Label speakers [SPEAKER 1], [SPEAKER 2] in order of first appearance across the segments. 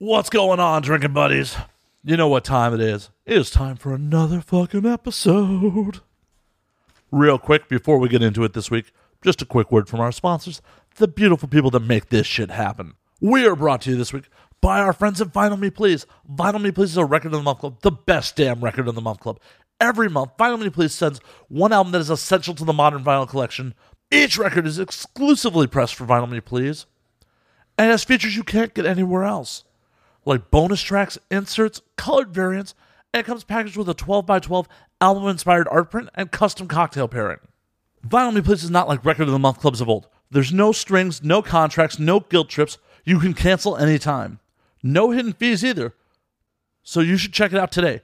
[SPEAKER 1] What's going on, drinking buddies? You know what time it is. It is time for another fucking episode. Real quick, before we get into it this week, just a quick word from our sponsors, the beautiful people that make this shit happen. We are brought to you this week by our friends at Vinyl Me Please. Vinyl Me Please is a record of the month club, the best damn record of the month club. Every month, Vinyl Me Please sends one album that is essential to the modern vinyl collection. Each record is exclusively pressed for Vinyl Me Please and has features you can't get anywhere else, like bonus tracks, inserts, colored variants, and it comes packaged with a 12x12 album inspired art print and custom cocktail pairing. Vinyl Me Please is not like Record of the Month clubs of old. There's no strings, no contracts, no guilt trips. You can cancel anytime. No hidden fees either. So you should check it out today.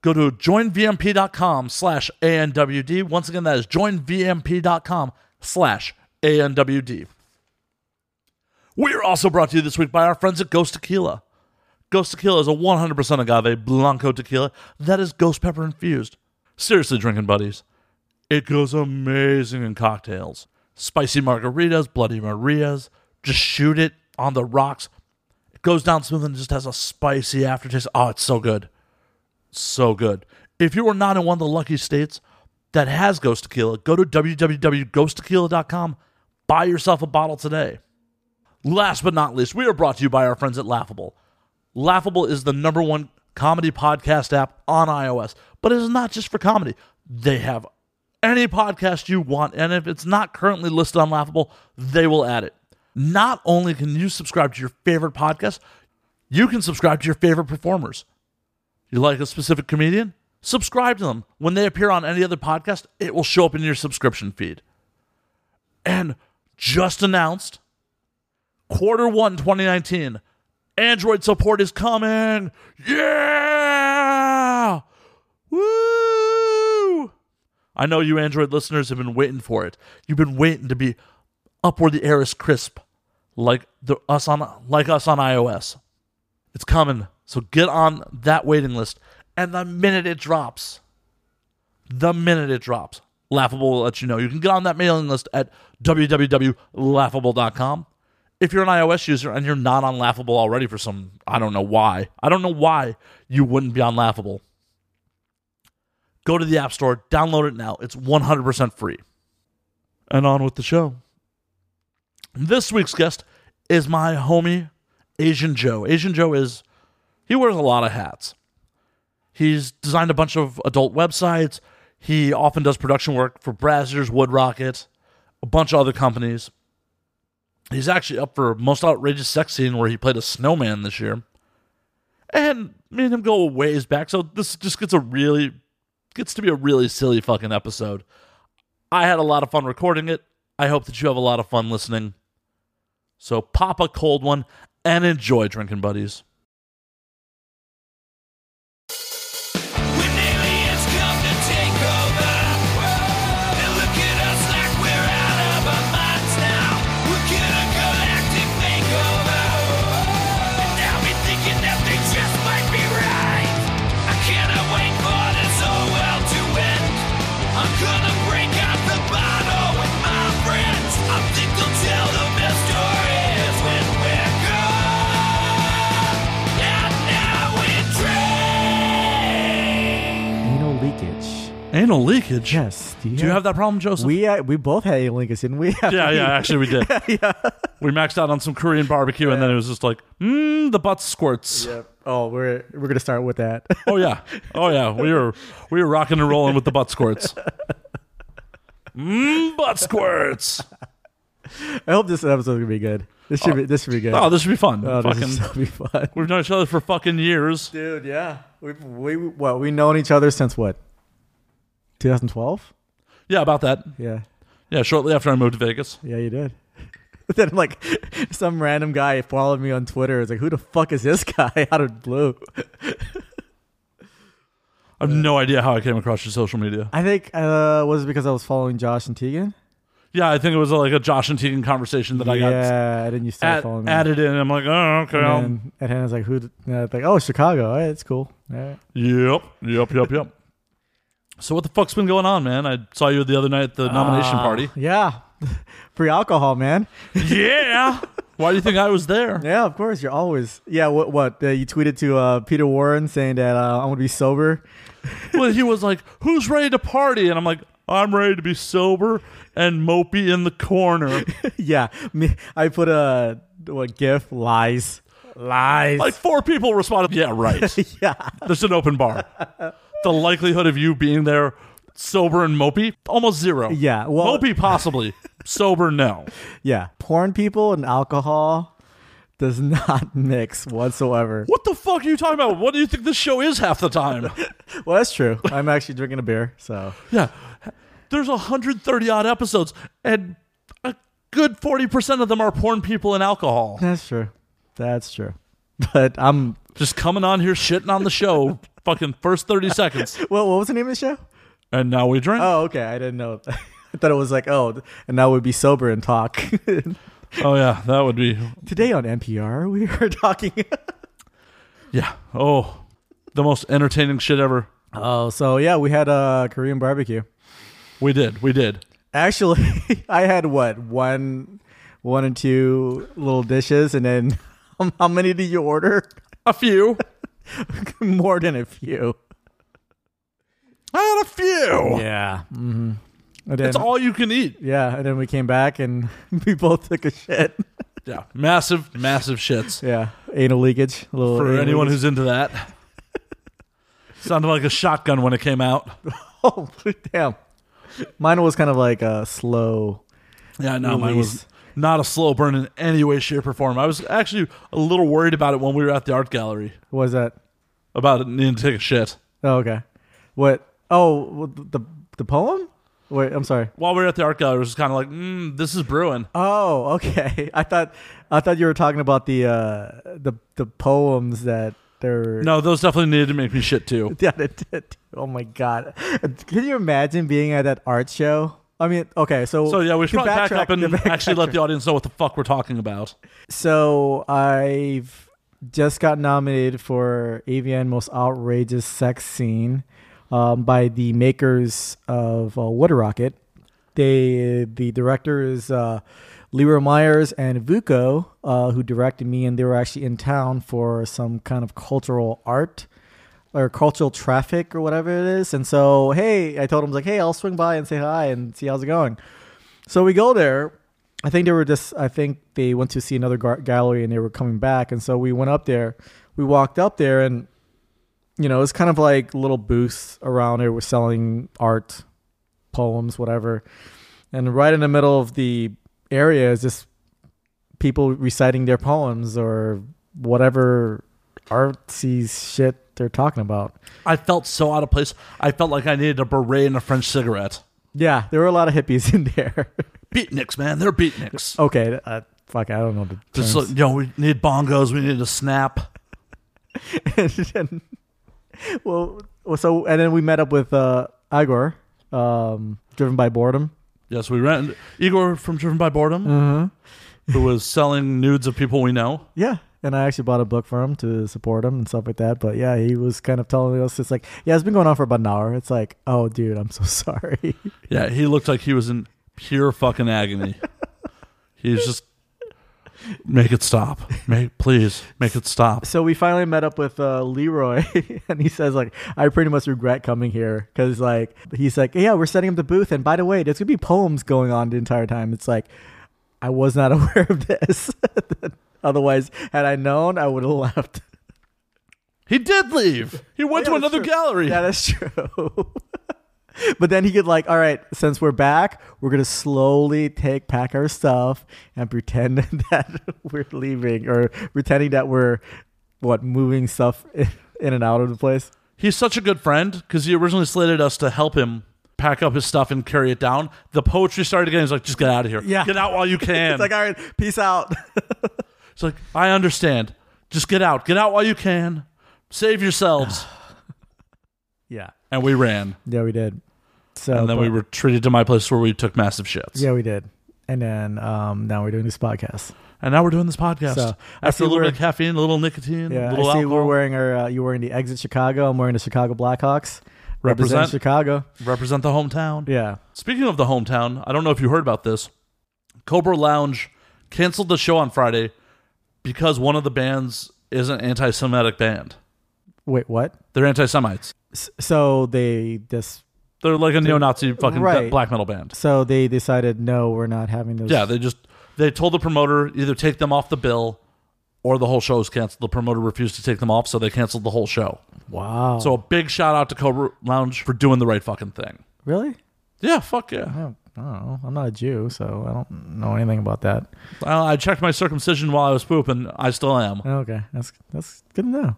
[SPEAKER 1] Go to joinvmp.com slash ANWD. Once again, that is joinvmp.com slash ANWD. We are also brought to you this week by our friends at Ghost Tequila. Ghost Tequila is a 100% agave blanco tequila that is ghost pepper infused. Seriously, drinking buddies, it goes amazing in cocktails. Spicy margaritas, Bloody Marias, just shoot it on the rocks. It goes down smooth and just has a spicy aftertaste. Oh, it's so good. So good. If you are not in one of the lucky states that has Ghost Tequila, go to www.ghosttequila.com, buy yourself a bottle today. Last but not least, we are brought to you by our friends at Laughable. Laughable is the number one comedy podcast app on iOS, but it is not just for comedy. They have any podcast you want, and if it's not currently listed on Laughable, they will add it. Not only can you subscribe to your favorite podcast, you can subscribe to your favorite performers. You like a specific comedian? Subscribe to them. When they appear on any other podcast, it will show up in your subscription feed. And just announced quarter one 2019 android support is coming yeah woo i know you android listeners have been waiting for it you've been waiting to be up where the air is crisp like the us on like us on ios it's coming so get on that waiting list and the minute it drops the minute it drops. Laughable will let you know. You can get on that mailing list at www.laughable.com. If you're an iOS user and you're not on Laughable already for some, I don't know why. I don't know why you wouldn't be on Laughable. Go to the App Store, download it now. It's 100% free. And on with the show. This week's guest is my homie, Asian Joe. Asian Joe is, he wears a lot of hats. He's designed a bunch of adult websites. He often does production work for Brazzers, Wood Rocket, a bunch of other companies. He's actually up for most outrageous sex scene where he played a snowman this year. And me and him go a ways back, so this just gets a really gets to be a really silly fucking episode. I had a lot of fun recording it. I hope that you have a lot of fun listening. So pop a cold one and enjoy drinking buddies.
[SPEAKER 2] When aliens come to take over, they look at us like we're out of our minds now. We're gonna go active makeover, and now we're thinking that they just might be right. I cannot wait for this whole world to end. I'm gonna break out the bottle with my friends. I think they'll tell the best stories when we're gone. And now we drink.
[SPEAKER 3] Anal leakage.
[SPEAKER 1] Anal leakage.
[SPEAKER 3] Yes.
[SPEAKER 1] Do you have that problem, Joseph?
[SPEAKER 3] We uh, we both had anal leakage, didn't we?
[SPEAKER 1] yeah, yeah, actually we did. We maxed out on some Korean barbecue and then it was just like, mmm, the butt squirts.
[SPEAKER 3] Oh, we're we're gonna start with that.
[SPEAKER 1] Oh yeah. Oh yeah. We were we were rocking and rolling with the butt squirts. Mmm, butt squirts.
[SPEAKER 3] I hope this episode's gonna be good. This should be this should be good.
[SPEAKER 1] Oh, this should be fun.
[SPEAKER 3] Oh, this
[SPEAKER 1] fucking
[SPEAKER 3] is gonna be fun,
[SPEAKER 1] We've known each other for fucking years.
[SPEAKER 3] dude. Yeah, we've we well we've known each other since what? 2012.
[SPEAKER 1] Yeah, about that.
[SPEAKER 3] Yeah,
[SPEAKER 1] Yeah, shortly after I moved to Vegas.
[SPEAKER 3] yeah, you did. But then like some random guy followed me on Twitter. It's like, who the fuck is this guy out of the blue?
[SPEAKER 1] I have no idea how I came across your social media.
[SPEAKER 3] I think uh, was it because I was following Josh and Tegan?
[SPEAKER 1] Yeah, I think it was like a Josh and Tegan conversation that I got
[SPEAKER 3] yeah, and then you started
[SPEAKER 1] at-
[SPEAKER 3] following me.
[SPEAKER 1] added in. I'm like, oh, okay. I'll-
[SPEAKER 3] And, then- and Hannah's like, who? d- And I was like, oh, Chicago. All right, it's cool. All right.
[SPEAKER 1] Yep, yep, yep, yep. So what the fuck's been going on, man? I saw
[SPEAKER 3] Ah.
[SPEAKER 1] you the other night at the nomination party.
[SPEAKER 3] Yeah. Free alcohol, man.
[SPEAKER 1] Yeah, Why do you think I was there?
[SPEAKER 3] Yeah, of course. You're always yeah. What what uh, you tweeted to uh, Peter Warren saying that uh, I'm gonna be sober.
[SPEAKER 1] Well, he was like, "Who's ready to party?" And I'm like, "I'm ready to be sober and mopey in the corner."
[SPEAKER 3] yeah, me. I put a what gif lies, lies.
[SPEAKER 1] Like four people responded, "Yeah, right."
[SPEAKER 3] yeah,
[SPEAKER 1] There's an open bar. The likelihood of you being there sober and mopey almost zero.
[SPEAKER 3] Yeah, well-
[SPEAKER 1] mopey possibly. sober no.
[SPEAKER 3] yeah. Porn people and alcohol does not mix whatsoever.
[SPEAKER 1] What the fuck are you talking about? What do you think this show is half the time?
[SPEAKER 3] Well, that's true. I'm actually drinking a beer, so
[SPEAKER 1] Yeah. There's 130 odd episodes and a good 40% of them are porn people and alcohol.
[SPEAKER 3] that's true. That's true. But I'm.
[SPEAKER 1] Just coming on here shitting on the show fucking first 30 seconds
[SPEAKER 3] Well, what was the name of the show?
[SPEAKER 1] and now we drink.
[SPEAKER 3] Oh, okay. I didn't know. I thought it was like oh, and now we'd be sober and talk.
[SPEAKER 1] oh yeah, that would be
[SPEAKER 3] Today on NPR, we are talking.
[SPEAKER 1] yeah. Oh, the most entertaining shit ever.
[SPEAKER 3] oh, so yeah, we had a Korean barbecue.
[SPEAKER 1] We did. We did.
[SPEAKER 3] Actually, I had what one, one and two little dishes, and then um, how many did you order?
[SPEAKER 1] A few.
[SPEAKER 3] More than a few.
[SPEAKER 1] I had a few.
[SPEAKER 3] Yeah. Mm-hmm. And then,
[SPEAKER 1] It's all you can eat.
[SPEAKER 3] yeah, and then we came back and we both took a shit.
[SPEAKER 1] Yeah. Massive, massive shits.
[SPEAKER 3] Yeah, anal leakage. A little
[SPEAKER 1] For
[SPEAKER 3] anal
[SPEAKER 1] anyone
[SPEAKER 3] leakage.
[SPEAKER 1] who's into that. Sounded like a shotgun when it came out.
[SPEAKER 3] oh damn, mine was kind of like a slow.
[SPEAKER 1] Yeah, no, mine was
[SPEAKER 3] Release.
[SPEAKER 1] not a slow burn in any way, shape, or form. I was actually a little worried about it when we were at the art gallery
[SPEAKER 3] What was that?
[SPEAKER 1] about it needing to take a shit.
[SPEAKER 3] Oh, okay. What? Oh, well, the the poem. Wait, I'm sorry.
[SPEAKER 1] While we were at the art gallery, it was kind of like, mm, this is brewing.
[SPEAKER 3] Oh, okay. I thought I thought you were talking about the uh the the poems that they're
[SPEAKER 1] No, those definitely needed to make me shit too.
[SPEAKER 3] Yeah, they did. Oh my god. Can you imagine being at that art show? I mean, okay, so
[SPEAKER 1] So yeah, we should
[SPEAKER 3] to
[SPEAKER 1] probably pack
[SPEAKER 3] backtrack-
[SPEAKER 1] up and
[SPEAKER 3] to backtrack-
[SPEAKER 1] actually let the audience know what the fuck we're talking about.
[SPEAKER 3] So I've just got nominated for AVN Most Outrageous Sex Scene um, by the makers of uh, Water Rocket. They the director is uh, Leroy Myers and Vuko, uh, who directed me, and they were actually in town for some kind of cultural art or cultural traffic or whatever it is. And so, hey, I told him like, hey, I'll swing by and say hi and see how's it going. So we go there. I think they were just. I think they went to see another gar- gallery and they were coming back, and so we went up there. We walked up there, and you know, it's kind of like little booths around there were selling art, poems, whatever. And right in the middle of the area is just people reciting their poems or whatever artsy shit they're talking about.
[SPEAKER 1] I felt so out of place. I felt like I needed a beret and a French cigarette.
[SPEAKER 3] Yeah, there were a lot of hippies in there.
[SPEAKER 1] Beatniks, man, they're beatniks.
[SPEAKER 3] okay, uh, fuck, I don't know the
[SPEAKER 1] Just
[SPEAKER 3] terms.
[SPEAKER 1] like, you know, we need bongos, we need a snap.
[SPEAKER 3] and then, well, so and then we met up with uh, Igor, um, driven by boredom.
[SPEAKER 1] Yes, we ran Igor from Driven by Boredom, mm-hmm.
[SPEAKER 3] Mm.
[SPEAKER 1] who was selling nudes of people we know.
[SPEAKER 3] Yeah, and I actually bought a book for him to support him and stuff like that. But yeah, he was kind of telling us it's like, yeah, it's been going on for about an hour. It's like, oh, dude, I'm so sorry.
[SPEAKER 1] Yeah, he looked like he was in pure fucking agony. He's just make it stop. Make please make it stop.
[SPEAKER 3] so we finally met up with uh, Leroy, and he says like, I pretty much regret coming here because like he's like, yeah, we're setting up the booth, and by the way, there's gonna be poems going on the entire time. It's like, I was not aware of this. Otherwise, had I known, I would have left.
[SPEAKER 1] He did leave. He went
[SPEAKER 3] Yeah,
[SPEAKER 1] to
[SPEAKER 3] that's
[SPEAKER 1] another
[SPEAKER 3] true.
[SPEAKER 1] gallery.
[SPEAKER 3] Yeah, that's true. but then he could like, all right, since we're back, we're gonna slowly take pack our stuff and pretend that we're leaving or pretending that we're what moving stuff in, in and out of the place.
[SPEAKER 1] He's such a good friend because he originally slated us to help him pack up his stuff and carry it down. The poetry started again. He's like, just get out of here.
[SPEAKER 3] Yeah.
[SPEAKER 1] Get out while you can.
[SPEAKER 3] It's like, all right, peace out.
[SPEAKER 1] It's like, I understand. Just get out. Get out while you can. Save yourselves.
[SPEAKER 3] yeah,
[SPEAKER 1] and we ran.
[SPEAKER 3] yeah, we did. So
[SPEAKER 1] And then
[SPEAKER 3] but-
[SPEAKER 1] we were treated to my place where we took massive shits.
[SPEAKER 3] yeah, we did. And then um, now we're doing this podcast.
[SPEAKER 1] And now we're doing this podcast.
[SPEAKER 3] So, I
[SPEAKER 1] After
[SPEAKER 3] see
[SPEAKER 1] a little
[SPEAKER 3] we're-
[SPEAKER 1] bit of caffeine, a little nicotine,
[SPEAKER 3] Yeah,
[SPEAKER 1] a
[SPEAKER 3] I see
[SPEAKER 1] little
[SPEAKER 3] we're
[SPEAKER 1] alcohol.
[SPEAKER 3] wearing our. Uh, you're wearing the Exit Chicago. I'm wearing the Chicago Blackhawks.
[SPEAKER 1] Represent.
[SPEAKER 3] Chicago.
[SPEAKER 1] Represent the hometown.
[SPEAKER 3] Yeah.
[SPEAKER 1] Speaking of the hometown, I don't know if you heard about this. Cobra Lounge canceled the show on Friday because one of the bands is an anti-Semitic band.
[SPEAKER 3] Wait, what?
[SPEAKER 1] They're anti-Semites.
[SPEAKER 3] S- So they just
[SPEAKER 1] They're like a neo-Nazi fucking
[SPEAKER 3] right.
[SPEAKER 1] black metal band.
[SPEAKER 3] so they decided no, we're not having those.
[SPEAKER 1] Yeah, they just they told the promoter either take them off the bill or the whole show is canceled. The promoter refused to take them off, so they canceled the whole show.
[SPEAKER 3] wow.
[SPEAKER 1] So a big shout out to Cobra Lounge for doing the right fucking thing.
[SPEAKER 3] really?
[SPEAKER 1] Yeah, fuck yeah.
[SPEAKER 3] I don't know. I'm not a Jew, so I don't know anything about that.
[SPEAKER 1] Well, I checked my circumcision while I was pooping. I still am.
[SPEAKER 3] Okay, that's that's good to know.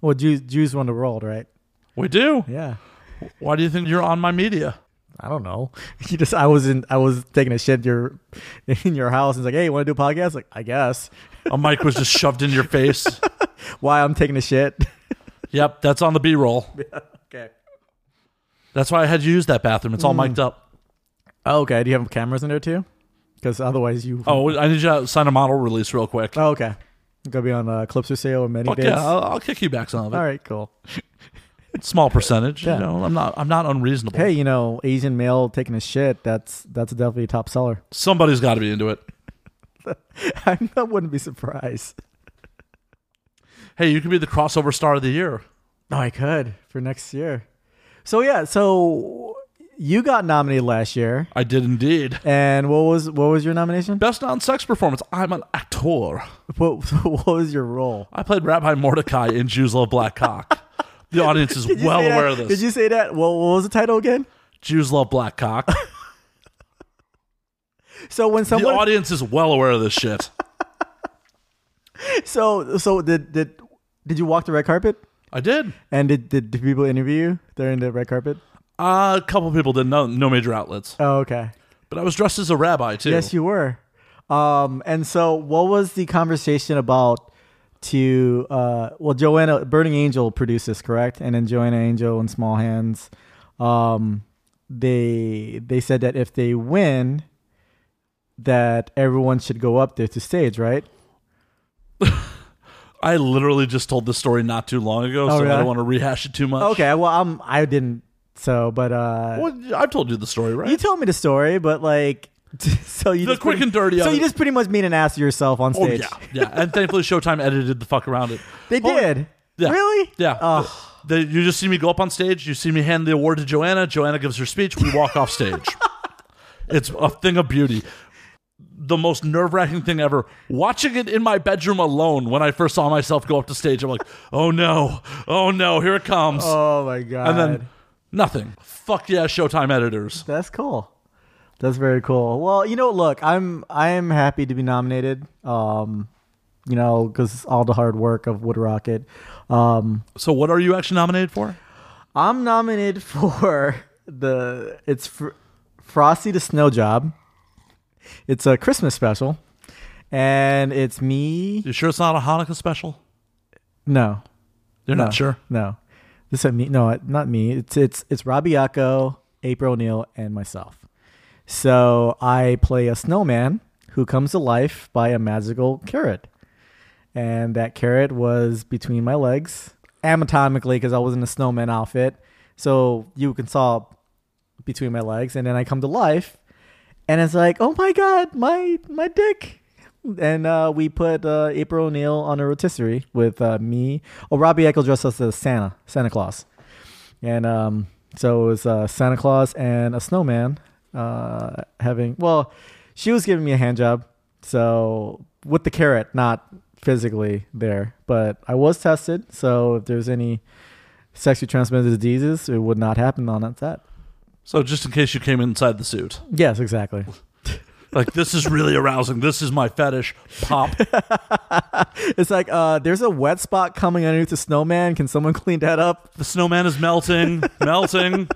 [SPEAKER 3] Well, Jews Jews run the world, right?
[SPEAKER 1] We do.
[SPEAKER 3] Yeah.
[SPEAKER 1] Why do you think you're on my media?
[SPEAKER 3] I don't know. You just I was in I was taking a shit in your in your house and it's like, hey, you want to do a podcast? Like, I guess.
[SPEAKER 1] A mic was just shoved in your face.
[SPEAKER 3] Why I'm taking a shit.
[SPEAKER 1] Yep, that's on the B roll.
[SPEAKER 3] okay.
[SPEAKER 1] That's why I had you use that bathroom. It's all
[SPEAKER 3] Hmm.
[SPEAKER 1] mic'd up.
[SPEAKER 3] Oh, okay. Do you have cameras in there too? Because otherwise you.
[SPEAKER 1] Oh, I need you to sign a model release real quick.
[SPEAKER 3] Oh, okay. Gonna be on uh, clips for sale or many Oh,
[SPEAKER 1] Fuck
[SPEAKER 3] days.
[SPEAKER 1] yeah, I'll, I'll kick you back some of it.
[SPEAKER 3] All right, cool.
[SPEAKER 1] Small percentage.
[SPEAKER 3] Yeah.
[SPEAKER 1] You know, I'm not. I'm not unreasonable.
[SPEAKER 3] Hey, you know, Asian male taking a shit. That's that's definitely a top seller.
[SPEAKER 1] Somebody's got to be into it.
[SPEAKER 3] I wouldn't be surprised.
[SPEAKER 1] Hey, you could be the crossover star of the year.
[SPEAKER 3] No, I could for next year. So yeah, so you got nominated last year,
[SPEAKER 1] I did indeed.
[SPEAKER 3] and what was what was your nomination?
[SPEAKER 1] Best non-sex performance. I'm an actor.
[SPEAKER 3] What, what was your role?
[SPEAKER 1] I played Rabbi Mordecai in Jews Love Black Cock. The audience is
[SPEAKER 3] Did you
[SPEAKER 1] well
[SPEAKER 3] say that-
[SPEAKER 1] aware of this.
[SPEAKER 3] Did you say that? What, what was the title again?
[SPEAKER 1] Jews Love Black Cock.
[SPEAKER 3] So when
[SPEAKER 1] The
[SPEAKER 3] someone
[SPEAKER 1] audience is well aware of this shit.
[SPEAKER 3] so so did did did you walk the red carpet?
[SPEAKER 1] I did.
[SPEAKER 3] And did did, did people interview you during the red carpet?
[SPEAKER 1] Uh, a couple people did. No, no major outlets.
[SPEAKER 3] Oh, okay.
[SPEAKER 1] But I was dressed as a rabbi too.
[SPEAKER 3] Yes, you were. Um, and so what was the conversation about? To uh, well, Joanna Burning Angel produced this, correct? And then Joanna Angel and Small Hands, um, they they said that if they win, that everyone should go up there to stage, right?
[SPEAKER 1] I literally just told this story not too long ago, so
[SPEAKER 3] Oh, really?
[SPEAKER 1] I don't want to rehash it too much.
[SPEAKER 3] Okay, well, I'm I didn't so, but uh,
[SPEAKER 1] Well, I've told you the story, right?
[SPEAKER 3] you told me the story, but like, so you
[SPEAKER 1] The
[SPEAKER 3] just
[SPEAKER 1] quick
[SPEAKER 3] pretty-
[SPEAKER 1] and dirty
[SPEAKER 3] So
[SPEAKER 1] of
[SPEAKER 3] you
[SPEAKER 1] it.
[SPEAKER 3] just pretty much made an ass of yourself on
[SPEAKER 1] oh
[SPEAKER 3] stage.
[SPEAKER 1] yeah, yeah. And thankfully, Showtime edited the fuck around it.
[SPEAKER 3] They
[SPEAKER 1] Hold on.
[SPEAKER 3] did.
[SPEAKER 1] Yeah.
[SPEAKER 3] Really?
[SPEAKER 1] Yeah.
[SPEAKER 3] Oh.
[SPEAKER 1] The- the- you just see me go up on stage. You see me hand the award to Joanna. Joanna gives her speech. We walk off stage. It's a thing of beauty. The most nerve wracking thing ever. Watching it in my bedroom alone when I first saw myself go up to stage, I'm like, oh no, oh no, here it comes.
[SPEAKER 3] Oh my god.
[SPEAKER 1] and then nothing. Fuck yeah, Showtime editors.
[SPEAKER 3] that's cool. That's very cool. Well, you know, look, I'm I am happy to be nominated. Um, you know, because all the hard work of Wood Rocket. Um,
[SPEAKER 1] So, what are you actually nominated for?
[SPEAKER 3] I'm nominated for the it's fr- Frosty the Snow Job. It's a Christmas special, and it's me.
[SPEAKER 1] You sure it's not a Hanukkah special?
[SPEAKER 3] No,
[SPEAKER 1] You're
[SPEAKER 3] no,
[SPEAKER 1] not sure.
[SPEAKER 3] No, this is me. No, not me. It's it's it's Robbie Yako, April O'Neil, and myself. So I play a snowman who comes to life by a magical carrot, and that carrot was between my legs anatomically because I was in a snowman outfit. So you can saw between my legs, and then I come to life, and it's like, oh my god, my my dick. And uh, we put uh, April O'Neil on a rotisserie with uh, me. Oh, Robbie Eckel dressed us as Santa, Santa Claus, and um, so it was uh, Santa Claus and a snowman uh, having. Well, she was giving me a hand job, so with the carrot, not physically there, but I was tested. So if there's any sexually transmitted diseases, it would not happen on that set.
[SPEAKER 1] So, just in case you came inside the suit,
[SPEAKER 3] Yes, exactly.
[SPEAKER 1] like this is really arousing. This is my fetish. Pop.
[SPEAKER 3] It's like uh, there's a wet spot coming underneath the snowman. Can someone clean that up?
[SPEAKER 1] The snowman is melting, melting.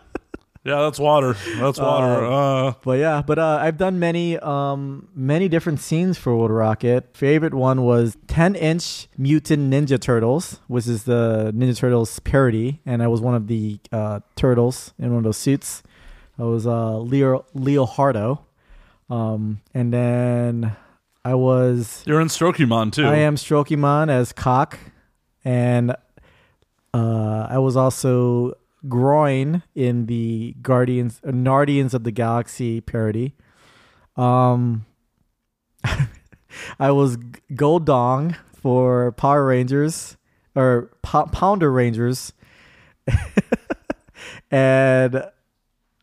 [SPEAKER 1] Yeah, that's water. That's water. Uh,
[SPEAKER 3] But yeah, but uh, I've done many, um, many different scenes for Wood Rocket. Favorite one was 10 inch Mutant Ninja Turtles, which is the Ninja Turtles parody, and I was one of the uh, turtles in one of those suits. I was uh, Leo Leo Hardo, um, and then I was
[SPEAKER 1] you're in Strokemon too.
[SPEAKER 3] I am Strokemon as cock, and uh, I was also groin in the Guardians, uh, Nardians of the Galaxy parody. Um, I was G- Goldong for Power Rangers or po- Pounder Rangers, and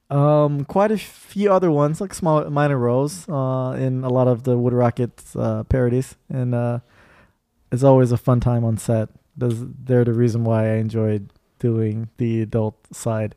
[SPEAKER 3] um, quite a few other ones like small minor roles uh, in a lot of the Wood Rockets uh, parodies, and uh, it's always a fun time on set. Those, they're the reason why I enjoyed doing the adult side.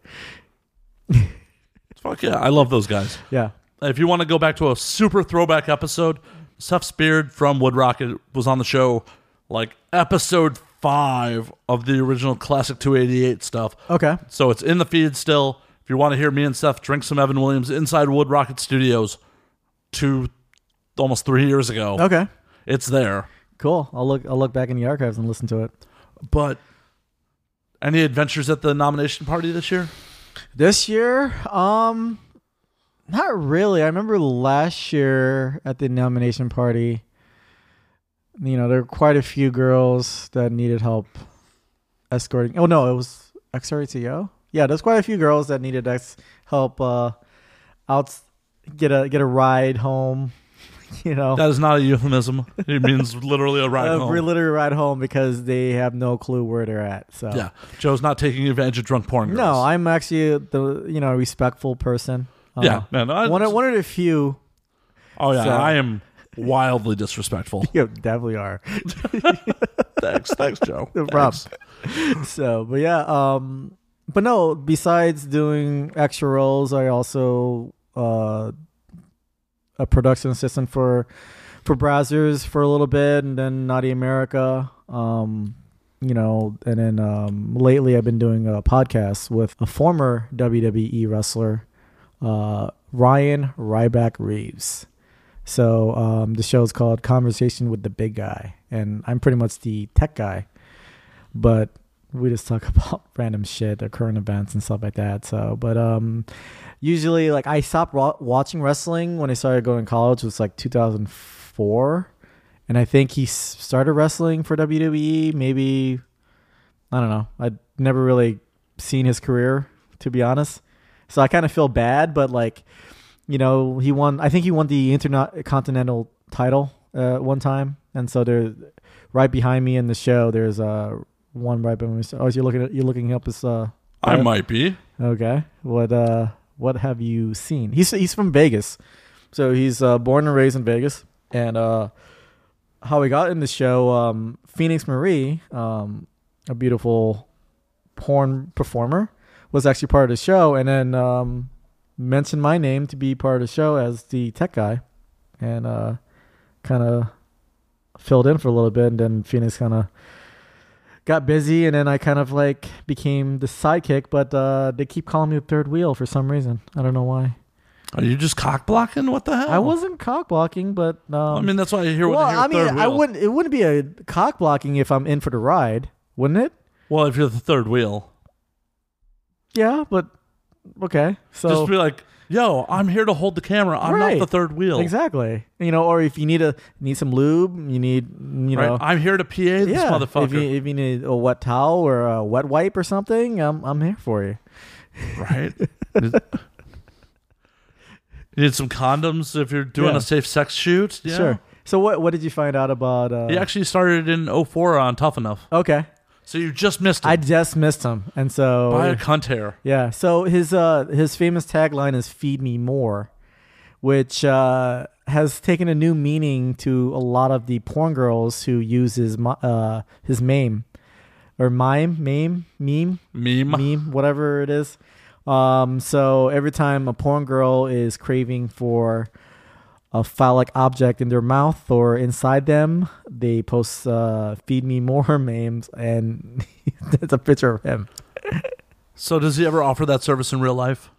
[SPEAKER 1] Fuck yeah, I love those guys.
[SPEAKER 3] Yeah.
[SPEAKER 1] If you want to go back to a super throwback episode, Seth Speard from Wood Rocket was on the show, like episode five of the original classic 288 stuff.
[SPEAKER 3] Okay.
[SPEAKER 1] So it's in the feed still. If you want to hear me and Seth drink some Evan Williams inside Wood Rocket Studios, two almost three years ago,
[SPEAKER 3] Okay.
[SPEAKER 1] it's there.
[SPEAKER 3] Cool. I'll look. I'll look back in the archives and listen to it.
[SPEAKER 1] But any adventures at the nomination party this year?
[SPEAKER 3] This year, um, not really. I remember last year at the nomination party. You know, there were quite a few girls that needed help escorting. Oh no, it was XRTO. Yeah, there's quite a few girls that needed ex- help uh, out get a get a ride home. You know,
[SPEAKER 1] That is not a euphemism. It means literally a ride
[SPEAKER 3] a
[SPEAKER 1] home.
[SPEAKER 3] literally ride home because they have no clue where they're at. So
[SPEAKER 1] yeah, Joe's not taking advantage of drunk porn. Girls.
[SPEAKER 3] No, I'm actually the you know respectful person. Uh,
[SPEAKER 1] Yeah, no, no, I-
[SPEAKER 3] one of, one of the few.
[SPEAKER 1] Oh yeah,
[SPEAKER 3] So-
[SPEAKER 1] I am wildly disrespectful.
[SPEAKER 3] You definitely are.
[SPEAKER 1] thanks, thanks, Joe.
[SPEAKER 3] No problem. so, but yeah, um, but no. Besides doing extra roles, I also uh, a production assistant for for Brazzers for a little bit, and then Naughty America. Um, you know, and then um, lately I've been doing a podcast with a former WWE wrestler, uh, Ryan Ryback Reeves. So um, the show's called Conversation with the Big Guy, and I'm pretty much the tech guy, but we just talk about random shit or current events and stuff like that. So, but um, usually like I stopped wa- watching wrestling when I started going to college. It was like 2004, and I think he s- started wrestling for WWE. Maybe I don't know. I'd never really seen his career to be honest. So I kind of feel bad, but like you know, he won. I think he won the intercontinental title uh, one time, and so there, right behind me in the show, there's uh, one right behind me. So- Oh, so you're looking at, you're looking up his. Uh,
[SPEAKER 1] I
[SPEAKER 3] bio?
[SPEAKER 1] might be.
[SPEAKER 3] Okay, what uh, what have you seen? He's he's from Vegas, so he's uh, born and raised in Vegas, and uh, how he got in the show, um, Phoenix Marie, um, a beautiful porn performer, was actually part of the show, and then um, mentioned my name to be part of the show as the tech guy, and uh, kind of filled in for a little bit, and then Phoenix kind of got busy, and then I kind of like became the sidekick. But uh, they keep calling me the third wheel for some reason. I don't know why.
[SPEAKER 1] Are you just cock blocking? What the hell?
[SPEAKER 3] I wasn't cock blocking, but um,
[SPEAKER 1] I mean, that's why I hear. when
[SPEAKER 3] well,
[SPEAKER 1] I, hear
[SPEAKER 3] I mean,
[SPEAKER 1] third
[SPEAKER 3] I
[SPEAKER 1] wheel.
[SPEAKER 3] wouldn't. It wouldn't be a cock blocking if I'm in for the ride, wouldn't it?
[SPEAKER 1] Well, if you're the third wheel,
[SPEAKER 3] Yeah, but okay. So
[SPEAKER 1] just be like, "Yo, I'm here to hold the camera. I'm
[SPEAKER 3] Right.
[SPEAKER 1] not the third wheel.
[SPEAKER 3] exactly, you know, or if you need a need some lube, you need you
[SPEAKER 1] Right?
[SPEAKER 3] know.
[SPEAKER 1] I'm here to PA this
[SPEAKER 3] yeah,
[SPEAKER 1] motherfucker.
[SPEAKER 3] if you if you need a wet towel or a wet wipe or something, I'm I'm here for you.
[SPEAKER 1] right? you need some condoms if you're doing
[SPEAKER 3] Yeah.
[SPEAKER 1] a safe sex shoot. Yeah.
[SPEAKER 3] Sure. So what what did you find out about? Uh,
[SPEAKER 1] He actually started in 04 on Tough Enough,
[SPEAKER 3] okay,
[SPEAKER 1] so you just missed it
[SPEAKER 3] I just missed him, and so
[SPEAKER 1] by a cunt hair.
[SPEAKER 3] Yeah. So his uh his famous tagline is "Feed me more," which uh, has taken a new meaning to a lot of the porn girls who use his mi- uh his meme or mime meme meme
[SPEAKER 1] Meme.
[SPEAKER 3] meme whatever it is. Um, so every time a porn girl is craving for a phallic object in their mouth or inside them, they post uh, "Feed me more" memes, and it's a picture of him.
[SPEAKER 1] So does he ever offer that service in real life?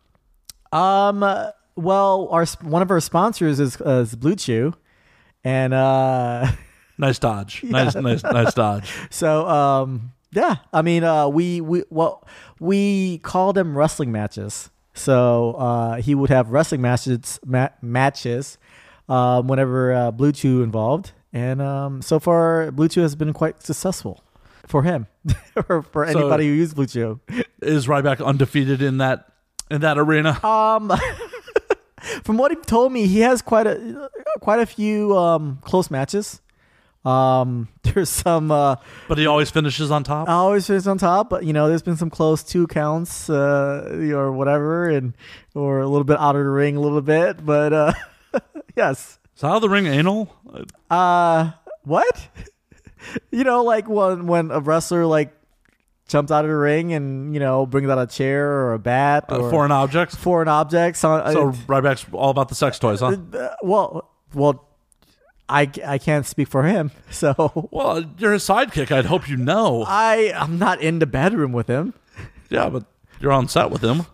[SPEAKER 3] Um. uh, Well, our sp- one of our sponsors is, uh, is Blue Chew, and uh,
[SPEAKER 1] Nice dodge. Nice, nice, nice dodge.
[SPEAKER 3] so um, yeah. I mean, uh, we we well we call them wrestling matches. So uh, he would have wrestling matches ma- matches um, whenever uh, Blue Chew involved, and um, so far Blue Chew has been quite successful for him or for
[SPEAKER 1] So-
[SPEAKER 3] anybody who uses Blue Chew.
[SPEAKER 1] Is Ryback undefeated in that in that arena?
[SPEAKER 3] Um, From what he told me, he has quite a quite a few um, close matches. Um, there's some. Uh,
[SPEAKER 1] But he always finishes on top.
[SPEAKER 3] I always finish on top, but you know, there's been some close two counts uh, or whatever, and or a little bit out of the ring, a little bit, but uh, yes.
[SPEAKER 1] Is out of the ring anal?
[SPEAKER 3] Uh, what? you know, like when when a wrestler like jumps out of the ring and you know brings out a chair or a bat
[SPEAKER 1] Uh,
[SPEAKER 3] or
[SPEAKER 1] foreign objects?
[SPEAKER 3] foreign objects on.
[SPEAKER 1] So
[SPEAKER 3] it-
[SPEAKER 1] Ryback's all about the sex toys, huh?
[SPEAKER 3] uh, well, well, I I can't speak for him, so
[SPEAKER 1] Well, you're his sidekick. I'd hope you know.
[SPEAKER 3] I I'm not in the bedroom with him.
[SPEAKER 1] Yeah, but you're on set with him.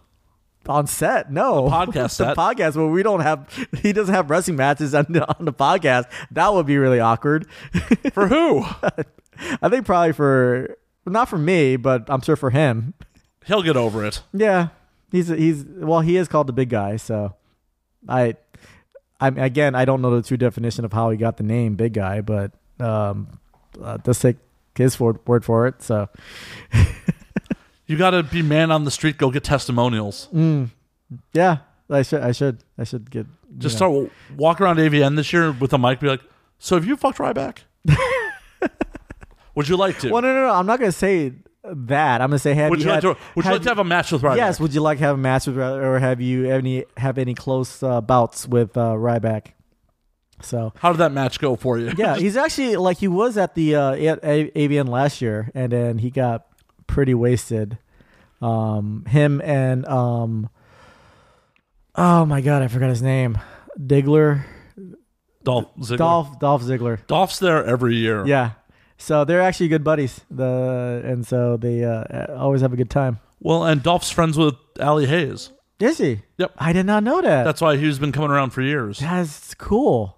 [SPEAKER 3] on set. No,
[SPEAKER 1] The podcast
[SPEAKER 3] the
[SPEAKER 1] set.
[SPEAKER 3] podcast where we don't have he doesn't have wrestling matches on the, on the podcast. That would be really awkward.
[SPEAKER 1] For who?
[SPEAKER 3] I think probably for not for me, but I'm sure for him.
[SPEAKER 1] He'll get over it.
[SPEAKER 3] Yeah, he's he's well, he is called the big guy. So I, I again, I don't know the true definition of how he got the name big guy, but um, uh, let's take his for, word for it. So
[SPEAKER 1] You got to be man on the street. Go get testimonials.
[SPEAKER 3] yeah, I should I should I should get
[SPEAKER 1] Just start walk around AVN this year with a mic. Be like, so have you fucked Ryback? would you like to?
[SPEAKER 3] Well, no, no, no. I'm not gonna say that. I'm gonna say have
[SPEAKER 1] would you,
[SPEAKER 3] had,
[SPEAKER 1] like to? Would you like to have a match with Ryback?
[SPEAKER 3] Yes. Would you like to have a match with Ryback, or have you any have any close uh, bouts with uh, Ryback? So
[SPEAKER 1] How did that match go for you?
[SPEAKER 3] yeah, he's actually like he was at the uh, at A- AVN last year, and then he got pretty wasted. Um, him and um, oh my god, I forgot his name. Diggler,
[SPEAKER 1] Dolph Ziggler.
[SPEAKER 3] Dolph, Dolph Ziggler.
[SPEAKER 1] Dolph's there every year.
[SPEAKER 3] Yeah. So they're actually good buddies. The and so they uh, always have a good time.
[SPEAKER 1] Well, and Dolph's friends with Ali Hayes.
[SPEAKER 3] Is he?
[SPEAKER 1] Yep.
[SPEAKER 3] I did not know that. That's,
[SPEAKER 1] That's why he's been coming around for years.
[SPEAKER 3] cool.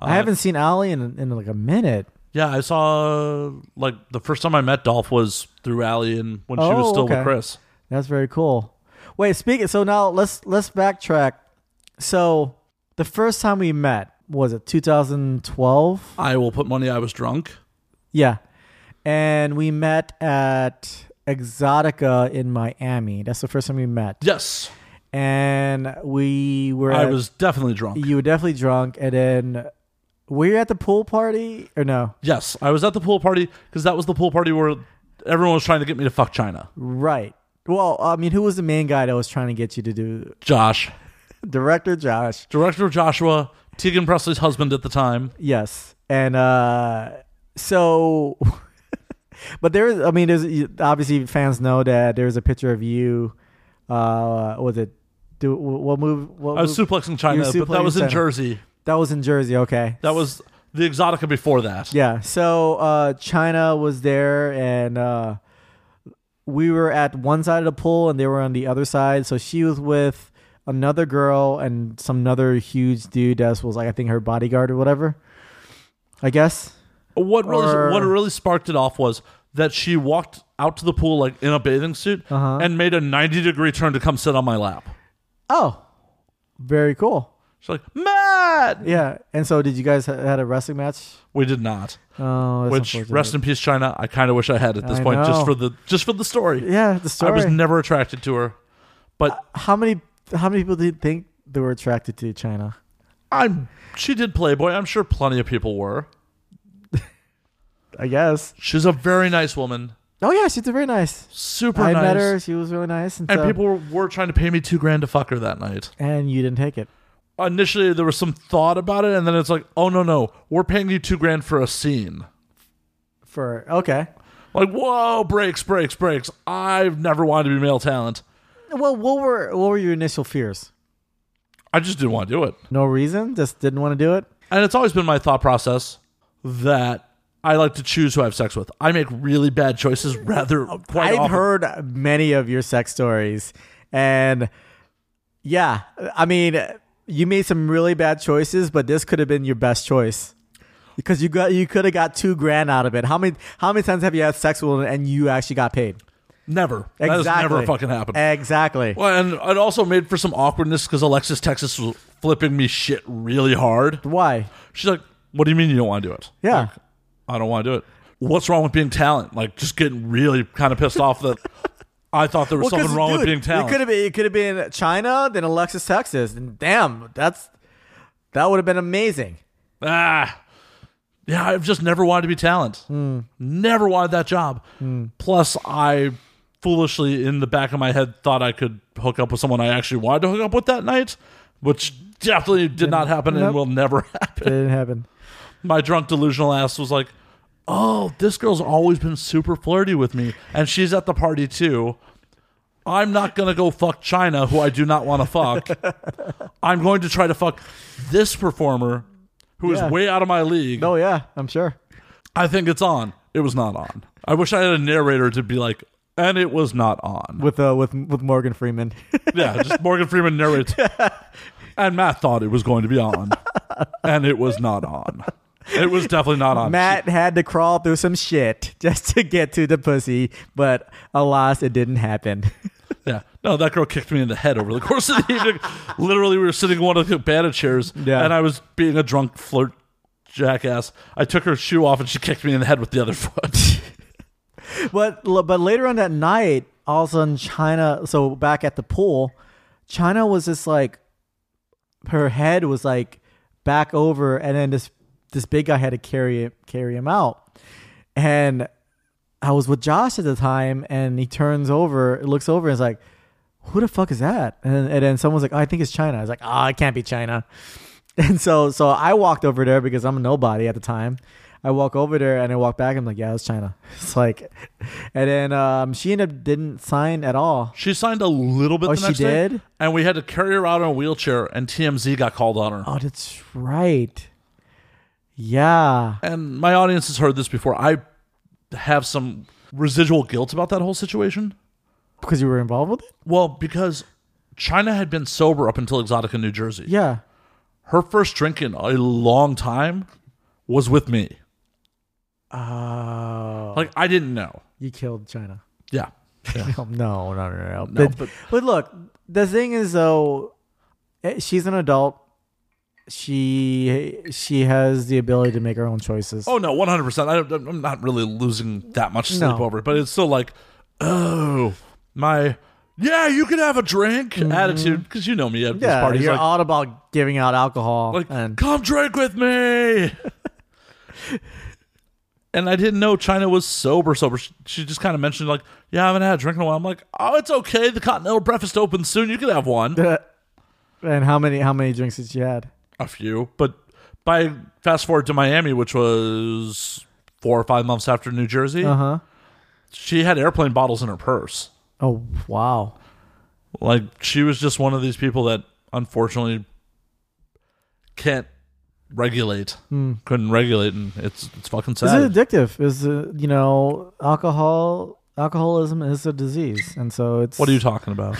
[SPEAKER 1] Uh,
[SPEAKER 3] I haven't seen Ali in, in like a minute.
[SPEAKER 1] Yeah, I saw like the first time I met Dolph was through Allie and when she was
[SPEAKER 3] Oh,
[SPEAKER 1] still with
[SPEAKER 3] okay.
[SPEAKER 1] Chris.
[SPEAKER 3] That's very cool. Wait, speaking. So now let's let's backtrack. So the first time we met was it 2012?
[SPEAKER 1] I will put money I was drunk.
[SPEAKER 3] Yeah, and we met at Exotica in Miami. That's the first time we met,
[SPEAKER 1] Yes,
[SPEAKER 3] and we were.
[SPEAKER 1] I
[SPEAKER 3] at-
[SPEAKER 1] was definitely drunk.
[SPEAKER 3] You were definitely drunk, and then were you at the pool party or no?
[SPEAKER 1] Yes, I was at the pool party because that was the pool party where everyone was trying to get me to fuck China.
[SPEAKER 3] Right. Well, I mean, who was the main guy that was trying to get you to do
[SPEAKER 1] Josh,
[SPEAKER 3] director Josh?
[SPEAKER 1] director Joshua, Tegan Presley's husband at the time.
[SPEAKER 3] Yes, and uh, so, but there is. I mean, there's obviously fans know that there's a picture of you. Uh, was it? Do what move? What
[SPEAKER 1] I was
[SPEAKER 3] move-
[SPEAKER 1] suplexing China,
[SPEAKER 3] You're
[SPEAKER 1] but that
[SPEAKER 3] suplexing
[SPEAKER 1] was in
[SPEAKER 3] China.
[SPEAKER 1] Jersey.
[SPEAKER 3] that was in Jersey. Okay,
[SPEAKER 1] That was the Exotica before that.
[SPEAKER 3] Yeah. So uh, China was there, and uh, we were at one side of the pool, and they were on the other side. So she was with another girl and some other huge dude that was like, I think her bodyguard or whatever. I guess.
[SPEAKER 1] What really
[SPEAKER 3] Or-
[SPEAKER 1] what really sparked it off was that she walked out to the pool like in a bathing suit
[SPEAKER 3] Uh-huh.
[SPEAKER 1] and made a 90 degree turn to come sit on my lap.
[SPEAKER 3] Oh, very cool.
[SPEAKER 1] She's like, "Matt."
[SPEAKER 3] Yeah. And so, did you guys ha- had a wrestling match?
[SPEAKER 1] We did not.
[SPEAKER 3] Oh, that's
[SPEAKER 1] Which
[SPEAKER 3] unfortunate.
[SPEAKER 1] rest in peace China. I kind of wish I had at this
[SPEAKER 3] I
[SPEAKER 1] point just
[SPEAKER 3] know.
[SPEAKER 1] for the just for the story.
[SPEAKER 3] yeah, the
[SPEAKER 1] I
[SPEAKER 3] story.
[SPEAKER 1] was never attracted to her. But
[SPEAKER 3] how many how many people do you think they were attracted to China?
[SPEAKER 1] I'm she did Playboy. I'm sure plenty of people were.
[SPEAKER 3] I guess.
[SPEAKER 1] She's a very nice woman.
[SPEAKER 3] Oh yeah, she's very nice.
[SPEAKER 1] Super
[SPEAKER 3] I
[SPEAKER 1] nice.
[SPEAKER 3] met her. She was really nice, and,
[SPEAKER 1] And
[SPEAKER 3] so-
[SPEAKER 1] people were, were trying to pay me 2 grand to fuck her that night.
[SPEAKER 3] and you didn't take it.
[SPEAKER 1] initially there was some thought about it, and then it's like, oh no no, we're paying you two grand for a scene.
[SPEAKER 3] For okay.
[SPEAKER 1] Like, whoa, breaks, breaks, breaks. I've never wanted to be male talent.
[SPEAKER 3] Well, what were what were your initial fears?
[SPEAKER 1] I just didn't want to do it.
[SPEAKER 3] No reason, just didn't want to do it.
[SPEAKER 1] And it's always been my thought process that I like to choose who I have sex with. I make really bad choices rather quite
[SPEAKER 3] Oh, I've
[SPEAKER 1] often.
[SPEAKER 3] heard many of your sex stories, and yeah, I mean, you made some really bad choices, but this could have been your best choice because you got you could have got two grand out of it. How many how many times have you had sex with and you actually got paid?
[SPEAKER 1] never.
[SPEAKER 3] Exactly,
[SPEAKER 1] That has never fucking happened.
[SPEAKER 3] Exactly.
[SPEAKER 1] well, and it also made for some awkwardness because Alexis Texas was flipping me shit really hard.
[SPEAKER 3] Why?
[SPEAKER 1] She's like, "What do you mean you don't want to do it?"
[SPEAKER 3] Yeah.
[SPEAKER 1] Like, I don't want to do it. What's wrong with being talent? Like just getting really kind of pissed off that I thought there was
[SPEAKER 3] Well, 'cause,
[SPEAKER 1] something wrong with
[SPEAKER 3] dude,
[SPEAKER 1] being
[SPEAKER 3] It
[SPEAKER 1] talented.
[SPEAKER 3] could have been. It could have been China, then Alexis Texas, and damn, that's that would have been amazing.
[SPEAKER 1] Ah. Yeah, I've just never wanted to be talent. Never wanted that job. Plus, I foolishly, in the back of my head, thought I could hook up with someone I actually wanted to hook up with that night, which definitely did not happen and
[SPEAKER 3] Nope.
[SPEAKER 1] will never happen.
[SPEAKER 3] It didn't happen.
[SPEAKER 1] My drunk, delusional ass was like, oh, this girl's always been super flirty with me, and she's at the party too. I'm not going to go fuck China, who I do not want to fuck. I'm going to try to fuck this performer who is
[SPEAKER 3] Yeah.
[SPEAKER 1] way out of my league.
[SPEAKER 3] Oh yeah, I'm sure.
[SPEAKER 1] I think it's on. It was not on. I wish I had a narrator to be like, and it was not on.
[SPEAKER 3] With uh, with with Morgan Freeman.
[SPEAKER 1] Yeah, just Morgan Freeman narrates. and Matt thought it was going to be on, and it was not on. It was definitely not on.
[SPEAKER 3] Matt had to crawl through some shit just to get to the pussy, but alas, it didn't happen.
[SPEAKER 1] Yeah. No, that girl kicked me in the head over the course of the evening. Literally, we were sitting in one of the cabana chairs,
[SPEAKER 3] Yeah.
[SPEAKER 1] and I was being a drunk flirt jackass. I took her shoe off, and she kicked me in the head with the other foot.
[SPEAKER 3] but but later on that night, all of a sudden, China. So back at the pool, China was just like, her head was like back over, and then this this big guy had to carry it carry him out, and I was with Josh at the time, and he turns over, looks over, and is like, "Who the fuck is that?" And, and then someone's like, oh, "I think it's China." I was like, "Ah, it can't be China." And so, so I walked over there because I'm a nobody at the time. I walk over there and I walk back. I'm like, "Yeah, it's China." It's like, and then um, she ended up didn't sign at all.
[SPEAKER 1] She signed a little bit
[SPEAKER 3] Oh,
[SPEAKER 1] the
[SPEAKER 3] she
[SPEAKER 1] next day,
[SPEAKER 3] did?
[SPEAKER 1] and we had to carry her out in a wheelchair, and TMZ got called on her.
[SPEAKER 3] Oh, that's right. Yeah,
[SPEAKER 1] and my audience has heard this before. I have some residual guilt about that whole situation.
[SPEAKER 3] because you were involved with it.
[SPEAKER 1] Well, because China had been sober up until Exotica, New Jersey.
[SPEAKER 3] Yeah.
[SPEAKER 1] Her first drink in a long time was with me.
[SPEAKER 3] Oh,
[SPEAKER 1] Like I didn't know.
[SPEAKER 3] you killed China.
[SPEAKER 1] Yeah. Yeah.
[SPEAKER 3] Oh, no, no, no, no. no. but,
[SPEAKER 1] but-
[SPEAKER 3] but, look, the thing is though, eh, she's an adult. She she has the ability to make her own choices.
[SPEAKER 1] oh no, one hundred percent. I'm not really losing that much sleep
[SPEAKER 3] No.
[SPEAKER 1] over it, but it's still like, oh my. Yeah, you can have a drink attitude because you know me at these
[SPEAKER 3] Mm-hmm. yeah,
[SPEAKER 1] parties.
[SPEAKER 3] you're
[SPEAKER 1] like,
[SPEAKER 3] all about giving out alcohol.
[SPEAKER 1] like
[SPEAKER 3] and
[SPEAKER 1] come drink with me and i didn't know china was sober sober She- she just kind of mentioned like yeah i haven't had a drink in a while i'm like oh it's okay the continental breakfast opens soon you can have one
[SPEAKER 3] and how many how many drinks did she had?
[SPEAKER 1] a few but by fast forward to miami which was four or five months after new jersey
[SPEAKER 3] Uh huh.
[SPEAKER 1] she had airplane bottles in her purse
[SPEAKER 3] Oh wow.
[SPEAKER 1] like she was just one of these people that unfortunately can't regulate couldn't regulate and it's it's fucking sad
[SPEAKER 3] Hmm. Is it addictive? Is uh, you know alcohol alcoholism is a disease, and so it's
[SPEAKER 1] What are you talking about?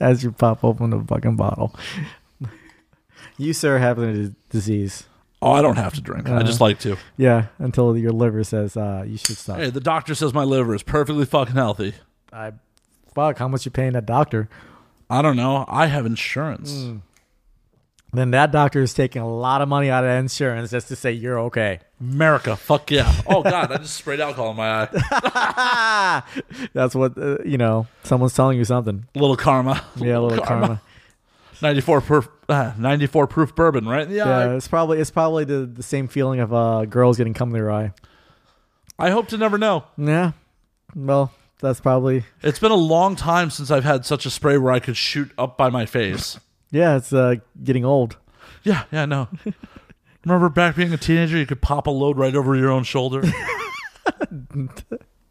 [SPEAKER 3] as you pop open the fucking bottle. you sir have a d- disease.
[SPEAKER 1] Oh, I don't have to drink. I
[SPEAKER 3] Uh-huh.
[SPEAKER 1] just like to.
[SPEAKER 3] Yeah, until your liver says uh, you should stop.
[SPEAKER 1] Hey, the doctor says my liver is perfectly fucking healthy.
[SPEAKER 3] I, fuck, how much you paying that doctor?
[SPEAKER 1] I don't know. I have insurance.
[SPEAKER 3] Hmm. Then that doctor is taking a lot of money out of insurance just to say you're okay.
[SPEAKER 1] America, fuck yeah. Oh god, I just sprayed alcohol in my eye.
[SPEAKER 3] That's what uh, you know. Someone's telling you something.
[SPEAKER 1] Little karma.
[SPEAKER 3] Yeah, a little karma.
[SPEAKER 1] Ninety-four proof. Uh, Ninety-four proof bourbon, right? Yeah.
[SPEAKER 3] Yeah, it's probably it's probably the, the same feeling of uh, girls getting cum in their eye.
[SPEAKER 1] I, I hope to never know.
[SPEAKER 3] Yeah. Well, that's probably
[SPEAKER 1] It's been a long time since I've had such a spray where I could shoot up by my face.
[SPEAKER 3] yeah. It's uh, getting old.
[SPEAKER 1] yeah, yeah, no. Remember back being a teenager, you could pop a load right over your own shoulder.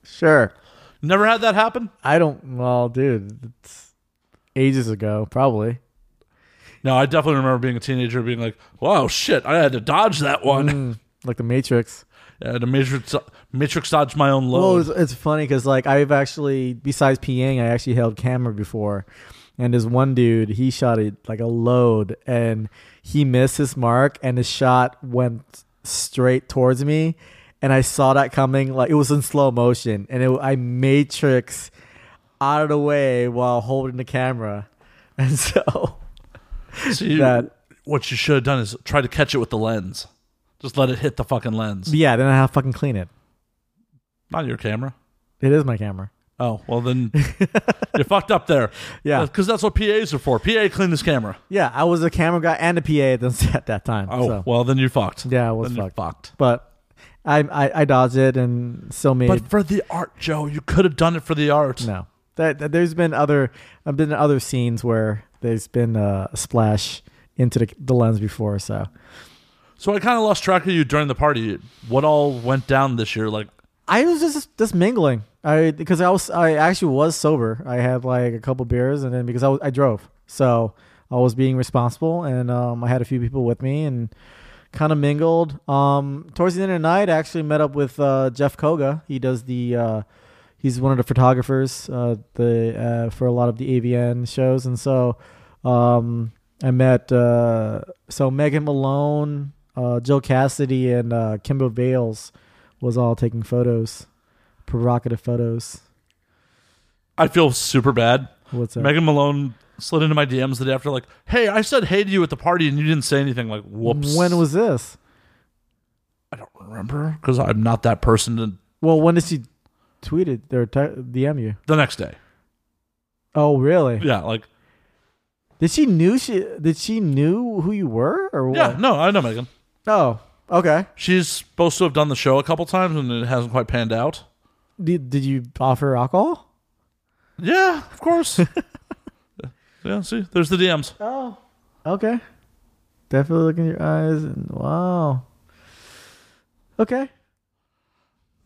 [SPEAKER 3] Sure.
[SPEAKER 1] never had that happen.
[SPEAKER 3] I don't. Well, dude, it's ages ago, probably.
[SPEAKER 1] No, I definitely remember being a teenager being like, wow, shit, I had to dodge that one.
[SPEAKER 3] Mm-hmm. Mm, Like the Matrix.
[SPEAKER 1] Yeah, the Matrix, Matrix dodged my own
[SPEAKER 3] Well,
[SPEAKER 1] load.
[SPEAKER 3] it's, it's funny because like I've actually, besides peeing, I actually held camera before, and this one dude he shot it like a load, and he missed his mark, and his shot went straight towards me, and I saw that coming. Like it was in slow motion, and it, I matrix out of the way while holding the camera, and so
[SPEAKER 1] See,
[SPEAKER 3] that-
[SPEAKER 1] what you should have done is try to catch it with the lens. Just let it hit the fucking lens.
[SPEAKER 3] yeah, then I have to fucking clean it.
[SPEAKER 1] Not your camera.
[SPEAKER 3] It is my camera.
[SPEAKER 1] Oh, well, then you're fucked up there.
[SPEAKER 3] Yeah.
[SPEAKER 1] Because that's what PAs are for. PA, clean this camera.
[SPEAKER 3] Yeah, I was a camera guy and a PA at, this, at that time.
[SPEAKER 1] Oh,
[SPEAKER 3] so.
[SPEAKER 1] well, then you're fucked.
[SPEAKER 3] Yeah, I was
[SPEAKER 1] Then you're
[SPEAKER 3] fucked. But I, I I dodged it and still made.
[SPEAKER 1] But for the art, Joe, you could have done it for the art.
[SPEAKER 3] no, that, that- there's been other I've been in other scenes where there's been a splash into the, the lens before. So
[SPEAKER 1] So I kind of lost track of you during the party. What all went down this year? Like,
[SPEAKER 3] I was just just mingling. I because I was I actually was sober. I had like a couple beers and then because I was, I drove, so I was being responsible and um, I had a few people with me and kind of mingled. Um, towards the end of the night, I actually met up with uh, Jeff Koga. He does the uh, he's one of the photographers uh, the uh, for a lot of the AVN shows, and so um, I met uh, so Megan Malone, uh, Jill Cassidy, and uh, Kimbo Vales was all taking photos, provocative photos.
[SPEAKER 1] I feel super bad.
[SPEAKER 3] What's up?
[SPEAKER 1] Megan Malone slid into my DMs the day after, like, hey, I said hey to you at the party and you didn't say anything. Like, whoops.
[SPEAKER 3] When was this?
[SPEAKER 1] I don't remember because I'm not that person. To,
[SPEAKER 3] Well, when did she tweet it or t- DM you?
[SPEAKER 1] the next day.
[SPEAKER 3] Oh, really?
[SPEAKER 1] Yeah, like,
[SPEAKER 3] Did she knew she did she knew who you were or what?
[SPEAKER 1] yeah, no, I know Megan.
[SPEAKER 3] Oh, okay.
[SPEAKER 1] She's supposed to have done the show a couple times and it hasn't quite panned out.
[SPEAKER 3] Did, did you offer alcohol?
[SPEAKER 1] Yeah, of course. yeah, see, there's the DMs.
[SPEAKER 3] Oh, okay. Definitely look in your eyes and wow. Okay.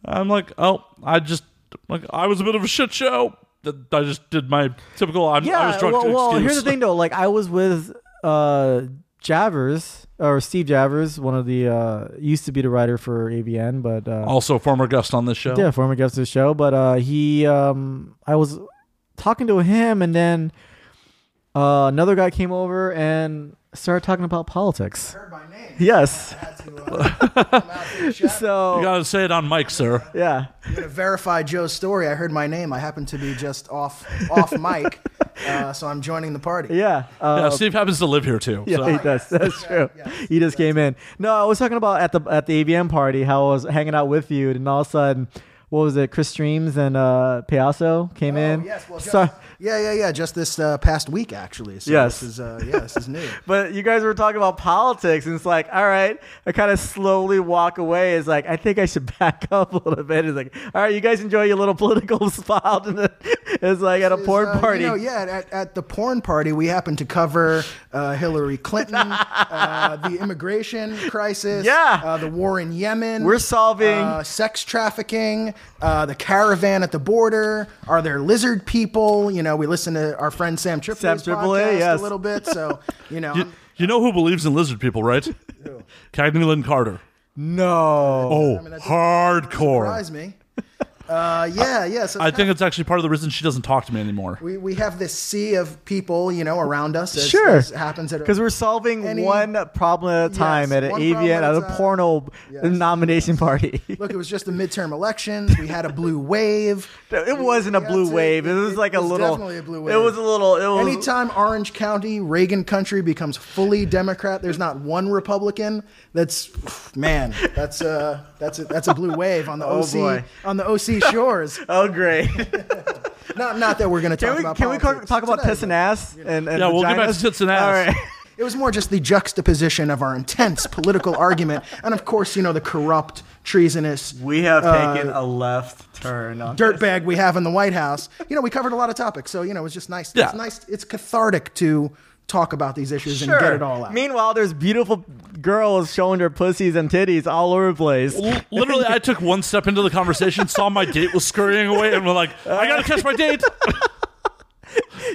[SPEAKER 1] I'm like, oh, I just like I was a bit of a shit show. That I just did my typical. I'm,
[SPEAKER 3] Yeah.
[SPEAKER 1] I was drunk.
[SPEAKER 3] well, well,
[SPEAKER 1] excuse.
[SPEAKER 3] here's the thing though. Like I was with uh Javers or Steve Javers, one of the uh used to be the writer for ABN, but uh
[SPEAKER 1] Also, former guest on this show.
[SPEAKER 3] Yeah, former guest of the show, but uh, he, um, I was talking to him, and then uh, another guy came over and started talking about politics.
[SPEAKER 4] heard my name.
[SPEAKER 3] Yes,
[SPEAKER 4] I had to, uh, come out and check.
[SPEAKER 1] You
[SPEAKER 3] so
[SPEAKER 1] gotta say it on mic, sir.
[SPEAKER 3] yeah,
[SPEAKER 4] I'm gonna verify Joe's story. I heard my name. I happened to be just off off mic, uh, so I'm joining the party.
[SPEAKER 3] yeah,
[SPEAKER 1] Yeah,
[SPEAKER 3] uh,
[SPEAKER 1] Steve happens to live here too.
[SPEAKER 3] yeah,
[SPEAKER 1] so.
[SPEAKER 3] he does. That's true. He just came in. No, I was talking about at the at the ABM party how I was hanging out with you, and all of a sudden, what was it? Chris Streams and uh, Payaso came in.
[SPEAKER 4] Oh, yes, well, just,
[SPEAKER 3] So-
[SPEAKER 4] yeah, yeah, yeah. Just this uh, past week, actually. So
[SPEAKER 3] Yes.
[SPEAKER 4] This is, uh, yeah, this is new.
[SPEAKER 3] But you guys were talking about politics, and it's like, all right, I kind of slowly walk away. It's like, I think I should back up a little bit. It's like, all right, you guys enjoy your little political spout. And then it's like at a
[SPEAKER 4] is,
[SPEAKER 3] porn
[SPEAKER 4] uh, you
[SPEAKER 3] party.
[SPEAKER 4] know, yeah, at, at the porn party, we happened to cover uh, Hillary Clinton, uh, the immigration crisis,
[SPEAKER 3] Yeah.
[SPEAKER 4] uh, the war in Yemen.
[SPEAKER 3] We're solving-
[SPEAKER 4] uh, sex trafficking, uh, the caravan at the border. Are there lizard people? You know, we listen to our friend Sam Tripoli's
[SPEAKER 3] Sam Tripoli,
[SPEAKER 4] podcast
[SPEAKER 3] yes.
[SPEAKER 4] a little bit. So, you know,
[SPEAKER 1] You,
[SPEAKER 4] I'm-
[SPEAKER 1] you know who believes in lizard people, right? Cagney Lynn Carter.
[SPEAKER 3] No.
[SPEAKER 1] Oh,
[SPEAKER 4] mean, that doesn't
[SPEAKER 1] hardcore.
[SPEAKER 4] surprise me. Uh, yeah, yeah. So
[SPEAKER 1] I think it's actually part of the reason she doesn't talk to me anymore.
[SPEAKER 4] we, we have this sea of people, you know, around us. As,
[SPEAKER 3] Sure.
[SPEAKER 4] as happens at
[SPEAKER 3] Because we're solving
[SPEAKER 4] Any-
[SPEAKER 3] one problem at a time at an
[SPEAKER 4] one
[SPEAKER 3] AVN,
[SPEAKER 4] problem
[SPEAKER 3] at
[SPEAKER 4] at a
[SPEAKER 3] a
[SPEAKER 4] time.
[SPEAKER 3] porno
[SPEAKER 4] Yes,
[SPEAKER 3] nomination party.
[SPEAKER 4] Look, it was just the midterm elections. We had a blue wave.
[SPEAKER 3] it wasn't a
[SPEAKER 4] Yeah,
[SPEAKER 3] blue
[SPEAKER 4] it's a-
[SPEAKER 3] wave. It, was like a
[SPEAKER 4] was
[SPEAKER 3] little.
[SPEAKER 4] Definitely a blue wave.
[SPEAKER 3] It was a little. It was,
[SPEAKER 4] Anytime Orange County, Reagan country becomes fully Democrat, there's not one Republican. That's man, that's uh that's a, that's a blue wave on the
[SPEAKER 3] Oh,
[SPEAKER 4] OC
[SPEAKER 3] boy.
[SPEAKER 4] on the OC shores.
[SPEAKER 3] Oh, great.
[SPEAKER 4] not not that we're going to
[SPEAKER 3] Can
[SPEAKER 4] talk
[SPEAKER 3] we,
[SPEAKER 4] about
[SPEAKER 3] can we talk,
[SPEAKER 4] politics
[SPEAKER 3] talk about
[SPEAKER 4] today,
[SPEAKER 3] piss and
[SPEAKER 4] but
[SPEAKER 3] ass? And, and
[SPEAKER 1] Yeah, we'll get back to
[SPEAKER 3] vaginas?
[SPEAKER 1] tits and ass.
[SPEAKER 3] All right.
[SPEAKER 4] It was more just the juxtaposition of our intense political argument and of course, you know, the corrupt, treasonous
[SPEAKER 3] We have
[SPEAKER 4] Uh,
[SPEAKER 3] taken a left turn on
[SPEAKER 4] dirtbag we have in the White House. You know, we covered a lot of topics, so you know, it was just nice.
[SPEAKER 1] Yeah.
[SPEAKER 4] It's nice. It's cathartic to talk about these issues and get it all out.
[SPEAKER 3] Meanwhile, there's beautiful girls showing their pussies and titties all over the place.
[SPEAKER 1] L- Literally, I took one step into the conversation, saw my date was scurrying away, and was like, I gotta catch my date.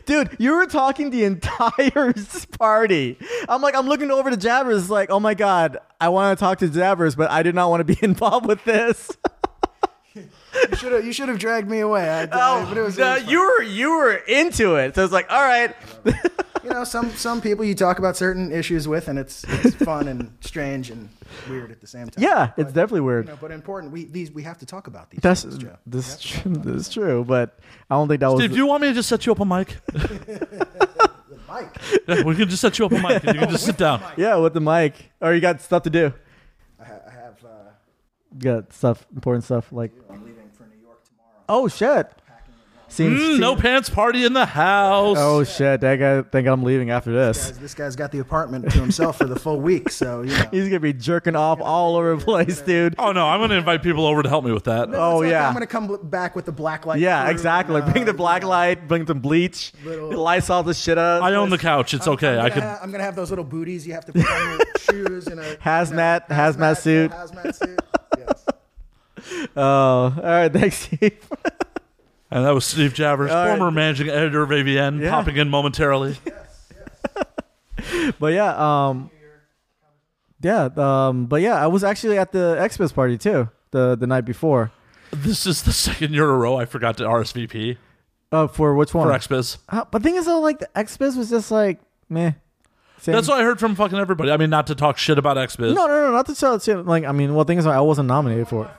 [SPEAKER 3] Dude, you were talking the entire party. I'm like, I'm looking over to Jabbers, like, oh my God, I want to talk to Jabbers, but I do not want to be involved with this.
[SPEAKER 4] You should have you should have dragged me away. I, I- but it was, it
[SPEAKER 3] Uh,
[SPEAKER 4] was fun.
[SPEAKER 3] you were you were into it. So it's like, all right.
[SPEAKER 4] you know some some people you talk about certain issues with, and it's it's fun and strange and weird at the same time.
[SPEAKER 3] Yeah,
[SPEAKER 4] but,
[SPEAKER 3] it's definitely weird.
[SPEAKER 4] you know, but important. We these we have to talk about these.
[SPEAKER 3] That's
[SPEAKER 4] things, Joe.
[SPEAKER 3] this, is true- this is true, but I don't think that was
[SPEAKER 1] Dave, do you want me to just set you up a mic?
[SPEAKER 4] Mike.
[SPEAKER 1] Yeah, we can just set you up a mic, and you can just sit down.
[SPEAKER 3] yeah with the mic. Or you got stuff to do.
[SPEAKER 4] I, ha- I have. Uh,
[SPEAKER 3] You got stuff important stuff like
[SPEAKER 4] I'm leaving for New York tomorrow.
[SPEAKER 3] oh shit.
[SPEAKER 4] Packing a
[SPEAKER 3] Seeing,
[SPEAKER 1] Mm,
[SPEAKER 3] seeing-
[SPEAKER 1] no pants party in the house.
[SPEAKER 3] Oh shit! That guy think I'm leaving after this.
[SPEAKER 4] Guys, this guy's got the apartment to himself for the full week, so you know.
[SPEAKER 3] He's gonna be jerking off all over the place, dude.
[SPEAKER 1] Oh, no, I'm going to invite people over to help me with that.
[SPEAKER 3] Oh,
[SPEAKER 4] It's like,
[SPEAKER 3] yeah.
[SPEAKER 4] I'm gonna come bl- back with the black light.
[SPEAKER 3] Yeah,
[SPEAKER 4] crew,
[SPEAKER 3] exactly.
[SPEAKER 4] and, uh,
[SPEAKER 3] Bring the black light. Bring some bleach.
[SPEAKER 4] Little-
[SPEAKER 3] Lights all the shit up.
[SPEAKER 1] I own the couch. It's okay.
[SPEAKER 4] I'm
[SPEAKER 1] I
[SPEAKER 4] gonna
[SPEAKER 1] could.
[SPEAKER 4] ha- I'm gonna have those little booties you have to put on your shoes and a
[SPEAKER 3] Hazmat-
[SPEAKER 4] you know,
[SPEAKER 3] hazmat suit.
[SPEAKER 4] Hazmat suit. Yes.
[SPEAKER 3] Oh, all right. Thanks, Steve.
[SPEAKER 1] And that was Steve Javers,
[SPEAKER 3] All right.
[SPEAKER 1] former managing editor of AVN,
[SPEAKER 3] Yeah.
[SPEAKER 1] popping in momentarily.
[SPEAKER 3] But yeah, um, yeah, um, but yeah, I was actually at the Xmas party too the the night before.
[SPEAKER 1] this is the second year in a row I forgot to RSVP
[SPEAKER 3] Uh, for which one?
[SPEAKER 1] for XBiz.
[SPEAKER 3] Uh, but thing is though, like the Xmas was just like meh. Same.
[SPEAKER 1] That's what I heard from fucking everybody. I mean, not to talk shit about XBiz.
[SPEAKER 3] No, no, no, not to tell it's like I mean, well, thing is, I wasn't nominated for it.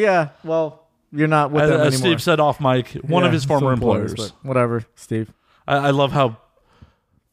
[SPEAKER 3] Yeah, well, you're not with
[SPEAKER 1] As,
[SPEAKER 3] them
[SPEAKER 1] as
[SPEAKER 3] anymore.
[SPEAKER 1] Steve said off mic, one of
[SPEAKER 3] Yeah,
[SPEAKER 1] his former
[SPEAKER 3] some
[SPEAKER 1] employers.
[SPEAKER 3] but Whatever, Steve.
[SPEAKER 1] I, I love how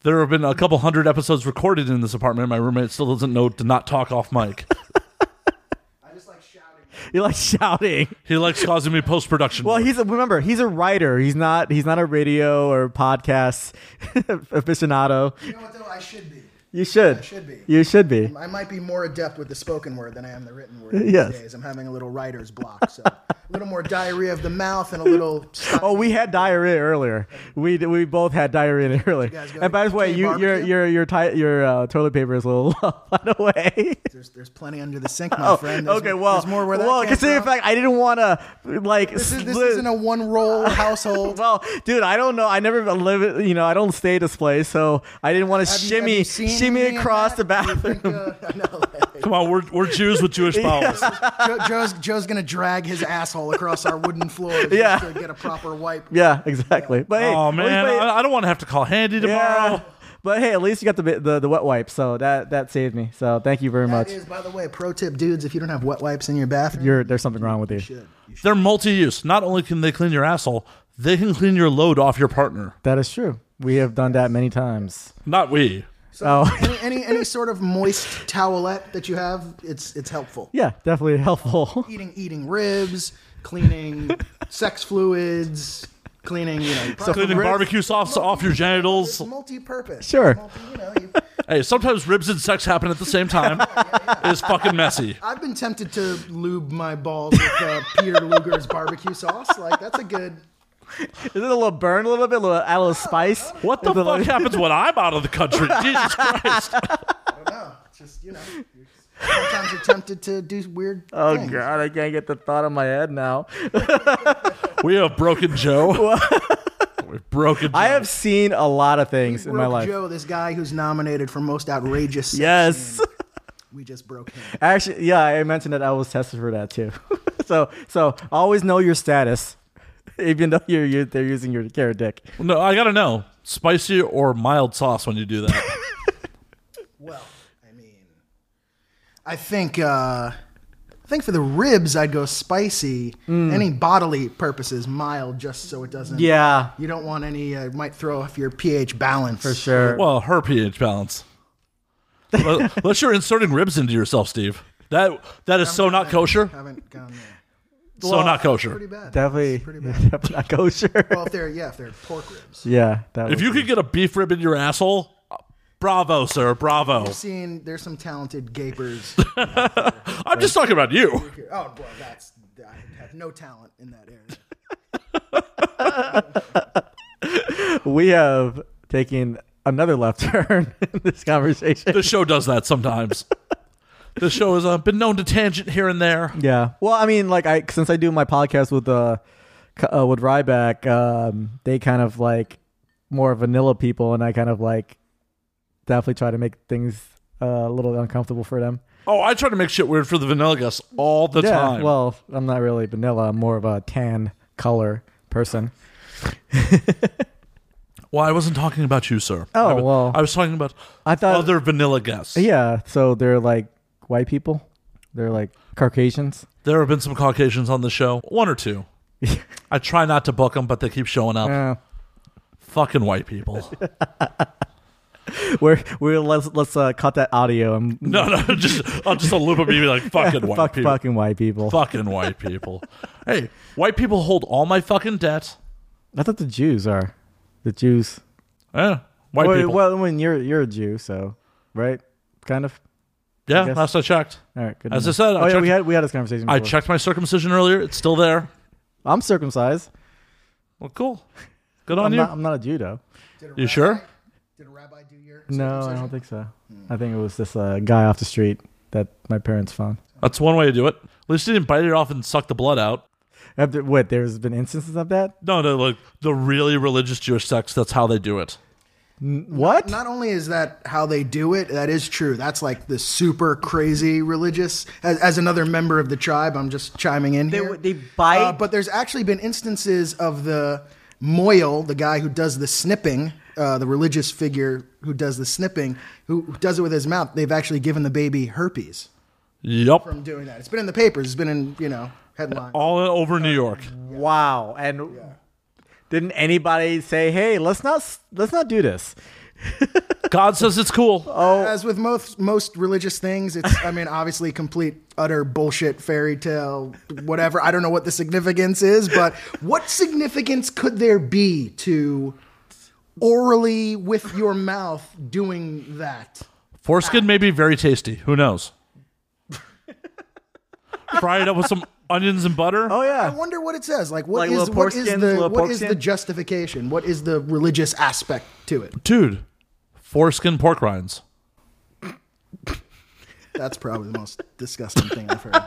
[SPEAKER 1] there have been a couple hundred episodes recorded in this apartment. My roommate still doesn't know to not talk off mic.
[SPEAKER 4] I just like shouting.
[SPEAKER 3] You're like shouting.
[SPEAKER 1] he likes causing me post production.
[SPEAKER 3] Well, he's a, remember he's a writer. He's not he's not a radio or podcast aficionado.
[SPEAKER 4] You know what though? I should be.
[SPEAKER 3] You should.
[SPEAKER 4] I should be.
[SPEAKER 3] You should be.
[SPEAKER 4] I might be more adept with the spoken word than I am the written word. These
[SPEAKER 3] Yes.
[SPEAKER 4] days. I'm having a little writer's block, so a little more diarrhea of the mouth and a little.
[SPEAKER 3] Oh, we had diarrhea earlier. We we both had diarrhea earlier.
[SPEAKER 4] guys go
[SPEAKER 3] And by the
[SPEAKER 4] to
[SPEAKER 3] way,
[SPEAKER 4] a
[SPEAKER 3] you, your
[SPEAKER 4] barbecue?
[SPEAKER 3] your your ti- your uh, toilet paper is a little low, by the way.
[SPEAKER 4] There's, there's plenty under the sink, my
[SPEAKER 3] Oh,
[SPEAKER 4] friend. There's,
[SPEAKER 3] okay. Well,
[SPEAKER 4] there's more where that
[SPEAKER 3] well,
[SPEAKER 4] came
[SPEAKER 3] considering the
[SPEAKER 4] from.
[SPEAKER 3] fact I didn't want to like
[SPEAKER 4] this, is, this
[SPEAKER 3] split-
[SPEAKER 4] isn't a one roll household.
[SPEAKER 3] Well, dude, I don't know. I never live. You know, I don't stay at this place, so I didn't want to
[SPEAKER 4] Have you- have
[SPEAKER 3] shimmy
[SPEAKER 4] you seen
[SPEAKER 3] shimmy
[SPEAKER 4] any of
[SPEAKER 3] across
[SPEAKER 4] that?
[SPEAKER 3] the
[SPEAKER 4] Do you
[SPEAKER 3] bathroom.
[SPEAKER 4] think, uh, I know, like,
[SPEAKER 1] Come on, we're, we're Jews with Jewish bowels.
[SPEAKER 4] Joe, Joe's Joe's gonna drag his asshole across our wooden floor just
[SPEAKER 3] Yeah.
[SPEAKER 4] to get a proper wipe.
[SPEAKER 3] Yeah, exactly. But hey,
[SPEAKER 1] Oh
[SPEAKER 3] at least-
[SPEAKER 1] man,
[SPEAKER 3] but-
[SPEAKER 1] I, I don't want to have to call Handy tomorrow.
[SPEAKER 3] yeah. But hey, at least you got the bi- the, the wet wipe, so that that saved me. So thank you very
[SPEAKER 4] That
[SPEAKER 3] much.
[SPEAKER 4] is, by the way, pro tip, dudes. If you don't have wet wipes in your bathroom,
[SPEAKER 3] You're there's something wrong with you.
[SPEAKER 4] should. You should.
[SPEAKER 1] They're multi-use. Not only can they clean your asshole, they can clean your load off your partner.
[SPEAKER 3] That is true. We have done that many times.
[SPEAKER 1] Not we.
[SPEAKER 4] So
[SPEAKER 3] Oh.
[SPEAKER 4] any, any any sort of moist towelette that you have, it's it's helpful.
[SPEAKER 3] Yeah, definitely helpful.
[SPEAKER 4] Eating eating ribs, cleaning sex fluids, cleaning you know. proper-
[SPEAKER 1] Cleaning barbecue sauce off your
[SPEAKER 4] It's
[SPEAKER 1] genitals.
[SPEAKER 4] multi-purpose.
[SPEAKER 3] Sure.
[SPEAKER 4] It's multi- you know, you-
[SPEAKER 1] Hey, sometimes ribs and sex happen at the same time. It's fucking messy.
[SPEAKER 4] I've been tempted to lube my balls with uh, Peter Luger's barbecue sauce. Like that's a good.
[SPEAKER 3] Is it a little burn, a little bit, a little, add a little spice?
[SPEAKER 1] What the
[SPEAKER 3] It's a little-
[SPEAKER 1] fuck happens when I'm out of the country? Jesus Christ.
[SPEAKER 4] I don't know. It's just you know. you're- Sometimes you're tempted to do weird.
[SPEAKER 3] Oh
[SPEAKER 4] things.
[SPEAKER 3] god, I can't get the thought on my head now.
[SPEAKER 1] We have broken Joe. We've broken Joe.
[SPEAKER 3] I have seen a lot of things in my
[SPEAKER 4] Broke
[SPEAKER 3] life.
[SPEAKER 4] Joe, this guy who's nominated for most outrageous. sex
[SPEAKER 3] Yes.
[SPEAKER 4] scene. we just broke him.
[SPEAKER 3] Actually, yeah, I mentioned that I was tested for that too. so, so always know your status, even though you're, you they're using your carrot dick.
[SPEAKER 1] No, I gotta know. Spicy or mild sauce when you do that.
[SPEAKER 4] Well, I mean, I think uh, I think for the ribs, I'd go spicy. Any bodily purposes, mild, just so it doesn't.
[SPEAKER 3] Mm. Yeah,
[SPEAKER 4] You don't want any. Uh, might throw off your pH balance.
[SPEAKER 3] for sure.
[SPEAKER 1] well, her pH balance. Unless unless you're inserting ribs into yourself, Steve. That that is
[SPEAKER 3] Oh,
[SPEAKER 1] so not kosher.
[SPEAKER 4] Haven't gone there.
[SPEAKER 1] So not kosher.
[SPEAKER 4] Pretty bad.
[SPEAKER 3] definitely,
[SPEAKER 4] It's pretty bad.
[SPEAKER 3] definitely not kosher.
[SPEAKER 4] Well, if they're yeah, if they're pork ribs.
[SPEAKER 3] yeah, that
[SPEAKER 1] If
[SPEAKER 3] was-
[SPEAKER 1] you could get a beef rib in your asshole, bravo, sir, bravo.
[SPEAKER 4] I've seen there's some talented gapers.
[SPEAKER 1] I'm just talking about you.
[SPEAKER 4] here. Oh boy, that's I have no talent in that area.
[SPEAKER 3] we have taken another left turn in this conversation.
[SPEAKER 1] The show does that sometimes. the show has uh, been known to tangent here and there.
[SPEAKER 3] Yeah. Well, I mean, like I since I do my podcast with uh, c- uh with Ryback, um, they kind of like more vanilla people, and I kind of like definitely try to make things uh, a little uncomfortable for them.
[SPEAKER 1] Oh, I try to make shit weird for the vanilla guests all the
[SPEAKER 3] Yeah.
[SPEAKER 1] time.
[SPEAKER 3] Well, I'm not really vanilla. I'm more of a tan color person.
[SPEAKER 1] well, I wasn't talking about you, sir.
[SPEAKER 3] Oh,
[SPEAKER 1] I wa-
[SPEAKER 3] well.
[SPEAKER 1] I was talking about
[SPEAKER 3] I thought.
[SPEAKER 1] other vanilla guests.
[SPEAKER 3] yeah. So they're like white people. They're like Caucasians.
[SPEAKER 1] There have been some Caucasians on the show, one or two. I try not to book them, but they keep showing up.
[SPEAKER 3] Uh,
[SPEAKER 1] Fucking white people.
[SPEAKER 3] we're we're let's let's uh, cut that audio. and
[SPEAKER 1] No, no, just I'll just a loop of me like fucking white
[SPEAKER 3] fuck
[SPEAKER 1] people.
[SPEAKER 3] fucking white people.
[SPEAKER 1] Fucking white people. hey, white people hold all my fucking debt.
[SPEAKER 3] I thought the Jews are the Jews.
[SPEAKER 1] Yeah, white
[SPEAKER 3] well,
[SPEAKER 1] people.
[SPEAKER 3] well, when you're you're a Jew, so right, kind of.
[SPEAKER 1] yeah,
[SPEAKER 3] guess.
[SPEAKER 1] last I checked.
[SPEAKER 3] All right, good.
[SPEAKER 1] As I
[SPEAKER 3] to know.
[SPEAKER 1] said, I
[SPEAKER 3] oh yeah,
[SPEAKER 1] checked-
[SPEAKER 3] we had we had this conversation. Before.
[SPEAKER 1] I checked my circumcision earlier. It's still there.
[SPEAKER 3] I'm circumcised.
[SPEAKER 1] Well, cool. Good on
[SPEAKER 3] I'm
[SPEAKER 1] you.
[SPEAKER 3] not, I'm not a Jew though.
[SPEAKER 4] Did a
[SPEAKER 1] you sure?
[SPEAKER 4] Did a rabbi do your?
[SPEAKER 3] No, I
[SPEAKER 4] circumcision?
[SPEAKER 3] don't think so. I think it was this uh, guy off the street that my parents found.
[SPEAKER 1] That's one way to do it. At least you didn't bite it off and suck the blood out.
[SPEAKER 3] After what? There's been instances of that.
[SPEAKER 1] No, no, like the really religious Jewish sects. That's how they do it.
[SPEAKER 3] What?
[SPEAKER 4] Not only is that how they do it, that is true. That's like the super crazy religious. As, as another member of the tribe, I'm just chiming in
[SPEAKER 5] They
[SPEAKER 4] here.
[SPEAKER 5] would- they bite-
[SPEAKER 4] Uh, but there's actually been instances of the Moyle, the guy who does the snipping, uh, the religious figure who does the snipping, who who does it with his mouth. They've actually given the baby herpes
[SPEAKER 1] Yep.
[SPEAKER 4] from doing that. It's been in the papers. It's been in you know headlines.
[SPEAKER 1] All over New York.
[SPEAKER 3] Wow. And didn't anybody say, "Hey, let's not s- let's not do this"?
[SPEAKER 1] God says it's cool.
[SPEAKER 4] As with most most religious things, it's I mean obviously complete utter bullshit fairy tale whatever. I don't know what the significance is, but what significance could there be to orally with your mouth doing that?
[SPEAKER 1] Foreskin may be very tasty. Who knows? Fry it up with some onions and butter.
[SPEAKER 3] Oh
[SPEAKER 4] I
[SPEAKER 3] yeah.
[SPEAKER 4] wonder what it says. Like what
[SPEAKER 5] Like
[SPEAKER 4] is
[SPEAKER 5] little
[SPEAKER 4] what
[SPEAKER 5] pork
[SPEAKER 4] is
[SPEAKER 5] skins,
[SPEAKER 4] the
[SPEAKER 5] little
[SPEAKER 4] what
[SPEAKER 5] pork
[SPEAKER 4] is the
[SPEAKER 5] skin?
[SPEAKER 4] justification? What is the religious aspect to it?
[SPEAKER 1] Dude, foreskin pork rinds.
[SPEAKER 4] That's probably the most disgusting thing I've heard.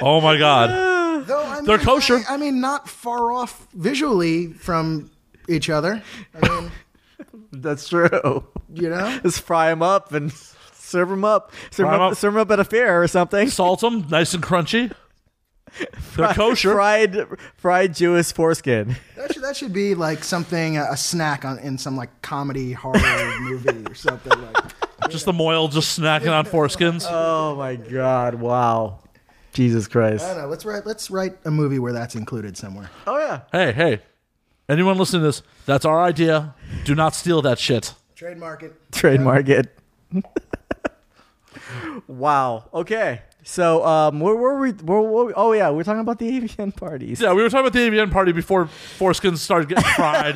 [SPEAKER 1] Oh my God.
[SPEAKER 4] Though I mean,
[SPEAKER 1] They're kosher.
[SPEAKER 4] I, I mean, not far off visually from each other. I mean,
[SPEAKER 3] That's true.
[SPEAKER 4] you know.
[SPEAKER 3] Just fry them up and serve them up. Serve
[SPEAKER 1] Fry
[SPEAKER 3] them
[SPEAKER 1] 'em
[SPEAKER 3] up,
[SPEAKER 1] up.
[SPEAKER 3] serve 'em up at a fair or something.
[SPEAKER 1] Salt them, nice and crunchy. They're kosher.
[SPEAKER 3] Fried fried Jewish foreskin.
[SPEAKER 4] That should, that should be like something a snack on in some like comedy horror movie or something like.
[SPEAKER 1] Just the moil, just snacking on foreskins.
[SPEAKER 3] Oh my God! Wow. Jesus Christ.
[SPEAKER 4] I don't know. Let's write let's write a movie where that's included somewhere.
[SPEAKER 3] Oh yeah.
[SPEAKER 1] hey, hey, anyone listening to this, that's our idea. Do not steal that shit.
[SPEAKER 4] Trademark it.
[SPEAKER 3] Trademark it. wow. Okay. So um, where were we? Where, were we? Oh yeah, we we're talking about the avian parties.
[SPEAKER 1] Yeah, we were talking about the AVN party before foreskins started getting fried.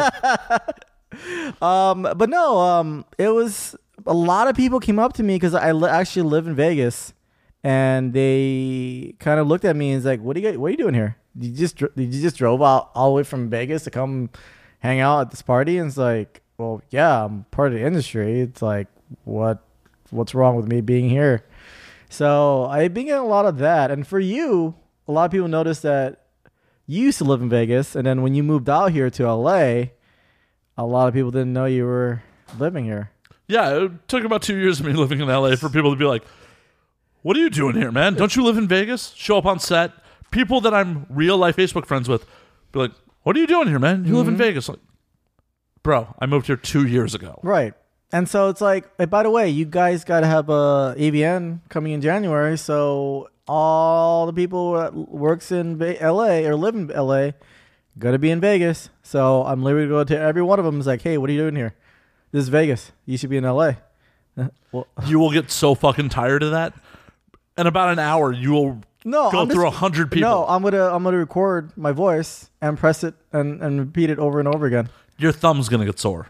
[SPEAKER 3] But no, um, it was a lot of people came up to me because I li- actually live in Vegas, and they kind of looked at me and was like, "What are you? What are you doing here? You just dr- you just drove out all the way from Vegas to come hang out at this party?" And it's like, "Well, yeah, I'm part of the industry. It's like, what what's wrong with me being here?" So I've been getting a lot of that, and for you, a lot of people noticed that you used to live in Vegas, and then when you moved out here to LA, a lot of people didn't know you were living here.
[SPEAKER 1] yeah, it took about two years of me living in LA for people to be like, What are you doing here, man? Don't you live in Vegas? Show up on set. People that I'm real life Facebook friends with be like, What are you doing here, man? You live in
[SPEAKER 3] Mm-hmm.
[SPEAKER 1] Vegas. Like, Bro, I moved here two years ago.
[SPEAKER 3] Right. And so it's like, hey, by the way, you guys got to have a AVN coming in January. So all the people that works in Ve- LA or live in LA got to be in Vegas. So I'm literally going to every one of them is like, hey, what are you doing here? This is Vegas. You should be in LA.
[SPEAKER 1] You will get so fucking tired of that. In about an hour, you will
[SPEAKER 3] No,
[SPEAKER 1] go
[SPEAKER 3] I'm
[SPEAKER 1] through a
[SPEAKER 3] just-
[SPEAKER 1] hundred people.
[SPEAKER 3] No, I'm gonna I'm gonna record my voice and press it and, and repeat it over and over again.
[SPEAKER 1] Your thumb's gonna get sore.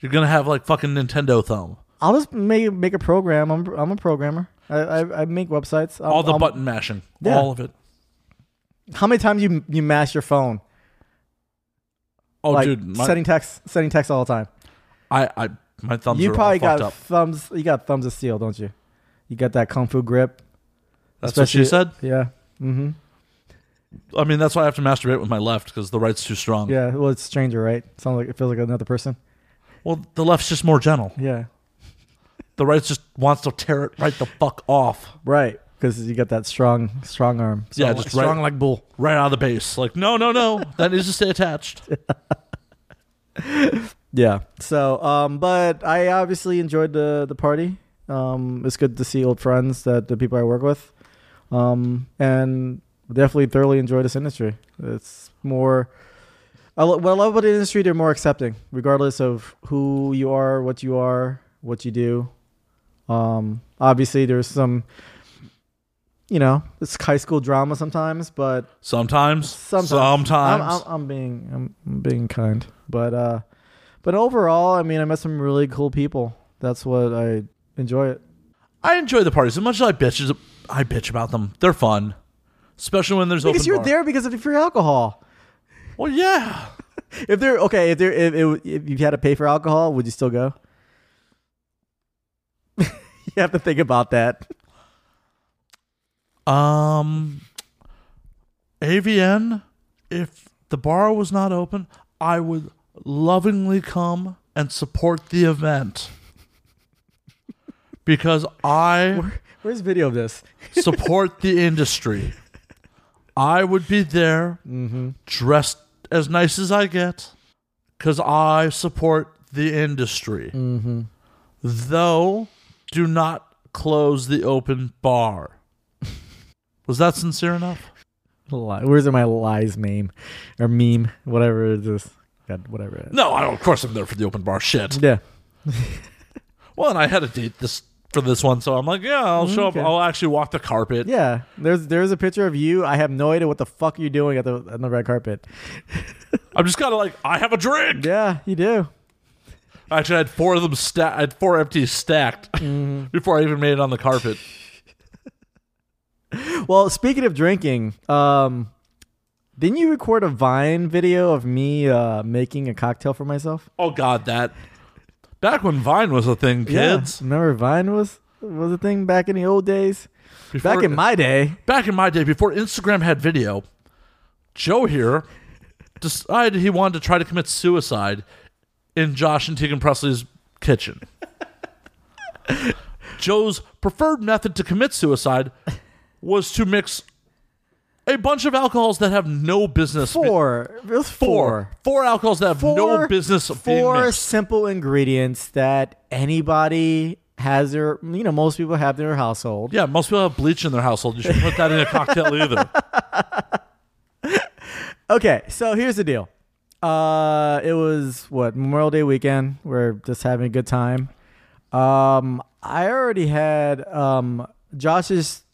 [SPEAKER 1] You're gonna have like fucking Nintendo thumb.
[SPEAKER 3] I'll just make make a program. I'm I'm a programmer. I I, I make websites. I'm-
[SPEAKER 1] All the
[SPEAKER 3] I'm-
[SPEAKER 1] button mashing.
[SPEAKER 3] Um, Yeah.
[SPEAKER 1] All of it.
[SPEAKER 3] How many times you you mash your phone?
[SPEAKER 1] Oh
[SPEAKER 3] like
[SPEAKER 1] dude, my,
[SPEAKER 3] sending text, sending text all the time.
[SPEAKER 1] I, I my thumbs
[SPEAKER 3] You
[SPEAKER 1] are
[SPEAKER 3] probably
[SPEAKER 1] all fucked
[SPEAKER 3] got
[SPEAKER 1] up.
[SPEAKER 3] thumbs. You got thumbs of steel, don't you? You got that kung fu grip.
[SPEAKER 1] That's what she said.
[SPEAKER 3] especially- Yeah, Mm-hmm.
[SPEAKER 1] I mean, that's why I have to masturbate with my left because the right's too strong.
[SPEAKER 3] yeah. Well, it's stranger, right? Sounds like it feels like another person.
[SPEAKER 1] Well, the left's just more gentle.
[SPEAKER 3] Yeah,
[SPEAKER 1] The right just wants to tear it right the fuck off,
[SPEAKER 3] right. Because you got that strong, strong arm.
[SPEAKER 1] Yeah,
[SPEAKER 3] Strong-
[SPEAKER 1] just
[SPEAKER 3] strong
[SPEAKER 1] right-
[SPEAKER 3] like bull.
[SPEAKER 1] right out of the base. Like, no, no, no, that needs to stay attached.
[SPEAKER 3] Yeah. So, um, but I obviously enjoyed the the party. Um, it's good to see old friends that the people I work with, um, and definitely thoroughly enjoy this industry. It's more. I lo- what I love about the industry, they're more accepting, regardless of who you are, what you are, what you do. Um, obviously, there's some, you know, it's high school drama sometimes, but
[SPEAKER 1] Sometimes,
[SPEAKER 3] sometimes,
[SPEAKER 1] sometimes.
[SPEAKER 3] I'm, I'm, I'm being I'm, I'm being kind, but uh, but overall, I mean, I met some really cool people. That's what I enjoy it.
[SPEAKER 1] I enjoy the parties as much as I bitch. I bitch about them. They're fun, especially when there's
[SPEAKER 3] Because
[SPEAKER 1] open
[SPEAKER 3] you're
[SPEAKER 1] bar.
[SPEAKER 3] there because of your alcohol.
[SPEAKER 1] Well, yeah.
[SPEAKER 3] If they're okay, if they're if, if, if you had to pay for alcohol, would you still go? you have to think about that.
[SPEAKER 1] Um, AVN. If the bar was not open, I would lovingly come and support the event because I
[SPEAKER 3] Where's video of this?
[SPEAKER 1] support the industry. I would be there dressed as nice as I get because I support the industry. Though, do not close the open bar. Was that sincere enough?
[SPEAKER 3] Li- Where's my lies meme or meme, whatever it is. God, whatever. It is.
[SPEAKER 1] No, I don't. Of course, I'm there for the open bar shit.
[SPEAKER 3] Yeah.
[SPEAKER 1] Well, and I had a date this for this one, so I'm like, yeah, I'll show
[SPEAKER 3] Okay.
[SPEAKER 1] up. I'll actually walk the carpet.
[SPEAKER 3] Yeah, there's there's a picture of you. I have no idea what the fuck you're doing at the on the red carpet.
[SPEAKER 1] I'm just kind of like, I have a drink.
[SPEAKER 3] Yeah, you do.
[SPEAKER 1] Actually, I had four of them stacked. I had four empties stacked
[SPEAKER 3] Mm-hmm.
[SPEAKER 1] before I even made it on the carpet.
[SPEAKER 3] Well, speaking of drinking, um, didn't you record a Vine video of me uh, making a cocktail for myself?
[SPEAKER 1] Oh God, that back when Vine was a thing, kids.
[SPEAKER 3] Yeah. Remember Vine was was a thing back in the old days.
[SPEAKER 1] Before-
[SPEAKER 3] Back in my day.
[SPEAKER 1] back in my day, before Instagram had video, Joe here decided he wanted to try to commit suicide in Josh and Tegan Presley's kitchen. Joe's preferred method to commit suicide was to mix a bunch of alcohols that have no business be-
[SPEAKER 3] Four. It was
[SPEAKER 1] four
[SPEAKER 3] four.
[SPEAKER 1] Four alcohols that have no
[SPEAKER 3] Four-
[SPEAKER 1] business being
[SPEAKER 3] Four
[SPEAKER 1] mixed.
[SPEAKER 3] simple ingredients that anybody has their you know, most people have in their household.
[SPEAKER 1] Yeah, most people have bleach in their household. You shouldn't put that in a cocktail either.
[SPEAKER 3] Okay, so here's the deal. Uh, it was what Memorial Day weekend. We're just having a good time. Um, I already had um Josh's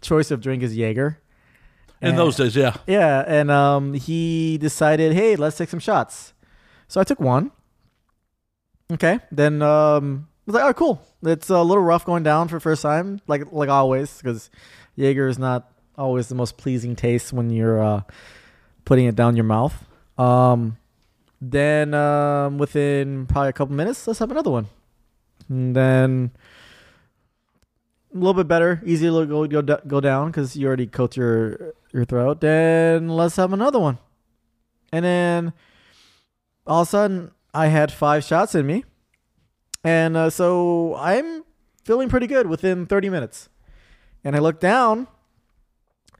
[SPEAKER 3] choice of drink is Jaeger.
[SPEAKER 1] In those days, yeah.
[SPEAKER 3] Yeah, and um, he decided, hey, let's take some shots. So I took one. Okay, then um, I was like, all right, cool. It's a little rough going down for first time, like like always, because Jaeger is not always the most pleasing taste when you're uh, putting it down your mouth. Um, then um, within probably a couple minutes, let's have another one. And then a little bit better, easier to go go, d- go down because you already coat your your throat. Then let's have another one, and then all of a sudden I had five shots in me, and uh, so I'm feeling pretty good within 30 minutes. And I look down,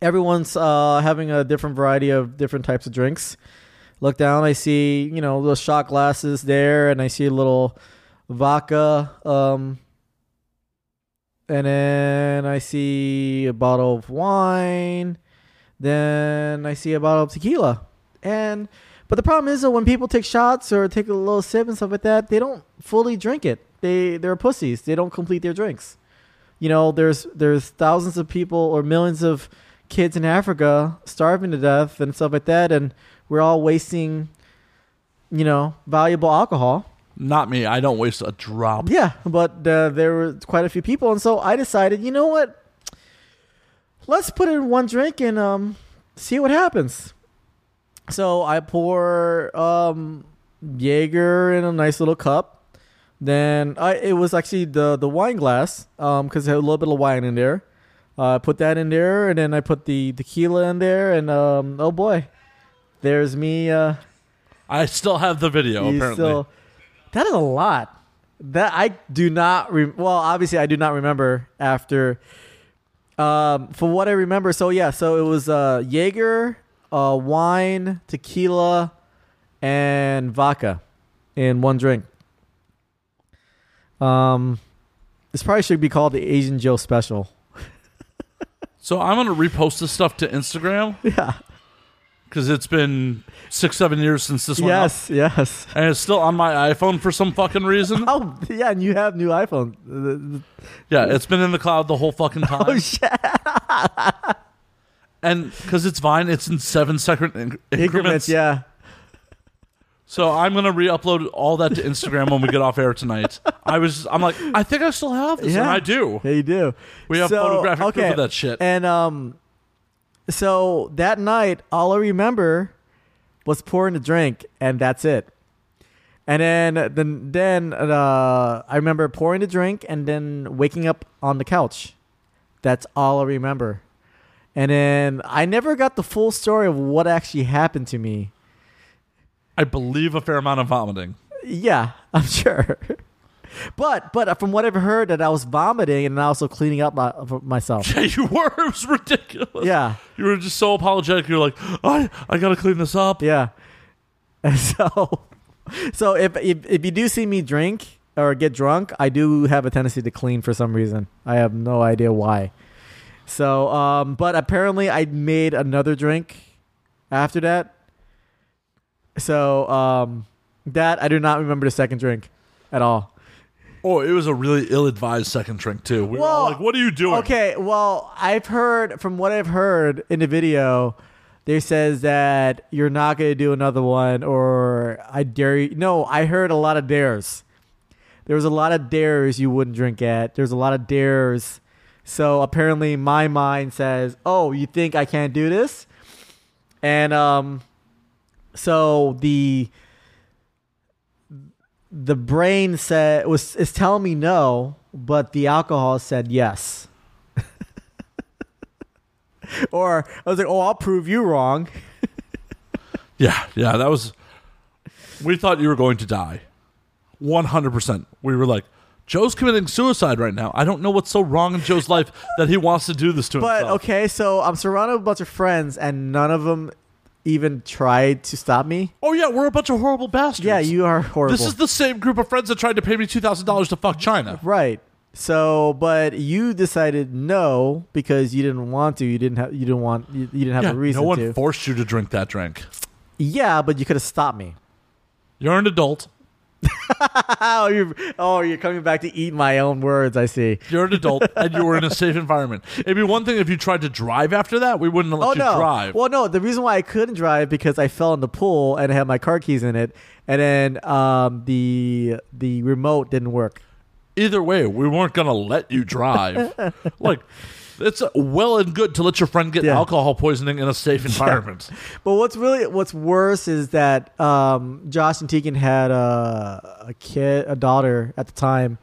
[SPEAKER 3] everyone's uh, having a different variety of different types of drinks. Look down, I see you know little shot glasses there, and I see a little vodka um, and then I see a bottle of wine. Then I see a bottle of tequila. And but the problem is that when people take shots or take a little sip and stuff like that, they don't fully drink it. They they're pussies. They don't complete their drinks. You know, there's there's thousands of people or millions of kids in Africa starving to death and stuff like that, and we're all wasting, you know, valuable alcohol.
[SPEAKER 1] Not me. I don't waste a drop.
[SPEAKER 3] Yeah, but uh, there were quite a few people, and so I decided, you know what? Let's put in one drink and um, see what happens. So I pour um, Jaeger in a nice little cup. Then I it was actually the the wine glass um because it had a little bit of wine in there. Uh, I put that in there, and then I put the tequila in there, and um, oh boy, there's me. Uh,
[SPEAKER 1] I still have the video,
[SPEAKER 3] you
[SPEAKER 1] apparently.
[SPEAKER 3] still- that is a lot. That I do not. Re- well, obviously, I do not remember after. Um, from what I remember, so yeah, so it was uh, Jaeger, uh, wine, tequila, and vodka in one drink. Um, this probably should be called the Asian Joe Special.
[SPEAKER 1] So I'm gonna repost this stuff to Instagram
[SPEAKER 3] Yeah.
[SPEAKER 1] because it's been six, seven years since this one. up.
[SPEAKER 3] Yes. Yes.
[SPEAKER 1] and it's still on my iPhone for some fucking reason.
[SPEAKER 3] Oh yeah, and you have new iPhone.
[SPEAKER 1] Yeah, it's been in the cloud the whole fucking time.
[SPEAKER 3] Oh shit!
[SPEAKER 1] and because it's Vine, it's in seven second inc- increments.
[SPEAKER 3] Increments, yeah.
[SPEAKER 1] So I'm gonna re-upload all that to Instagram when we get off air tonight. I was, I'm like, I think I still have this, and I do.
[SPEAKER 3] Yeah, you do.
[SPEAKER 1] We have photographic proof of that shit.
[SPEAKER 3] And um, so that night, all I remember was pouring a drink, and that's it. And then then then uh, I remember pouring the drink, and then waking up on the couch. That's all I remember. And then I never got the full story of what actually happened to me.
[SPEAKER 1] I believe a fair amount of vomiting.
[SPEAKER 3] Yeah, I'm sure. But but from what I've heard, that I was vomiting and also cleaning up my, for myself.
[SPEAKER 1] you were. It was ridiculous.
[SPEAKER 3] Yeah.
[SPEAKER 1] You were just so apologetic. You're like, I, I gotta clean this up.
[SPEAKER 3] Yeah. And so, so if, if if you do see me drink or get drunk, I do have a tendency to clean for some reason. I have no idea why. So, um, but apparently I made another drink after that. So, um, that I do not remember the second drink at all.
[SPEAKER 1] Oh, it was a really ill-advised second drink too. We were all
[SPEAKER 3] Well,
[SPEAKER 1] like, what are you doing?
[SPEAKER 3] Okay, well, I've heard from what I've heard in the video, they says that you're not gonna do another one, or I dare you. No, I heard a lot of dares. There was a lot of dares you wouldn't drink at. There's a lot of dares. So apparently, my mind says, "Oh, you think I can't do this?" And um, so the the brain said was is telling me no, but the alcohol said yes. or I was like, "Oh, I'll prove you wrong."
[SPEAKER 1] Yeah, yeah, that was. We thought you were going to die. 100%. We were like, Joe's committing suicide right now. I don't know what's so wrong in Joe's life that he wants to do this to
[SPEAKER 3] But
[SPEAKER 1] himself.
[SPEAKER 3] okay, so I'm surrounded with a bunch of friends, and none of them even tried to stop me.
[SPEAKER 1] Oh, yeah, we're a bunch of horrible bastards.
[SPEAKER 3] Yeah, you are horrible.
[SPEAKER 1] This is the same group of friends that tried to pay me $2,000 to fuck China.
[SPEAKER 3] right. So, but you decided no because you didn't want to. You didn't have. You didn't want. You, you didn't have
[SPEAKER 1] Yeah,
[SPEAKER 3] a reason
[SPEAKER 1] no one
[SPEAKER 3] to.
[SPEAKER 1] forced you to drink that drink.
[SPEAKER 3] yeah, but you could have stopped me.
[SPEAKER 1] You're an adult.
[SPEAKER 3] Oh, you're oh, you're coming back to eat my own words. I see.
[SPEAKER 1] You're an adult, and you were in a safe environment. It'd be one thing if you tried to drive after that. We wouldn't have let
[SPEAKER 3] Oh
[SPEAKER 1] you
[SPEAKER 3] no!
[SPEAKER 1] drive.
[SPEAKER 3] Well, no. The reason why I couldn't drive because I fell in the pool and I had my car keys in it, and then um, the the remote didn't work.
[SPEAKER 1] either way, we weren't going to let you drive. like, it's well and good to let your friend get
[SPEAKER 3] Yeah.
[SPEAKER 1] alcohol poisoning in a safe environment.
[SPEAKER 3] But what's really what's worse is that um, Josh and Tegan had a, a kid, a daughter at the time,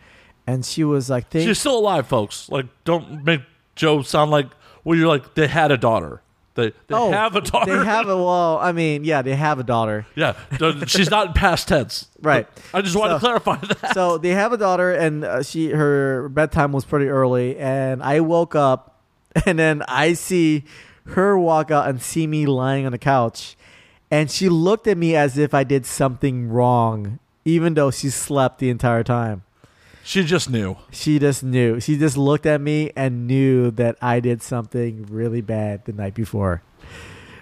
[SPEAKER 3] and she was like, "Think
[SPEAKER 1] She's still alive, folks. Like, don't make Joe sound like, well, you're like, they had a daughter. They, they have a daughter.
[SPEAKER 3] Oh, They have a well. I mean, yeah, they have a daughter.
[SPEAKER 1] yeah, no, she's not in past tense.
[SPEAKER 3] Right.
[SPEAKER 1] I just wanted to
[SPEAKER 3] So-
[SPEAKER 1] clarify that.
[SPEAKER 3] so they have a daughter, and uh, she her bedtime was pretty early, and I woke up, and then I see her walk out and see me lying on the couch, and she looked at me as if I did something wrong, even though she slept the entire time.
[SPEAKER 1] She just knew.
[SPEAKER 3] She just knew. She just looked at me and knew that I did something really bad the night before.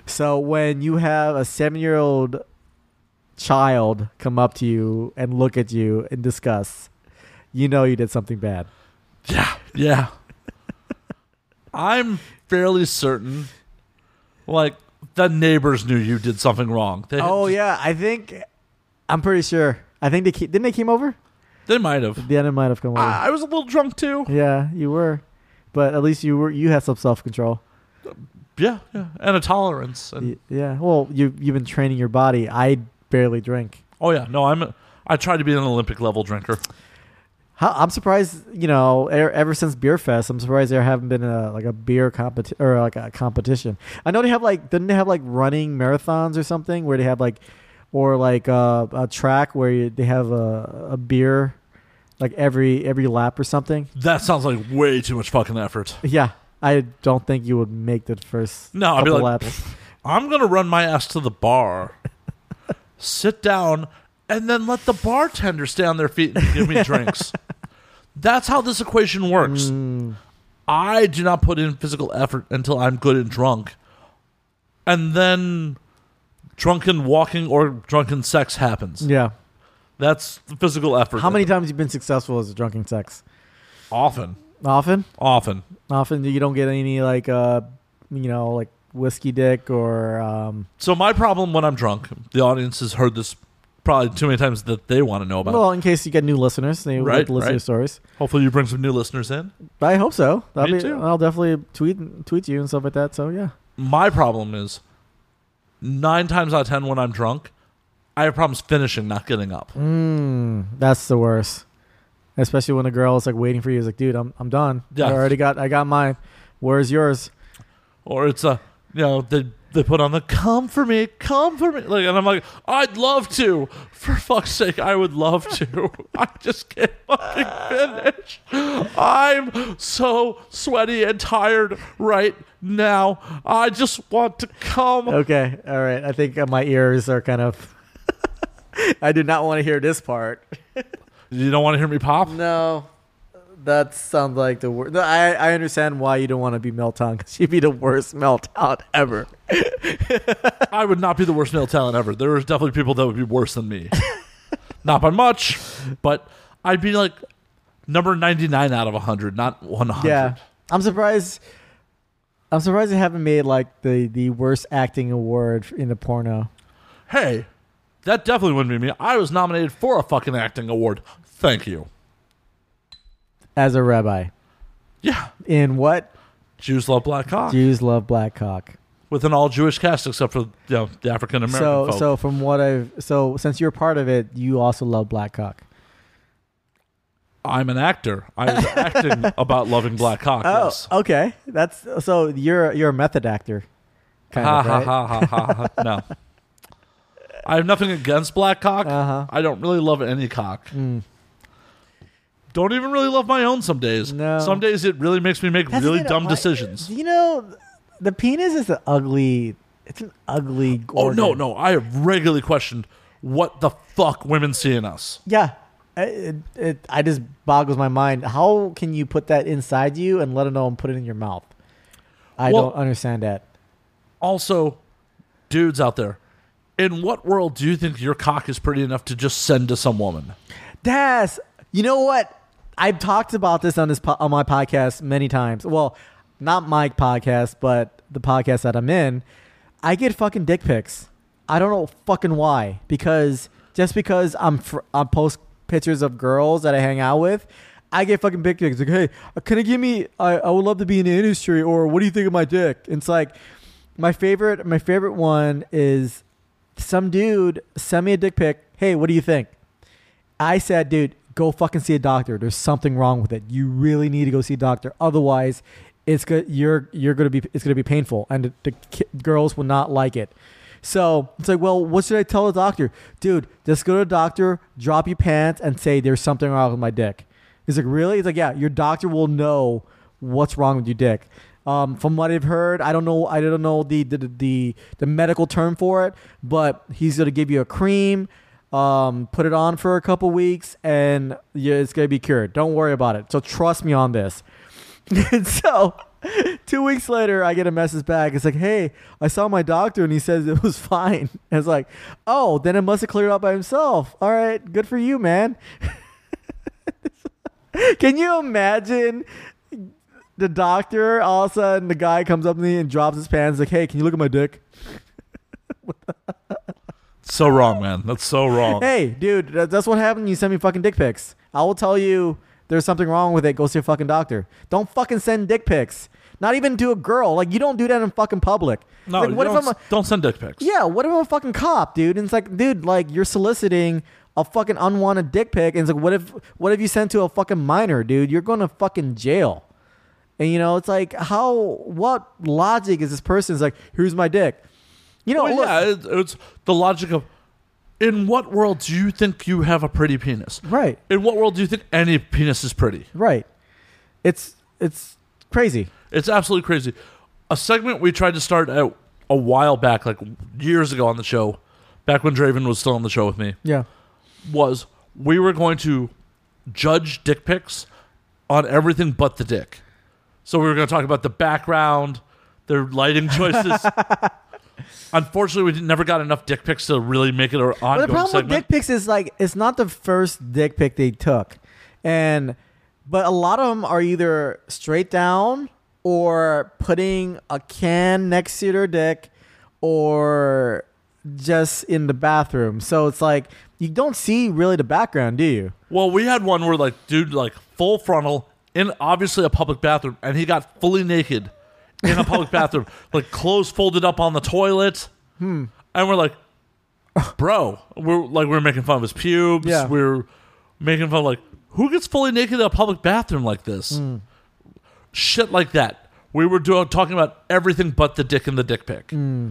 [SPEAKER 3] So when you have a seven-year-old child come up to you and look at you in disgust, you know you did something bad.
[SPEAKER 1] Yeah, yeah. I'm fairly certain, like, the neighbors knew you did something wrong. They,
[SPEAKER 3] Oh yeah, I think I'm pretty sure. I think they ke- didn't they came over.
[SPEAKER 1] They might have.
[SPEAKER 3] The enemy might have come over.
[SPEAKER 1] I I was a little drunk, too.
[SPEAKER 3] yeah, you were, but at least you were. You had some self-control.
[SPEAKER 1] Yeah, yeah, and a tolerance. And
[SPEAKER 3] Y- Yeah. Well, you you've been training your body. I barely drink.
[SPEAKER 1] oh yeah, no, I'm. I try to be an Olympic level drinker.
[SPEAKER 3] How, I'm surprised, you know, er, ever since Beer Fest, I'm surprised there haven't been a like a beer competition or like a competition. I know they have like didn't they have like running marathons or something where they have like or like uh, a track where you, they have a, a beer like every every lap or something.
[SPEAKER 1] That sounds like way too much fucking effort.
[SPEAKER 3] Yeah, I don't think you would make the first
[SPEAKER 1] No, I'd be
[SPEAKER 3] couple
[SPEAKER 1] like,
[SPEAKER 3] laps.
[SPEAKER 1] I'm gonna run my ass to the bar, sit down, and then let the bartender stay on their feet and give me drinks. That's how this equation works. I do not put in physical effort until I'm good and drunk, and then drunken walking or drunken sex happens.
[SPEAKER 3] Yeah.
[SPEAKER 1] That's the physical effort.
[SPEAKER 3] How
[SPEAKER 1] that-
[SPEAKER 3] many times you been successful as a drunken sex?
[SPEAKER 1] often?
[SPEAKER 3] Often,
[SPEAKER 1] Often.
[SPEAKER 3] often you don't get any like uh, you know, like whiskey dick or um.
[SPEAKER 1] So my problem when I'm drunk, the audience has heard this probably too many times that they want to know about.
[SPEAKER 3] Well, in case you get new listeners, they
[SPEAKER 1] Right,
[SPEAKER 3] like to listen
[SPEAKER 1] right.
[SPEAKER 3] to stories.
[SPEAKER 1] Hopefully, you bring some new listeners in.
[SPEAKER 3] I hope so. That'll
[SPEAKER 1] Me
[SPEAKER 3] be,
[SPEAKER 1] too.
[SPEAKER 3] I'll definitely tweet tweet you and stuff like that. So yeah,
[SPEAKER 1] My problem is nine times out of ten when I'm drunk, I have problems finishing, not getting up.
[SPEAKER 3] mm, that's the worst. Especially when a girl is like waiting for you. Is like, dude, I'm I'm done.
[SPEAKER 1] Yeah.
[SPEAKER 3] I already got I got mine. Where's yours?
[SPEAKER 1] Or it's a you know they they put on the come for me, come for me, like, and I'm like, I'd love to. For fuck's sake, I would love to. I just can't fucking finish. I'm so sweaty and tired right now. I just want to come.
[SPEAKER 3] Okay, all right. I think uh, my ears are kind of. I do not want to hear this part.
[SPEAKER 1] You don't want to hear me pop?
[SPEAKER 3] No, that sounds like the worst. No, I I understand why you don't want to be meltdown because you'd be the worst meltdown ever.
[SPEAKER 1] I would not be the worst male talent ever. There is definitely people that would be worse than me. not by much, but I'd be like number 99 out of 100, not 100.
[SPEAKER 3] Yeah, I'm surprised. I'm surprised they haven't made like the the worst acting award in the porno.
[SPEAKER 1] Hey, that definitely wouldn't be me. I was nominated for a fucking acting award. Thank you.
[SPEAKER 3] as a rabbi.
[SPEAKER 1] Yeah.
[SPEAKER 3] In what
[SPEAKER 1] Jews love black cock
[SPEAKER 3] Jews love black cock.
[SPEAKER 1] with an all Jewish cast except for you know, the African American
[SPEAKER 3] so
[SPEAKER 1] folk.
[SPEAKER 3] so from what I've so since you're part of it, you also love black cock.
[SPEAKER 1] I'm an actor. I was acting about loving black cock.
[SPEAKER 3] Oh,
[SPEAKER 1] yes.
[SPEAKER 3] okay. That's so you're you're a method actor. Kind
[SPEAKER 1] ha,
[SPEAKER 3] of, right?
[SPEAKER 1] ha, ha, ha, ha, ha. No. I have nothing against black cock.
[SPEAKER 3] Uh-huh. Hmm.
[SPEAKER 1] I don't really love any cock. Don't even really love my own some days.
[SPEAKER 3] No.
[SPEAKER 1] Some days it really makes me make
[SPEAKER 3] That's the
[SPEAKER 1] really
[SPEAKER 3] thing,
[SPEAKER 1] dumb
[SPEAKER 3] why-
[SPEAKER 1] decisions.
[SPEAKER 3] You know, the penis is an ugly. It's an ugly.
[SPEAKER 1] Oh, no,
[SPEAKER 3] organ.
[SPEAKER 1] no. I have regularly questioned what the fuck women see in us.
[SPEAKER 3] Yeah. I- It, it, I just boggles my mind. How can you put that inside you and let alone put it in your mouth? I
[SPEAKER 1] Well-
[SPEAKER 3] don't understand that.
[SPEAKER 1] Also, dudes out there, in what world do you think your cock is pretty enough to just send to some woman?
[SPEAKER 3] Yes. You know what? I've talked about this on this po- on my podcast many times. Well, not my podcast, but the podcast that I'm in. I get fucking dick pics. I don't know fucking why. Because just because I'm fr- I post pictures of girls that I hang out with, I get fucking dick pics. Like, hey, can you give me? I, I would love to be in the industry. Or what do you think of my dick? And it's like my favorite. My favorite one is some dude sent me a dick pic. Hey, what do you think? I said, dude, go fucking see a doctor. There's something wrong with it. You really need to go see a doctor. Otherwise, it's good. You're you're gonna be it's gonna be painful, and the, the ki- girls will not like it. So it's like, well, what should I tell the doctor, dude? Just go to the doctor, drop your pants, and say there's something wrong with my dick. He's like, really? He's like, yeah. Your doctor will know what's wrong with your dick. Um, from what I've heard, I don't know. I don't know the the, the the medical term for it, but he's gonna give you a cream um, put it on for a couple weeks, and yeah, it's gonna be cured. Don't worry about it. So trust me on this. And so, two weeks later, I get a message back. It's like, hey, I saw my doctor, and he says it was fine. And it's like, oh, then it must have cleared up by himself. All right, good for you, man. Can you imagine? The doctor, all of a sudden, the guy comes up to me and drops his pants. Like, hey, can you look at my dick?
[SPEAKER 1] So wrong, man. That's so wrong.
[SPEAKER 3] Hey, dude, that- that's what happened. when You send me fucking dick pics. I will tell you there's something wrong with it. Go see a fucking doctor. Don't fucking send dick pics. Not even to a girl. Like you don't do that in fucking public.
[SPEAKER 1] no,
[SPEAKER 3] Like,
[SPEAKER 1] you
[SPEAKER 3] what if
[SPEAKER 1] don't,
[SPEAKER 3] I'm a,
[SPEAKER 1] don't send dick pics.
[SPEAKER 3] yeah? What if I'm a fucking cop, dude? And it's like, dude, like you're soliciting a fucking unwanted dick pic. And it's like, what if what if you send to a fucking minor, dude? You're going to fucking jail. And you know, it's like, how? What logic is this person's like? Here's my dick. You know,
[SPEAKER 1] Well,
[SPEAKER 3] look,
[SPEAKER 1] yeah, it, it's the logic of in what world do you think you have a pretty penis?
[SPEAKER 3] right.
[SPEAKER 1] In what world do you think any penis is pretty?
[SPEAKER 3] Right. It's it's crazy.
[SPEAKER 1] It's absolutely crazy. A segment we tried to start out a while back, like years ago on the show, back when Draven was still on the show with me,
[SPEAKER 3] Yeah.
[SPEAKER 1] was we were going to judge dick pics on everything but the dick. So we were going to talk about the background, their lighting choices. Unfortunately, we didn't, never got enough dick pics to really make it an
[SPEAKER 3] But
[SPEAKER 1] ongoing
[SPEAKER 3] the problem
[SPEAKER 1] segment.
[SPEAKER 3] with dick pics is like it's not the first dick pic they took, and But a lot of them are either straight down or putting a can next to their dick or just in the bathroom. So it's like you don't see really the background, do you?
[SPEAKER 1] Well, we had one where like dude like full frontal in obviously a public bathroom, and he got fully naked in a public bathroom, like clothes folded up on the toilet,
[SPEAKER 3] Hmm.
[SPEAKER 1] and we're like, bro, we're like we we're making fun of his pubes,
[SPEAKER 3] Yeah.
[SPEAKER 1] we we're making fun of like who gets fully naked in a public bathroom like this,
[SPEAKER 3] Hmm.
[SPEAKER 1] shit like that. We were doing talking about everything but the dick and the dick pic.
[SPEAKER 3] Hmm.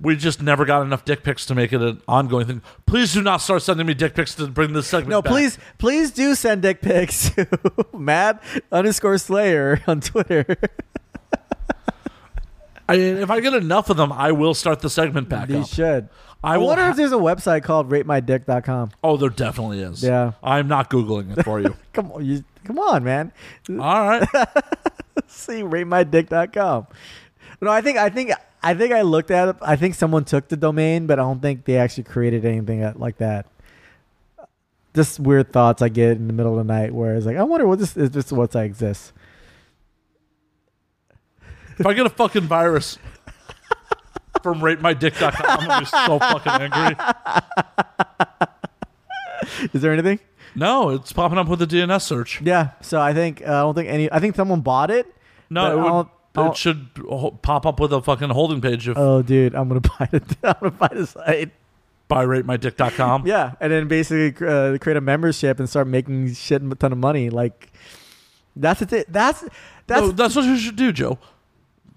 [SPEAKER 1] We just never got enough dick pics to make it an ongoing thing. Please do not start sending me dick pics to bring this segment.
[SPEAKER 3] No,
[SPEAKER 1] back.
[SPEAKER 3] please, please do send dick pics to Mad underscore Slayer on Twitter.
[SPEAKER 1] I mean, if I get enough of them, I will start the segment back
[SPEAKER 3] You
[SPEAKER 1] up.
[SPEAKER 3] should.
[SPEAKER 1] I
[SPEAKER 3] I,
[SPEAKER 1] will
[SPEAKER 3] wonder
[SPEAKER 1] ha-
[SPEAKER 3] if there's a website called RateMyDick.com.
[SPEAKER 1] oh, there definitely is.
[SPEAKER 3] Yeah.
[SPEAKER 1] I'm not Googling it for you.
[SPEAKER 3] Come on, you, come on, man.
[SPEAKER 1] All right.
[SPEAKER 3] see ratemydick.com. No, I think I think I think I looked at it. I think someone took the domain, but I don't think they actually created anything that- like that. Just weird thoughts I get in the middle of the night where it's like, I wonder what this is this website exists.
[SPEAKER 1] If I get a fucking virus from ratemydick.com, I'm going to be so fucking angry.
[SPEAKER 3] Is there anything?
[SPEAKER 1] No, it's popping up with a DNS search.
[SPEAKER 3] Yeah. So I think uh, I don't think any I think someone bought it.
[SPEAKER 1] No,
[SPEAKER 3] but
[SPEAKER 1] it, would,
[SPEAKER 3] I'll- I'll-
[SPEAKER 1] it should ho- pop up with a fucking holding page of
[SPEAKER 3] Oh dude, I'm gonna buy it. I'm gonna buy the site.
[SPEAKER 1] buy ratemydick.com.
[SPEAKER 3] Yeah, and then basically uh, create a membership and start making shit a ton of money. Like that's it. That's that's
[SPEAKER 1] No, that's what you should do, Joe.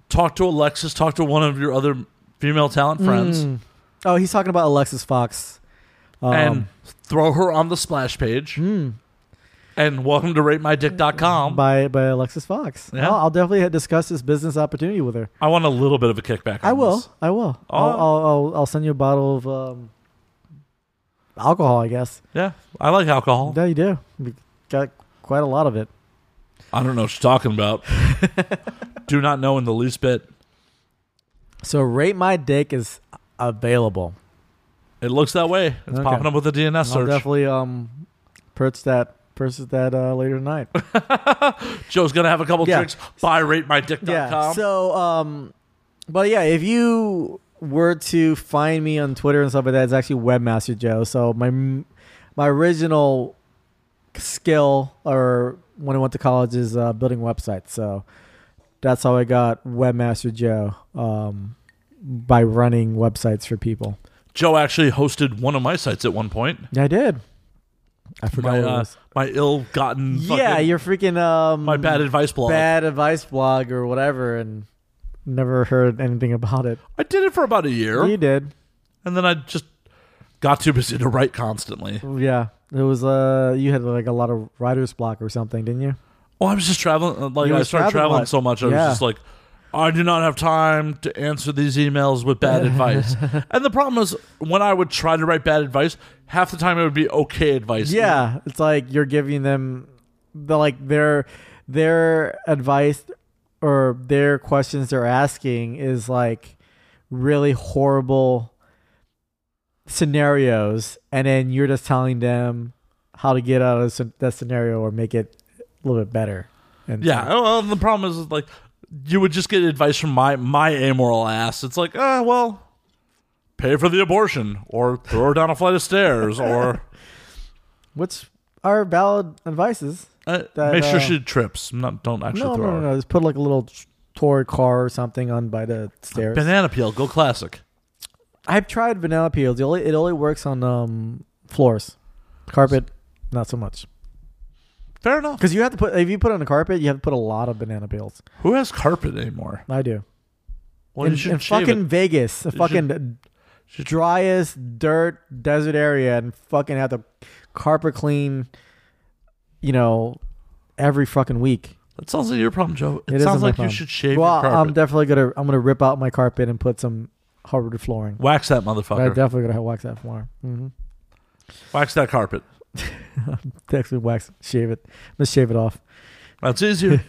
[SPEAKER 1] Talk to Alexis, talk to one of your other female talent friends,
[SPEAKER 3] Oh, he's talking about Alexis Fox. Um, hmm.
[SPEAKER 1] and throw her on the splash page. And welcome to ratemydick.com.
[SPEAKER 3] by by Alexis Fox.
[SPEAKER 1] Yeah.
[SPEAKER 3] I'll, I'll definitely ha- discuss this business opportunity with her.
[SPEAKER 1] I want a little bit of a kickback. On
[SPEAKER 3] I will.
[SPEAKER 1] this.
[SPEAKER 3] I will. I'll,
[SPEAKER 1] Oh.
[SPEAKER 3] I'll, I'll I'll send you a bottle of um, alcohol. I guess.
[SPEAKER 1] Yeah, I like alcohol.
[SPEAKER 3] Yeah, you do. We got quite a lot of it.
[SPEAKER 1] I don't know what she's talking about. Do not know in the least bit.
[SPEAKER 3] So rate my dick is available.
[SPEAKER 1] It looks that way. It's
[SPEAKER 3] Okay.
[SPEAKER 1] popping up with a DNS
[SPEAKER 3] I'll
[SPEAKER 1] search.
[SPEAKER 3] definitely um, purchase that. Purchase that uh, later tonight.
[SPEAKER 1] Joe's gonna have a couple
[SPEAKER 3] Yeah.
[SPEAKER 1] drinks. Buy ratemydick.com.
[SPEAKER 3] yeah. So, um, but yeah, if you were to find me on Twitter and stuff like that, it's actually Webmaster Joe. So my my original skill or when I went to college is uh, building websites. So that's how I got Webmaster Joe um, by running websites for people.
[SPEAKER 1] Joe actually hosted one of my sites at one point.
[SPEAKER 3] Yeah, I did. I forgot
[SPEAKER 1] My
[SPEAKER 3] what it
[SPEAKER 1] uh,
[SPEAKER 3] was.
[SPEAKER 1] my ill-gotten.
[SPEAKER 3] Yeah,
[SPEAKER 1] fucking-
[SPEAKER 3] you're freaking um
[SPEAKER 1] my bad advice blog.
[SPEAKER 3] bad advice blog or whatever, and never heard anything about it.
[SPEAKER 1] I did it for about a year,
[SPEAKER 3] You did.
[SPEAKER 1] and then I just got too busy to write constantly.
[SPEAKER 3] Yeah, it was. Uh, you had like a lot of writer's block or something, didn't you?
[SPEAKER 1] Well, I was just traveling. uh, Like
[SPEAKER 3] You
[SPEAKER 1] I
[SPEAKER 3] were
[SPEAKER 1] started
[SPEAKER 3] traveling
[SPEAKER 1] traveling
[SPEAKER 3] a lot.
[SPEAKER 1] so much, I
[SPEAKER 3] Yeah.
[SPEAKER 1] was just like, I do not have time to answer these emails with bad advice. And the problem is, when I would try to write bad advice, half the time it would be okay advice.
[SPEAKER 3] Yeah, it's like you're giving them the like their their advice or their questions they're asking is like really horrible scenarios, and then you're just telling them how to get out of s- that scenario or make it a little bit better. And
[SPEAKER 1] yeah. oh, Well, the problem is, is, like you would just get advice from my my amoral ass. It's like, ah, well, pay for the abortion, or throw her down a flight of stairs, or
[SPEAKER 3] which are valid advices.
[SPEAKER 1] uh,
[SPEAKER 3] That,
[SPEAKER 1] make sure
[SPEAKER 3] uh,
[SPEAKER 1] she trips. Not don't actually
[SPEAKER 3] No,
[SPEAKER 1] throw
[SPEAKER 3] no, no,
[SPEAKER 1] her.
[SPEAKER 3] no. Just put like a little toy car or something on by the stairs.
[SPEAKER 1] Banana peel, go classic.
[SPEAKER 3] I've tried vanilla peel. It only, it only works on um, floors, carpet, not so much.
[SPEAKER 1] Fair enough.
[SPEAKER 3] Because you have to put if you put it on the carpet, you have to put a lot of banana peels.
[SPEAKER 1] Who has carpet anymore?
[SPEAKER 3] I do.
[SPEAKER 1] Well,
[SPEAKER 3] in
[SPEAKER 1] you should
[SPEAKER 3] in
[SPEAKER 1] shave
[SPEAKER 3] fucking
[SPEAKER 1] it.
[SPEAKER 3] Vegas, the fucking driest dirt desert area, and fucking have to carpet clean. You know, every fucking week.
[SPEAKER 1] That sounds like your problem, Joe. It,
[SPEAKER 3] It
[SPEAKER 1] sounds
[SPEAKER 3] isn't my
[SPEAKER 1] like you
[SPEAKER 3] problem.
[SPEAKER 1] should shave
[SPEAKER 3] Well,
[SPEAKER 1] your carpet.
[SPEAKER 3] I'm definitely gonna I'm gonna rip out my carpet and put some hardwood flooring.
[SPEAKER 1] Wax that
[SPEAKER 3] I'm
[SPEAKER 1] motherfucker.
[SPEAKER 3] definitely gonna wax that floor. Mm-hmm.
[SPEAKER 1] Wax that carpet.
[SPEAKER 3] Actually, wax, shave it. Let's shave it off.
[SPEAKER 1] That's easier.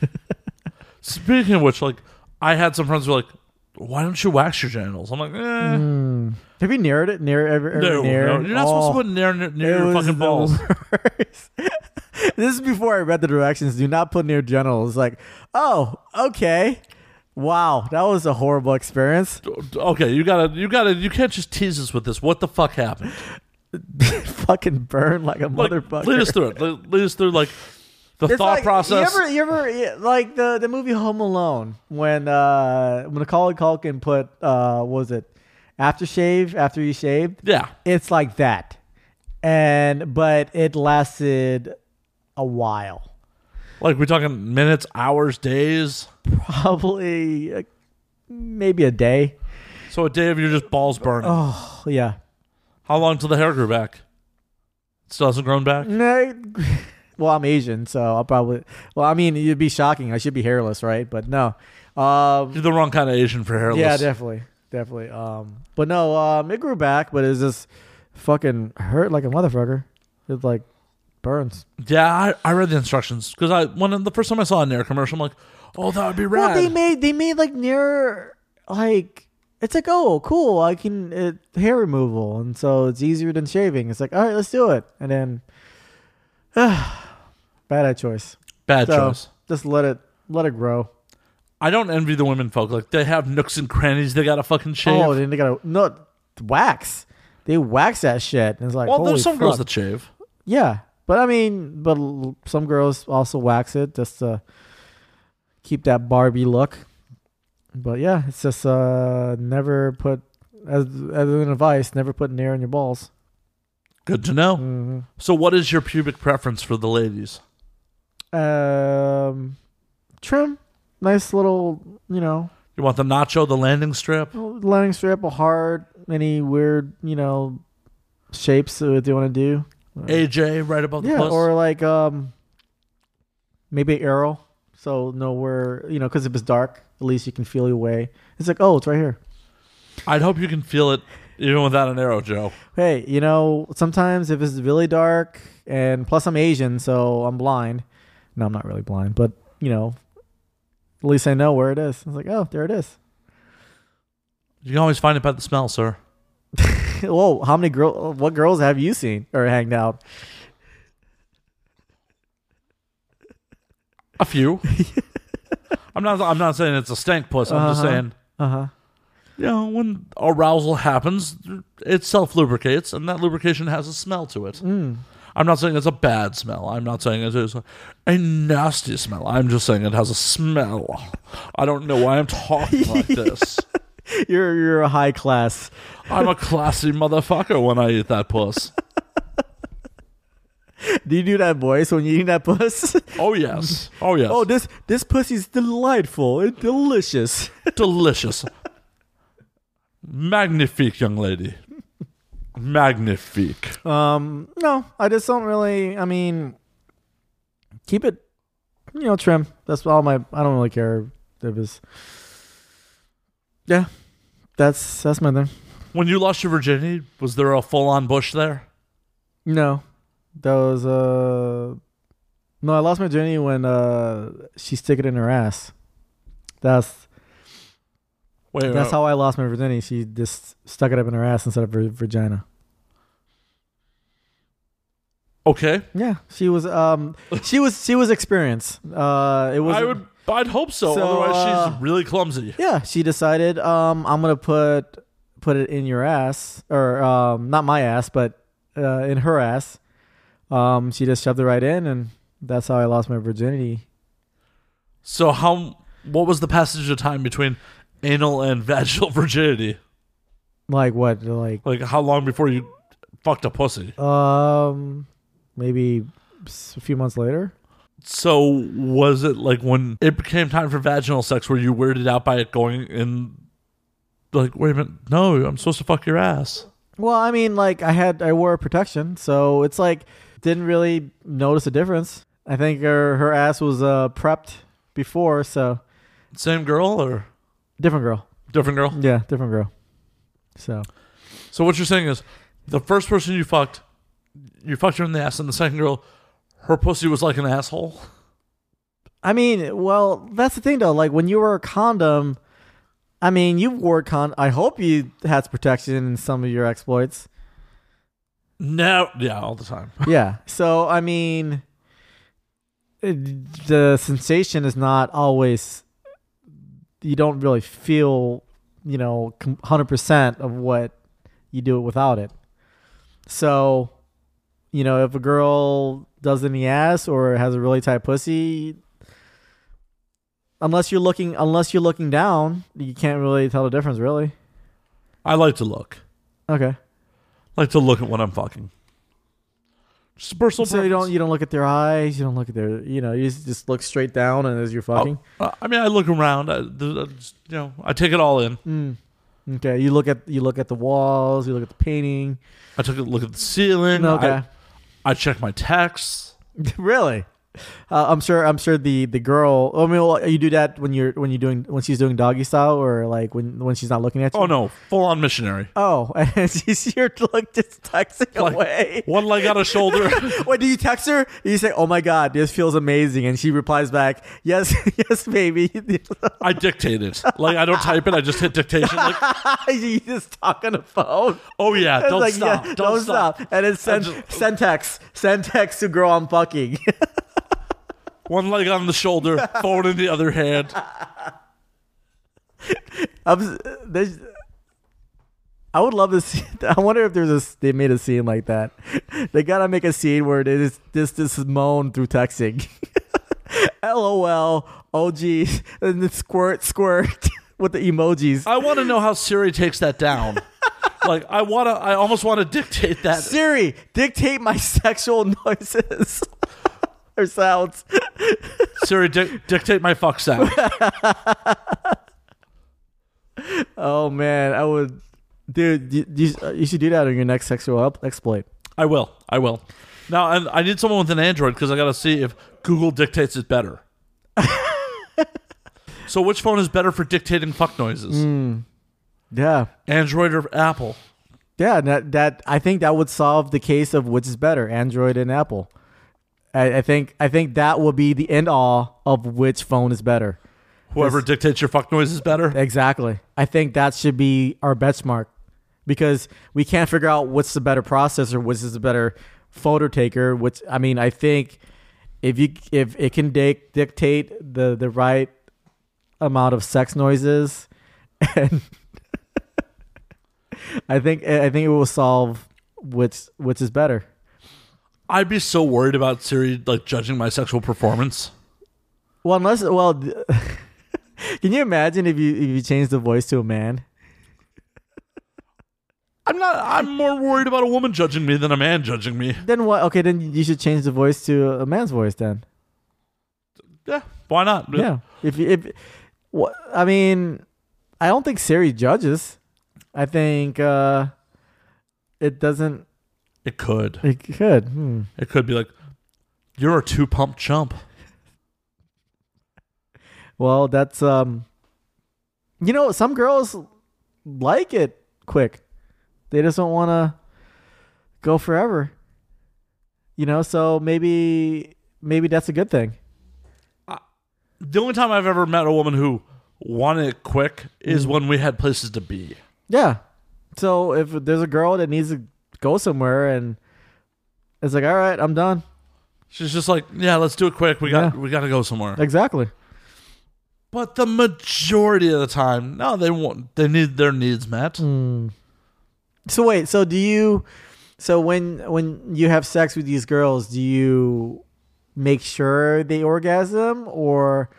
[SPEAKER 1] Speaking of which, like, I had some friends who were like, why don't you wax your genitals? I'm like, eh.
[SPEAKER 3] Have you narrowed it? Mm, Near ever, Oh, ever
[SPEAKER 1] No,
[SPEAKER 3] near?
[SPEAKER 1] no, you're not supposed to put nair near, near your fucking balls.
[SPEAKER 3] balls. this is before I read the directions. Do not put near genitals. Like, oh, okay. Wow, that was a horrible experience.
[SPEAKER 1] Okay, you gotta, you gotta, you can't just tease us with this. What the fuck happened?
[SPEAKER 3] Fucking burn like a
[SPEAKER 1] Like,
[SPEAKER 3] motherfucker.
[SPEAKER 1] lead us through it. Lead, lead us through like the
[SPEAKER 3] It's
[SPEAKER 1] thought
[SPEAKER 3] like-
[SPEAKER 1] process.
[SPEAKER 3] You ever, you ever yeah, like the, the movie Home Alone when uh when Macaulay Culkin put uh what was it aftershave after you shaved?
[SPEAKER 1] yeah,
[SPEAKER 3] It's like that, and but it lasted a while,
[SPEAKER 1] like we're talking minutes, hours, days.
[SPEAKER 3] probably uh, maybe a day.
[SPEAKER 1] So a day of your just balls burning.
[SPEAKER 3] Yeah,
[SPEAKER 1] How long till the hair grew back? Still hasn't grown back.
[SPEAKER 3] No, well, I'm Asian, so I'll probably. Well, I mean, it'd be shocking. I should be hairless, right? But no. Um,
[SPEAKER 1] You're the wrong kind of Asian for hairless.
[SPEAKER 3] Yeah, definitely, definitely. Um, but no, um, it grew back, but it was just fucking hurt like a motherfucker. It like burns.
[SPEAKER 1] Yeah, I, I read the instructions because I when the first time I saw a Nair commercial, I'm like, oh, that would be rad.
[SPEAKER 3] Well, they made they made like near like it's like oh cool I can it, hair removal and so it's easier than shaving. It's like all right, let's do it, and then bad choice.
[SPEAKER 1] Bad
[SPEAKER 3] So
[SPEAKER 1] choice.
[SPEAKER 3] just let it let it grow.
[SPEAKER 1] I don't envy the women folk. Like they have nooks and crannies. They got to fucking shave.
[SPEAKER 3] Oh, then they gotta no wax. They wax that shit. And it's like
[SPEAKER 1] well,
[SPEAKER 3] holy
[SPEAKER 1] there's some
[SPEAKER 3] fuck.
[SPEAKER 1] girls that shave.
[SPEAKER 3] Yeah, but I mean, but l- some girls also wax it just to keep that Barbie look. But yeah, it's just uh, never put as as an advice, never put nair in your balls.
[SPEAKER 1] Good to know. So, what is your pubic preference for the ladies?
[SPEAKER 3] Um, trim, nice little you know
[SPEAKER 1] You want the nacho, the landing strip?
[SPEAKER 3] landing strip, a heart, any weird you know shapes that you want to do.
[SPEAKER 1] AJ right above the
[SPEAKER 3] Yeah,
[SPEAKER 1] puss?
[SPEAKER 3] or like um, maybe arrow. So know where you know because if it's dark, at least you can feel your way. It's like oh, it's right here.
[SPEAKER 1] I'd hope you can feel it even without an arrow, Joe.
[SPEAKER 3] Hey, you know sometimes if it's really dark, and plus I'm Asian, so I'm blind. No, I'm not really blind, but you know, at least I know where it is. It's like oh, there it is.
[SPEAKER 1] You can always find it by the smell, sir.
[SPEAKER 3] Whoa, how many girl? What girls have you seen or hanged out?
[SPEAKER 1] A few. I'm not. I'm not saying it's a stank puss. I'm just
[SPEAKER 3] Uh-huh.
[SPEAKER 1] saying,
[SPEAKER 3] Uh huh.
[SPEAKER 1] you know, when arousal happens, it self lubricates, and that lubrication has a smell to it.
[SPEAKER 3] Mm.
[SPEAKER 1] I'm not saying it's a bad smell. I'm not saying it is a, a nasty smell. I'm just saying it has a smell. I don't know why I'm talking like this.
[SPEAKER 3] You're you're a high class.
[SPEAKER 1] I'm a classy motherfucker when I eat that puss.
[SPEAKER 3] Do you do that voice when you eat that puss?
[SPEAKER 1] Oh yes. Oh yes.
[SPEAKER 3] Oh, this this pussy's delightful and delicious.
[SPEAKER 1] delicious. Magnifique, young lady. Magnifique.
[SPEAKER 3] Um, no, I just don't really. I mean, keep it, you know, trim. That's all my. I don't really care if it's. Yeah, that's that's my thing.
[SPEAKER 1] When you lost your virginity, was there a full on bush there?
[SPEAKER 3] No, that was uh, no. I lost my virginity when uh she stick it in her ass. That's
[SPEAKER 1] Wait, uh,
[SPEAKER 3] that's how I lost my virginity. She just stuck it up in her ass instead of her vagina.
[SPEAKER 1] Okay.
[SPEAKER 3] Yeah, she was um she was she was experienced. Uh it was
[SPEAKER 1] I would. I'd hope so.
[SPEAKER 3] So,
[SPEAKER 1] Otherwise,
[SPEAKER 3] uh,
[SPEAKER 1] she's really clumsy.
[SPEAKER 3] Yeah, she decided um I'm going to put put it in your ass or um not my ass but uh in her ass. Um she just shoved it right in and that's how I lost my virginity.
[SPEAKER 1] So how? What was the passage of time between anal and vaginal virginity?
[SPEAKER 3] Like what? Like
[SPEAKER 1] Like how long before you fucked a pussy?
[SPEAKER 3] um maybe s- a few months later?
[SPEAKER 1] So was it like when it became time for vaginal sex? Were you weirded out by it going in? Like wait a minute, no, I'm supposed to fuck your ass.
[SPEAKER 3] Well, I mean, like I had, I wore protection, so it's like didn't really notice a difference. I think her her ass was uh, prepped before, so
[SPEAKER 1] Same girl or
[SPEAKER 3] different girl.
[SPEAKER 1] different girl?
[SPEAKER 3] Yeah, different girl. So
[SPEAKER 1] So what you're saying is, the first person you fucked, you fucked her in the ass, and the second girl, her pussy was like an asshole.
[SPEAKER 3] I mean, well, that's the thing though. Like when you were a condom, I mean, you wore con. I hope you had protection in some of your exploits.
[SPEAKER 1] No, yeah, all the time.
[SPEAKER 3] yeah. So I mean, it- the sensation is not always you don't really feel you know com- 100% of what you do without it so you know if a girl does in the ass or has a really tight pussy unless you're looking unless you're looking down you can't really tell the difference really
[SPEAKER 1] I like to look.
[SPEAKER 3] okay
[SPEAKER 1] like to look at what I'm fucking. Just a personal
[SPEAKER 3] so you don't
[SPEAKER 1] preference.
[SPEAKER 3] you don't look at their eyes you don't look at their you know you just- just look straight down and as you're fucking
[SPEAKER 1] Uh, I mean, I look around. I, th- I just, you know, I take it all
[SPEAKER 3] Mm.
[SPEAKER 1] in.
[SPEAKER 3] Okay, you look at you look at the walls, you look at the painting.
[SPEAKER 1] I took a look at the ceiling.
[SPEAKER 3] Okay,
[SPEAKER 1] I, I check my texts.
[SPEAKER 3] really? Uh, I'm sure. I'm sure the the girl. I mean, well, you do that when you're when you're doing when she's doing doggy style, or like when when she's not looking at you.
[SPEAKER 1] Oh no, full on missionary.
[SPEAKER 3] Oh, and she's you're like just texting
[SPEAKER 1] Like,
[SPEAKER 3] away.
[SPEAKER 1] One leg on a shoulder.
[SPEAKER 3] Wait, do you text her? You say, "Oh my god, this feels amazing," and she replies back, "Yes, yes, baby."
[SPEAKER 1] I dictate it. Like I don't type it. I just hit dictation. Like,
[SPEAKER 3] you just talk on the phone.
[SPEAKER 1] oh yeah,
[SPEAKER 3] It's
[SPEAKER 1] don't
[SPEAKER 3] like,
[SPEAKER 1] stop.
[SPEAKER 3] yeah,
[SPEAKER 1] don't, stop.
[SPEAKER 3] And it's send,
[SPEAKER 1] just-
[SPEAKER 3] send text, send text to girl I'm fucking.
[SPEAKER 1] One leg on the shoulder, phone in the other hand.
[SPEAKER 3] I'm, s- there's, I would love to see. I wonder if there's a s- they made a scene like that. They gotta make a scene where it is this this is moan through texting. LOL, OG, and then squirt squirt with the emojis.
[SPEAKER 1] I want to know how Siri takes that down. Like I wanna, I almost want to dictate that.
[SPEAKER 3] Siri, dictate my sexual noises or sounds.
[SPEAKER 1] Siri, dic- dictate my fuck sound.
[SPEAKER 3] Oh man, I would, dude. You, you, you should do that on your next sexual up- exploit.
[SPEAKER 1] I will. I will. Now, and I need someone with an Android because I got to see if Google dictates it better. so, which phone is better for dictating fuck noises?
[SPEAKER 3] Yeah.
[SPEAKER 1] Android or Apple?
[SPEAKER 3] Yeah, that that I think that would solve the case of which is better, Android and Apple. I, I think I think that will be the end all of which phone is better.
[SPEAKER 1] Whoever dictates your fuck noises better.
[SPEAKER 3] Exactly. I think that should be our benchmark because we can't figure out what's the better processor, which is the better photo taker. Which I mean, I think if you if it can dic- dictate the the right amount of sex noises, and I think I think it will solve which which is better.
[SPEAKER 1] I'd be so worried about Siri like judging my sexual performance.
[SPEAKER 3] Well, unless well, can you imagine if you if you change the voice to a man?
[SPEAKER 1] I'm not. I'm more worried about a woman judging me than a man judging me.
[SPEAKER 3] Then what? Okay, then you should change the voice to a man's voice then.
[SPEAKER 1] Yeah. Why not?
[SPEAKER 3] Yeah. If if what I mean, I don't think Siri judges. I think uh it doesn't.
[SPEAKER 1] It could.
[SPEAKER 3] It could. Hmm.
[SPEAKER 1] It could be like, you're a two pump chump.
[SPEAKER 3] Well, that's um. You know, some girls like it quick. They just don't want to go forever. You know, so maybe maybe that's a good thing.
[SPEAKER 1] The only time I've ever met a woman who wanted it quick is
[SPEAKER 3] Mm.
[SPEAKER 1] when we had places to be.
[SPEAKER 3] Yeah. So if there's a girl that needs to go somewhere and it's like, all right, I'm done.
[SPEAKER 1] She's just like, yeah, let's do it quick. We got
[SPEAKER 3] Yeah.
[SPEAKER 1] we got to go somewhere.
[SPEAKER 3] Exactly.
[SPEAKER 1] But the majority of the time, no, they want they need their needs met.
[SPEAKER 3] Mm. So wait, so do you so when when you have sex with these girls, do you make sure they orgasm or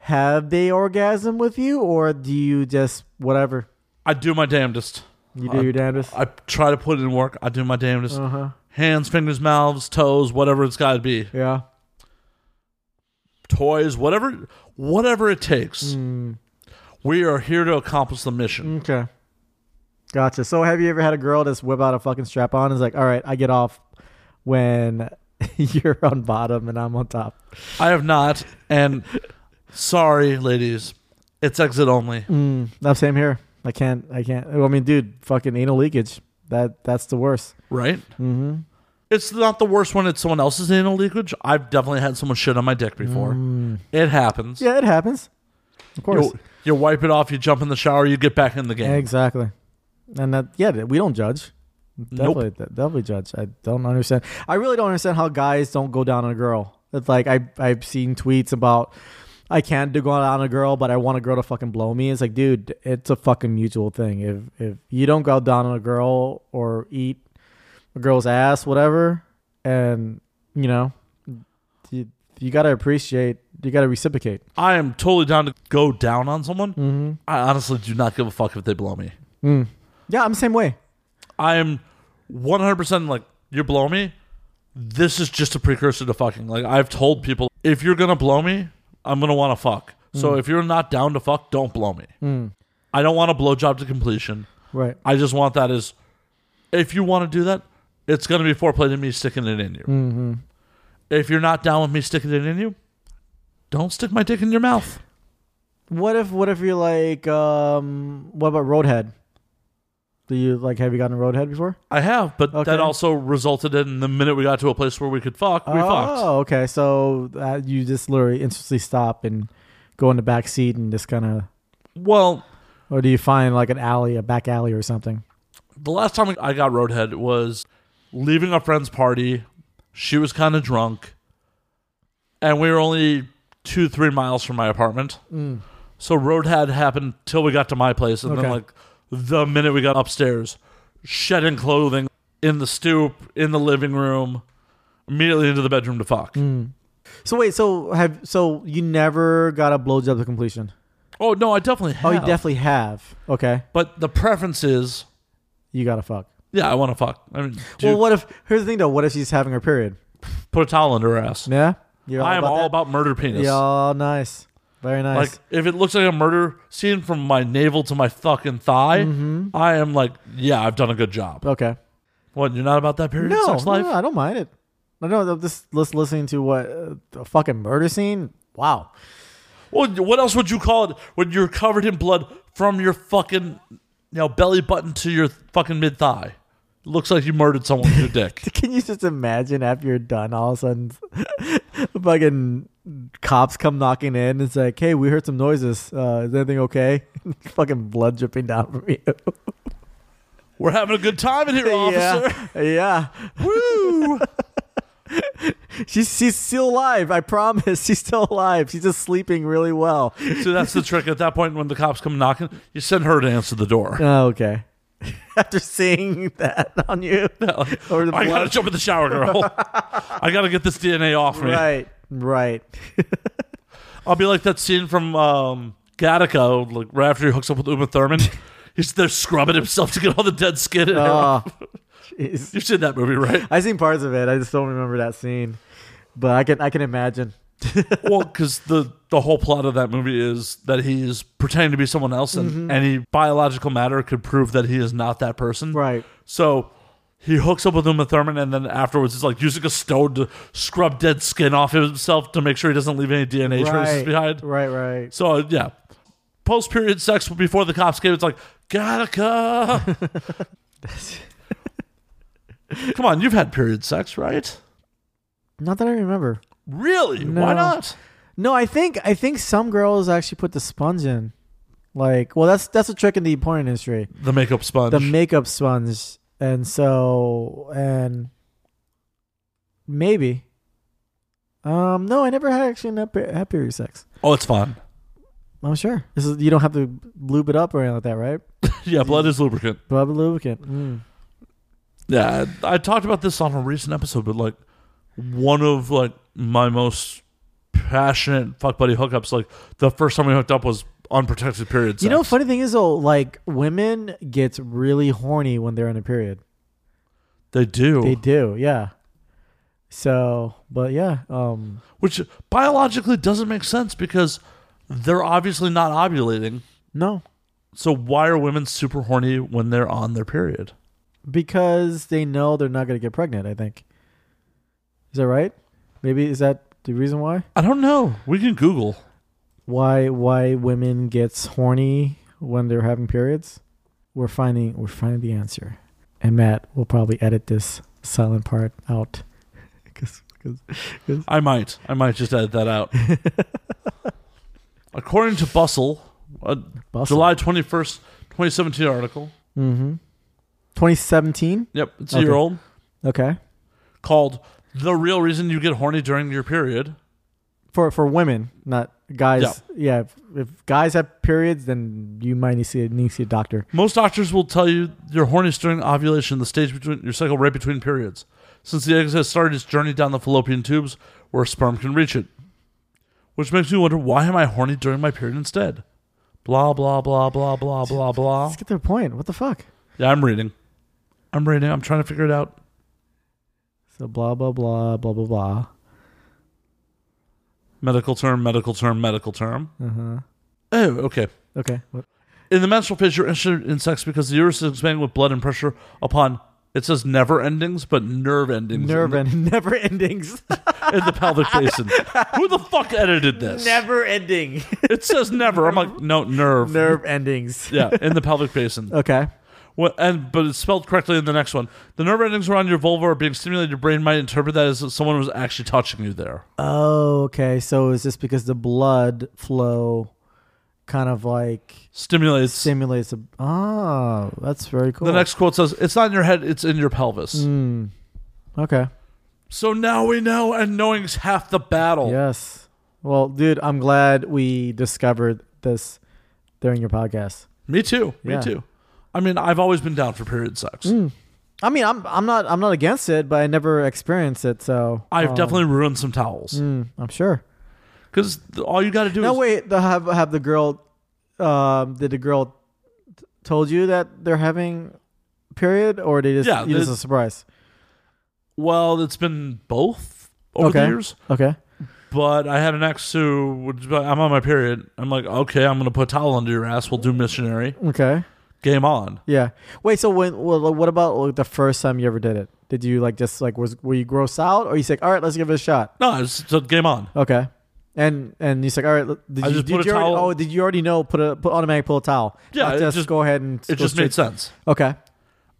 [SPEAKER 3] have they orgasm with you or do you just whatever?
[SPEAKER 1] I do my damnedest.
[SPEAKER 3] You do your damnedest.
[SPEAKER 1] I try to put in work. I do my damnedest.
[SPEAKER 3] Uh-huh.
[SPEAKER 1] Hands, fingers, mouths, toes, whatever it's got to be.
[SPEAKER 3] yeah.
[SPEAKER 1] Toys, whatever, whatever it takes.
[SPEAKER 3] Hmm.
[SPEAKER 1] We are here to accomplish the mission.
[SPEAKER 3] Okay. Gotcha. So have you ever had a girl just whip out a fucking strap on and is like, "All right, I get off when you're on bottom and I'm on top."
[SPEAKER 1] I have not, and sorry, ladies, it's exit only.
[SPEAKER 3] Hmm. No, same here. I can't. I can't. I mean, dude, fucking anal leakage. That that's the worst.
[SPEAKER 1] right? Mm-hmm. It's not the worst when it's someone else's anal leakage. I've definitely had someone shit on my dick before. It happens.
[SPEAKER 3] Hmm. Yeah, it happens. Of course.
[SPEAKER 1] You, you wipe it off. You jump in the shower. You get back in the game.
[SPEAKER 3] Exactly. And that yeah, that- we don't judge. Definitely, definitely judge. I don't understand. I really don't understand how guys don't go down on a girl. It's like I I've seen tweets about I can't do going out on a girl, but I want a girl to fucking blow me. It's like, dude, it's a fucking mutual thing. If if you don't go down on a girl or eat a girl's ass, whatever, and you know, you, you gotta appreciate, you gotta reciprocate.
[SPEAKER 1] I am totally down to go down on someone.
[SPEAKER 3] Mm-hmm.
[SPEAKER 1] I honestly do not give a fuck if they blow me.
[SPEAKER 3] Yeah, I'm the same way.
[SPEAKER 1] I am 100% like, you're blowing me. This is just a precursor to fucking. Like, I've told people, if you're going to blow me, I'm going to want to fuck. So
[SPEAKER 3] Mm.
[SPEAKER 1] if you're not down to fuck, don't blow me. I don't want a blowjob to completion.
[SPEAKER 3] Right.
[SPEAKER 1] I just want that as, if you want to do that, it's going to be foreplay to me sticking it in you.
[SPEAKER 3] Mm.
[SPEAKER 1] Mm-hmm. If you're not down with me sticking it in you, don't stick my dick in your mouth.
[SPEAKER 3] What if what if you're like, um, what about Roadhead? Do you like have you gotten Roadhead before?
[SPEAKER 1] I have, but
[SPEAKER 3] Okay.
[SPEAKER 1] that also resulted in the minute we got to a place where we could fuck, we fucked.
[SPEAKER 3] oh, okay. So uh, you just literally instantly stop and go in the back seat and just kind of,
[SPEAKER 1] Well,
[SPEAKER 3] or do you find like an alley, a back alley or something?
[SPEAKER 1] the last time I got roadhead was leaving a friend's party. She was kind of drunk, and we were only two, three miles from my apartment. So roadhead happened till we got to my place, and
[SPEAKER 3] Mm. Okay.
[SPEAKER 1] then like the minute we got upstairs, shedding clothing in the stoop, in the living room, immediately into the bedroom to fuck.
[SPEAKER 3] Mm. So wait, so have so you never got a blowjob to completion?
[SPEAKER 1] Oh no, I definitely
[SPEAKER 3] Oh,
[SPEAKER 1] have.
[SPEAKER 3] you definitely have. Okay,
[SPEAKER 1] But the preference is,
[SPEAKER 3] you gotta fuck.
[SPEAKER 1] yeah, I want to fuck. I mean, dude,
[SPEAKER 3] Well, what if? Here's the thing though. What if she's having her period?
[SPEAKER 1] put a towel under her ass.
[SPEAKER 3] Yeah, you're
[SPEAKER 1] I am all
[SPEAKER 3] that?
[SPEAKER 1] about murder penis.
[SPEAKER 3] Yeah, all nice, very nice.
[SPEAKER 1] Like if it looks like a murder scene from my navel to my fucking thigh,
[SPEAKER 3] Mm-hmm.
[SPEAKER 1] I am like, yeah, I've done a good job.
[SPEAKER 3] okay.
[SPEAKER 1] What? You're not about that period of
[SPEAKER 3] No,
[SPEAKER 1] sex
[SPEAKER 3] no,
[SPEAKER 1] life?
[SPEAKER 3] no, I don't mind it. I know that this list listening to what uh, a fucking murder scene. Wow.
[SPEAKER 1] Well, what else would you call it when you're covered in blood from your fucking, you know, belly button to your fucking mid thigh? Looks like you murdered someone with your dick.
[SPEAKER 3] Can you just imagine after you're done, all of a sudden, fucking cops come knocking in and it's like, "Hey, we heard some noises. Uh, is everything okay?" fucking blood dripping down from you.
[SPEAKER 1] We're having a good time in here, officer.
[SPEAKER 3] Yeah, yeah. Woo! she's she's still alive. I promise. She's still alive. She's just sleeping really well.
[SPEAKER 1] So that's the trick. At that point, when the cops come knocking, you send her to answer the door.
[SPEAKER 3] Oh, okay. after seeing that on you, or the
[SPEAKER 1] I gotta
[SPEAKER 3] blood.
[SPEAKER 1] jump in the shower, girl. I gotta get this DNA off me.
[SPEAKER 3] Right, right.
[SPEAKER 1] I'll be like that scene from um, Gattaca, like right after he hooks up with Uma Thurman. He's there scrubbing himself to get all the dead skin. In
[SPEAKER 3] Oh,
[SPEAKER 1] him.
[SPEAKER 3] jeez.
[SPEAKER 1] You've seen that movie, right?
[SPEAKER 3] I seen parts of it. I just don't remember that scene, but I can I can imagine.
[SPEAKER 1] well, because the the whole plot of that movie is that he's pretending to be someone else, and any biological matter could prove that he is not that person.
[SPEAKER 3] Right.
[SPEAKER 1] So he hooks up with Uma Thurman, and then afterwards, he's like using a stone to scrub dead skin off himself to make sure he doesn't leave any DNA traces behind.
[SPEAKER 3] right, right.
[SPEAKER 1] So uh, yeah, post period sex before the cops came. It's like Gattaca. Come on, you've had period sex, right?
[SPEAKER 3] Not that I remember.
[SPEAKER 1] Really? Why
[SPEAKER 3] No.
[SPEAKER 1] not?
[SPEAKER 3] No, I think I think some girls actually put the sponge in. Like, well, that's that's a trick in the porn industry.
[SPEAKER 1] The makeup sponge.
[SPEAKER 3] The makeup sponge, and so and maybe. Um, no, I never had actually had per- had period sex.
[SPEAKER 1] oh, it's fun.
[SPEAKER 3] I'm sure this is you don't have to lube it up or anything like that, right?
[SPEAKER 1] yeah, blood is lubricant.
[SPEAKER 3] Bubble lubricant. Mm.
[SPEAKER 1] Yeah, I, I talked about this on a recent episode, but like one of like my most passionate fuck buddy hookups. Like the first time we hooked up was unprotected period sex.
[SPEAKER 3] You know, funny thing is though, like women gets really horny when they're in a period.
[SPEAKER 1] they do.
[SPEAKER 3] They do, yeah. So, but yeah, um,
[SPEAKER 1] which biologically doesn't make sense because they're obviously not ovulating.
[SPEAKER 3] no,
[SPEAKER 1] So why are women super horny when they're on their period?
[SPEAKER 3] because they know they're not gonna get pregnant. I think. Is that right? Maybe is that the reason why?
[SPEAKER 1] I don't know. We can Google.
[SPEAKER 3] Why why women gets horny when they're having periods? We're finding we're finding the answer, and Matt will probably edit this silent part out. 'Cause- 'cause-
[SPEAKER 1] I might. I might just edit that out. According to Bustle, a
[SPEAKER 3] Bustle.
[SPEAKER 1] July 21st, 2017 article.
[SPEAKER 3] 2017.
[SPEAKER 1] Yep, it's a
[SPEAKER 3] Okay.
[SPEAKER 1] year old
[SPEAKER 3] Okay.
[SPEAKER 1] called the real reason you get horny during your period.
[SPEAKER 3] for for women, not guys. Yeah, if, if guys have periods, then you might need to see a, need to see a doctor.
[SPEAKER 1] Most doctors will tell you you're horny during ovulation, the stage between your cycle right between periods, since the egg has started its journey down the fallopian tubes where sperm can reach it. Which makes me wonder why am I horny during my period instead? Blah blah blah blah blah blah blah.
[SPEAKER 3] Let's get to the point. What the fuck?
[SPEAKER 1] Yeah, I'm reading. I'm reading. I'm trying to figure it out.
[SPEAKER 3] So blah blah blah blah blah blah.
[SPEAKER 1] Medical term, medical term, medical term. Oh, okay.
[SPEAKER 3] Okay. What?
[SPEAKER 1] In the menstrual phase, you're interested in sex because the uterus is expanding with blood and pressure upon. It says never endings, but nerve endings.
[SPEAKER 3] Nerve
[SPEAKER 1] in,
[SPEAKER 3] end, never endings.
[SPEAKER 1] in the pelvic basin. Who the fuck edited this?
[SPEAKER 3] never ending.
[SPEAKER 1] It says never. I'm like, no, nerve.
[SPEAKER 3] Nerve Uh. endings.
[SPEAKER 1] Yeah, in the pelvic basin.
[SPEAKER 3] Okay.
[SPEAKER 1] What, and but it's spelled correctly in the next one. The nerve endings around your vulva are being stimulated. Your brain might interpret that as that someone was actually touching you there.
[SPEAKER 3] Oh, okay. So is this because the blood flow kind of like
[SPEAKER 1] Stimulates.
[SPEAKER 3] stimulates a Oh, that's very cool.
[SPEAKER 1] The next quote says, "It's not in your head; it's in your pelvis."
[SPEAKER 3] Mm. Okay.
[SPEAKER 1] So now we know, and knowing's half the battle.
[SPEAKER 3] Yes. Well, dude, I'm glad we discovered this during your podcast.
[SPEAKER 1] Me too. Me
[SPEAKER 3] Yeah. Mm.
[SPEAKER 1] too. I mean, I've always been down for period sex.
[SPEAKER 3] I mean, I'm I'm not I'm not against it, but I never experienced it, so
[SPEAKER 1] I've
[SPEAKER 3] um, hmm,
[SPEAKER 1] definitely ruined some towels
[SPEAKER 3] I'm sure.
[SPEAKER 1] because all you got to do
[SPEAKER 3] Mm. No,
[SPEAKER 1] is
[SPEAKER 3] wait. The, have have the girl? Um, did the girl t- told you that they're having period, or they just
[SPEAKER 1] Yeah,
[SPEAKER 3] you just
[SPEAKER 1] the-
[SPEAKER 3] a surprise?
[SPEAKER 1] well, it's been both over
[SPEAKER 3] okay.
[SPEAKER 1] the years.
[SPEAKER 3] Okay.
[SPEAKER 1] But I had an ex who would, I'm on my period. I'm like, okay, I'm gonna put a towel under your ass. We'll do missionary.
[SPEAKER 3] Okay.
[SPEAKER 1] Game on.
[SPEAKER 3] Yeah. Wait. So when? Well, what about like, the first time you ever did it? Did you like just like was were you gross out, or you said, all right, let's give it a shot?
[SPEAKER 1] No, it's so game on.
[SPEAKER 3] Okay. And and he's like, all right, did
[SPEAKER 1] I
[SPEAKER 3] you,
[SPEAKER 1] just
[SPEAKER 3] did
[SPEAKER 1] put a
[SPEAKER 3] you already,
[SPEAKER 1] towel-
[SPEAKER 3] oh, did you already know put a put automatic pull a towel?
[SPEAKER 1] Yeah,
[SPEAKER 3] Not
[SPEAKER 1] it
[SPEAKER 3] just
[SPEAKER 1] just-
[SPEAKER 3] go ahead and
[SPEAKER 1] It
[SPEAKER 3] go
[SPEAKER 1] just made
[SPEAKER 3] straight-
[SPEAKER 1] sense.
[SPEAKER 3] Okay.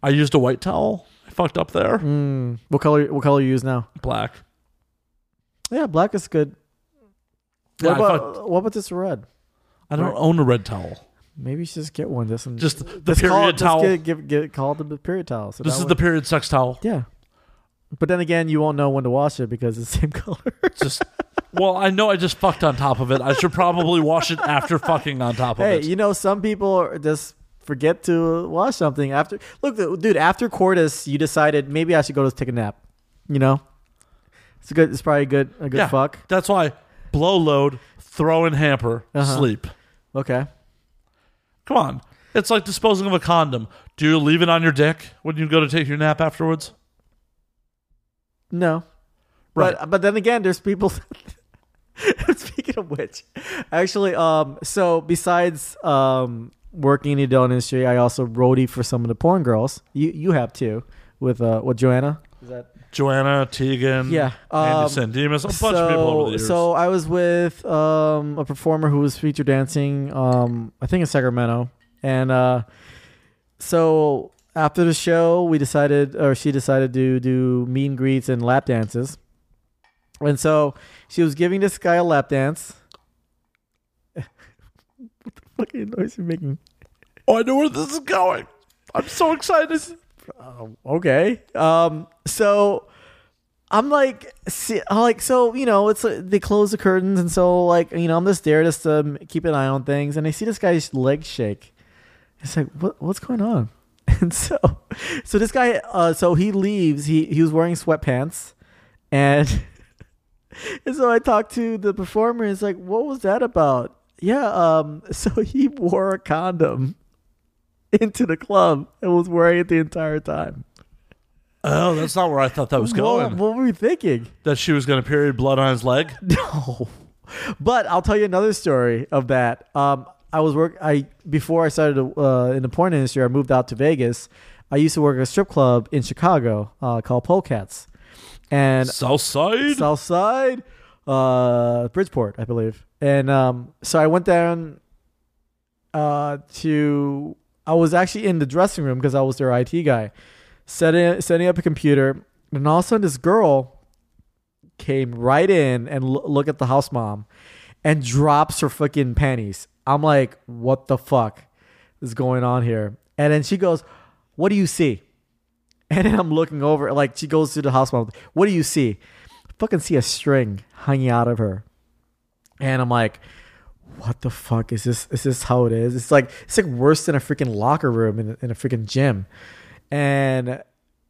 [SPEAKER 1] I used a white towel. I fucked up there.
[SPEAKER 3] Mm. What color what color you use now?
[SPEAKER 1] Black.
[SPEAKER 3] Yeah, black is good.
[SPEAKER 1] Yeah, I,
[SPEAKER 3] What about
[SPEAKER 1] fucked-
[SPEAKER 3] what about this red?
[SPEAKER 1] I don't own a red towel.
[SPEAKER 3] Maybe you should just get one. Just some,
[SPEAKER 1] Just the
[SPEAKER 3] just
[SPEAKER 1] period
[SPEAKER 3] call, it-
[SPEAKER 1] towel.
[SPEAKER 3] Just get, get, get called the period towel. So
[SPEAKER 1] This
[SPEAKER 3] that
[SPEAKER 1] is
[SPEAKER 3] way-
[SPEAKER 1] the period sex towel.
[SPEAKER 3] yeah. But then again, you won't know when to wash it because it's the same color.
[SPEAKER 1] Just well, I know I just fucked on top of it. I should probably wash it after fucking on top of
[SPEAKER 3] hey,
[SPEAKER 1] it.
[SPEAKER 3] you know some people are- just forget to wash something after. Look, dude, after Cordis, you decided maybe I should go to take a nap. You know, it's a good. It's probably a good. A good
[SPEAKER 1] yeah,
[SPEAKER 3] fuck.
[SPEAKER 1] That's why blow load, throw in hamper,
[SPEAKER 3] Uh-huh.
[SPEAKER 1] sleep.
[SPEAKER 3] Okay.
[SPEAKER 1] Come on. It's like disposing of a condom. Do you leave it on your dick when you go to take your nap afterwards?
[SPEAKER 3] No.
[SPEAKER 1] Right.
[SPEAKER 3] But but then again, there's people. Speaking of which, actually, um, so besides um working in the adult industry, I also roadie for some of the porn girls. You you have too, with uh with Joanna. Is that
[SPEAKER 1] Joanna, Tegan,
[SPEAKER 3] Yeah,
[SPEAKER 1] Andy
[SPEAKER 3] um,
[SPEAKER 1] Sandemus, a bunch
[SPEAKER 3] so,
[SPEAKER 1] of people over the years.
[SPEAKER 3] So I was with um, a performer who was feature dancing, um, I think in Sacramento. And uh, so after the show, we decided, or she decided to do meet and greets and lap dances. And so she was giving this guy a lap dance. what the fucking noise you making?
[SPEAKER 1] oh, I know where this is going. I'm so excited.
[SPEAKER 3] okay. Um, so I'm like, see, I'm like, so you know, it's like they close the curtains, and so like, you know, I'm just there just to m- keep an eye on things, and I see this guy's leg shake. It's like, what, what's going on? And so, so this guy, uh, so he leaves. He he was wearing sweatpants, and. And so I talked to the performer. It's like, what was that about? Yeah. Um. So he wore a condom into the club and was wearing it the entire time.
[SPEAKER 1] Oh, that's not where I thought that was
[SPEAKER 3] What,
[SPEAKER 1] going.
[SPEAKER 3] what were we thinking?
[SPEAKER 1] that she was going to period blood on his leg.
[SPEAKER 3] No. But I'll tell you another story of that. Um, I was work. I before I started uh, in the porn industry, I moved out to Vegas. I used to work at a strip club in Chicago uh, called Polecats, and
[SPEAKER 1] Southside.
[SPEAKER 3] Southside, uh, Bridgeport, I believe. And um, so I went down uh, to. I was actually in the dressing room because I was their IT guy, setting setting up a computer, and all of a sudden this girl came right in and l- look at the house mom, and drops her fucking panties. I'm like, what the fuck is going on here? And then she goes, "What do you see?" And then I'm looking over, like she goes to the house. mom, What do you see? I fucking see a string hanging out of her. And I'm like, what the fuck is this? Is this how it is? It's like it's like worse than a freaking locker room in, in a freaking gym. And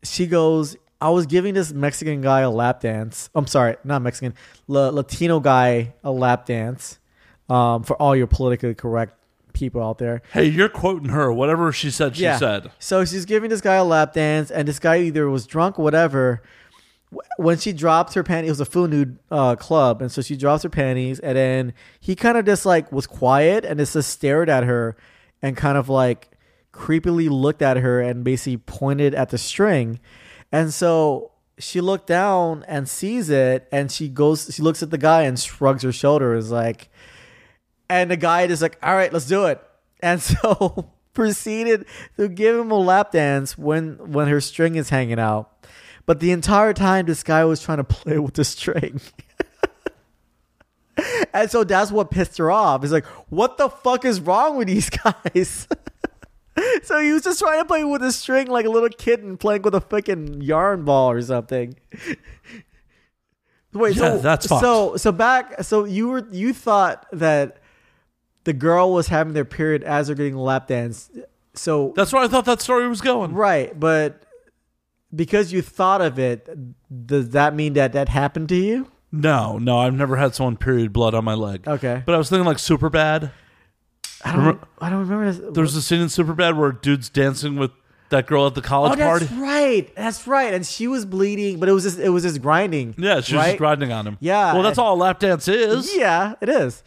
[SPEAKER 3] she goes, I was giving this Mexican guy a lap dance. I'm sorry, not Mexican, La- Latino guy a lap dance. Um, for all your politically correct people out there,
[SPEAKER 1] Hey, you're quoting her. Whatever she said, she said.
[SPEAKER 3] so she's giving this guy a lap dance, and this guy either was drunk or whatever. Wh- When she dropped her panties, it was a full nude uh, club, and so she drops her panties, and then he kind of just like was quiet and just, just stared at her, and kind of like creepily looked at her and basically pointed at the string, and so she looked down and sees it, and she goes, she looks at the guy and shrugs her shoulder, is like, and the guy just like, all right, let's do it. And so proceeded to give him a lap dance when when her string is hanging out. But the entire time this guy was trying to play with the string. and so that's what pissed her off. It's like, what the fuck is wrong with these guys? so he was just trying to play with the string like a little kid and playing with a fucking yarn ball or something. Wait,
[SPEAKER 1] Yeah,
[SPEAKER 3] so
[SPEAKER 1] that's fucked.
[SPEAKER 3] so so back so you were you thought that the girl was having their period as they're getting lap dance. So
[SPEAKER 1] That's where I thought that story was going.
[SPEAKER 3] right, but because you thought of it, does that mean that that happened to you?
[SPEAKER 1] No, no, I've never had someone period blood on my leg.
[SPEAKER 3] Okay.
[SPEAKER 1] But I was thinking like super bad.
[SPEAKER 3] I don't. I don't remember. This.
[SPEAKER 1] There's a scene in Superbad where a dude's dancing with that girl at the
[SPEAKER 3] oh,
[SPEAKER 1] college
[SPEAKER 3] that's
[SPEAKER 1] party.
[SPEAKER 3] right. That's right. And she was bleeding, but it was just it was just grinding.
[SPEAKER 1] Yeah, she was
[SPEAKER 3] right?
[SPEAKER 1] just grinding on him.
[SPEAKER 3] Yeah.
[SPEAKER 1] Well, that's all a lap dance is.
[SPEAKER 3] Yeah, it is.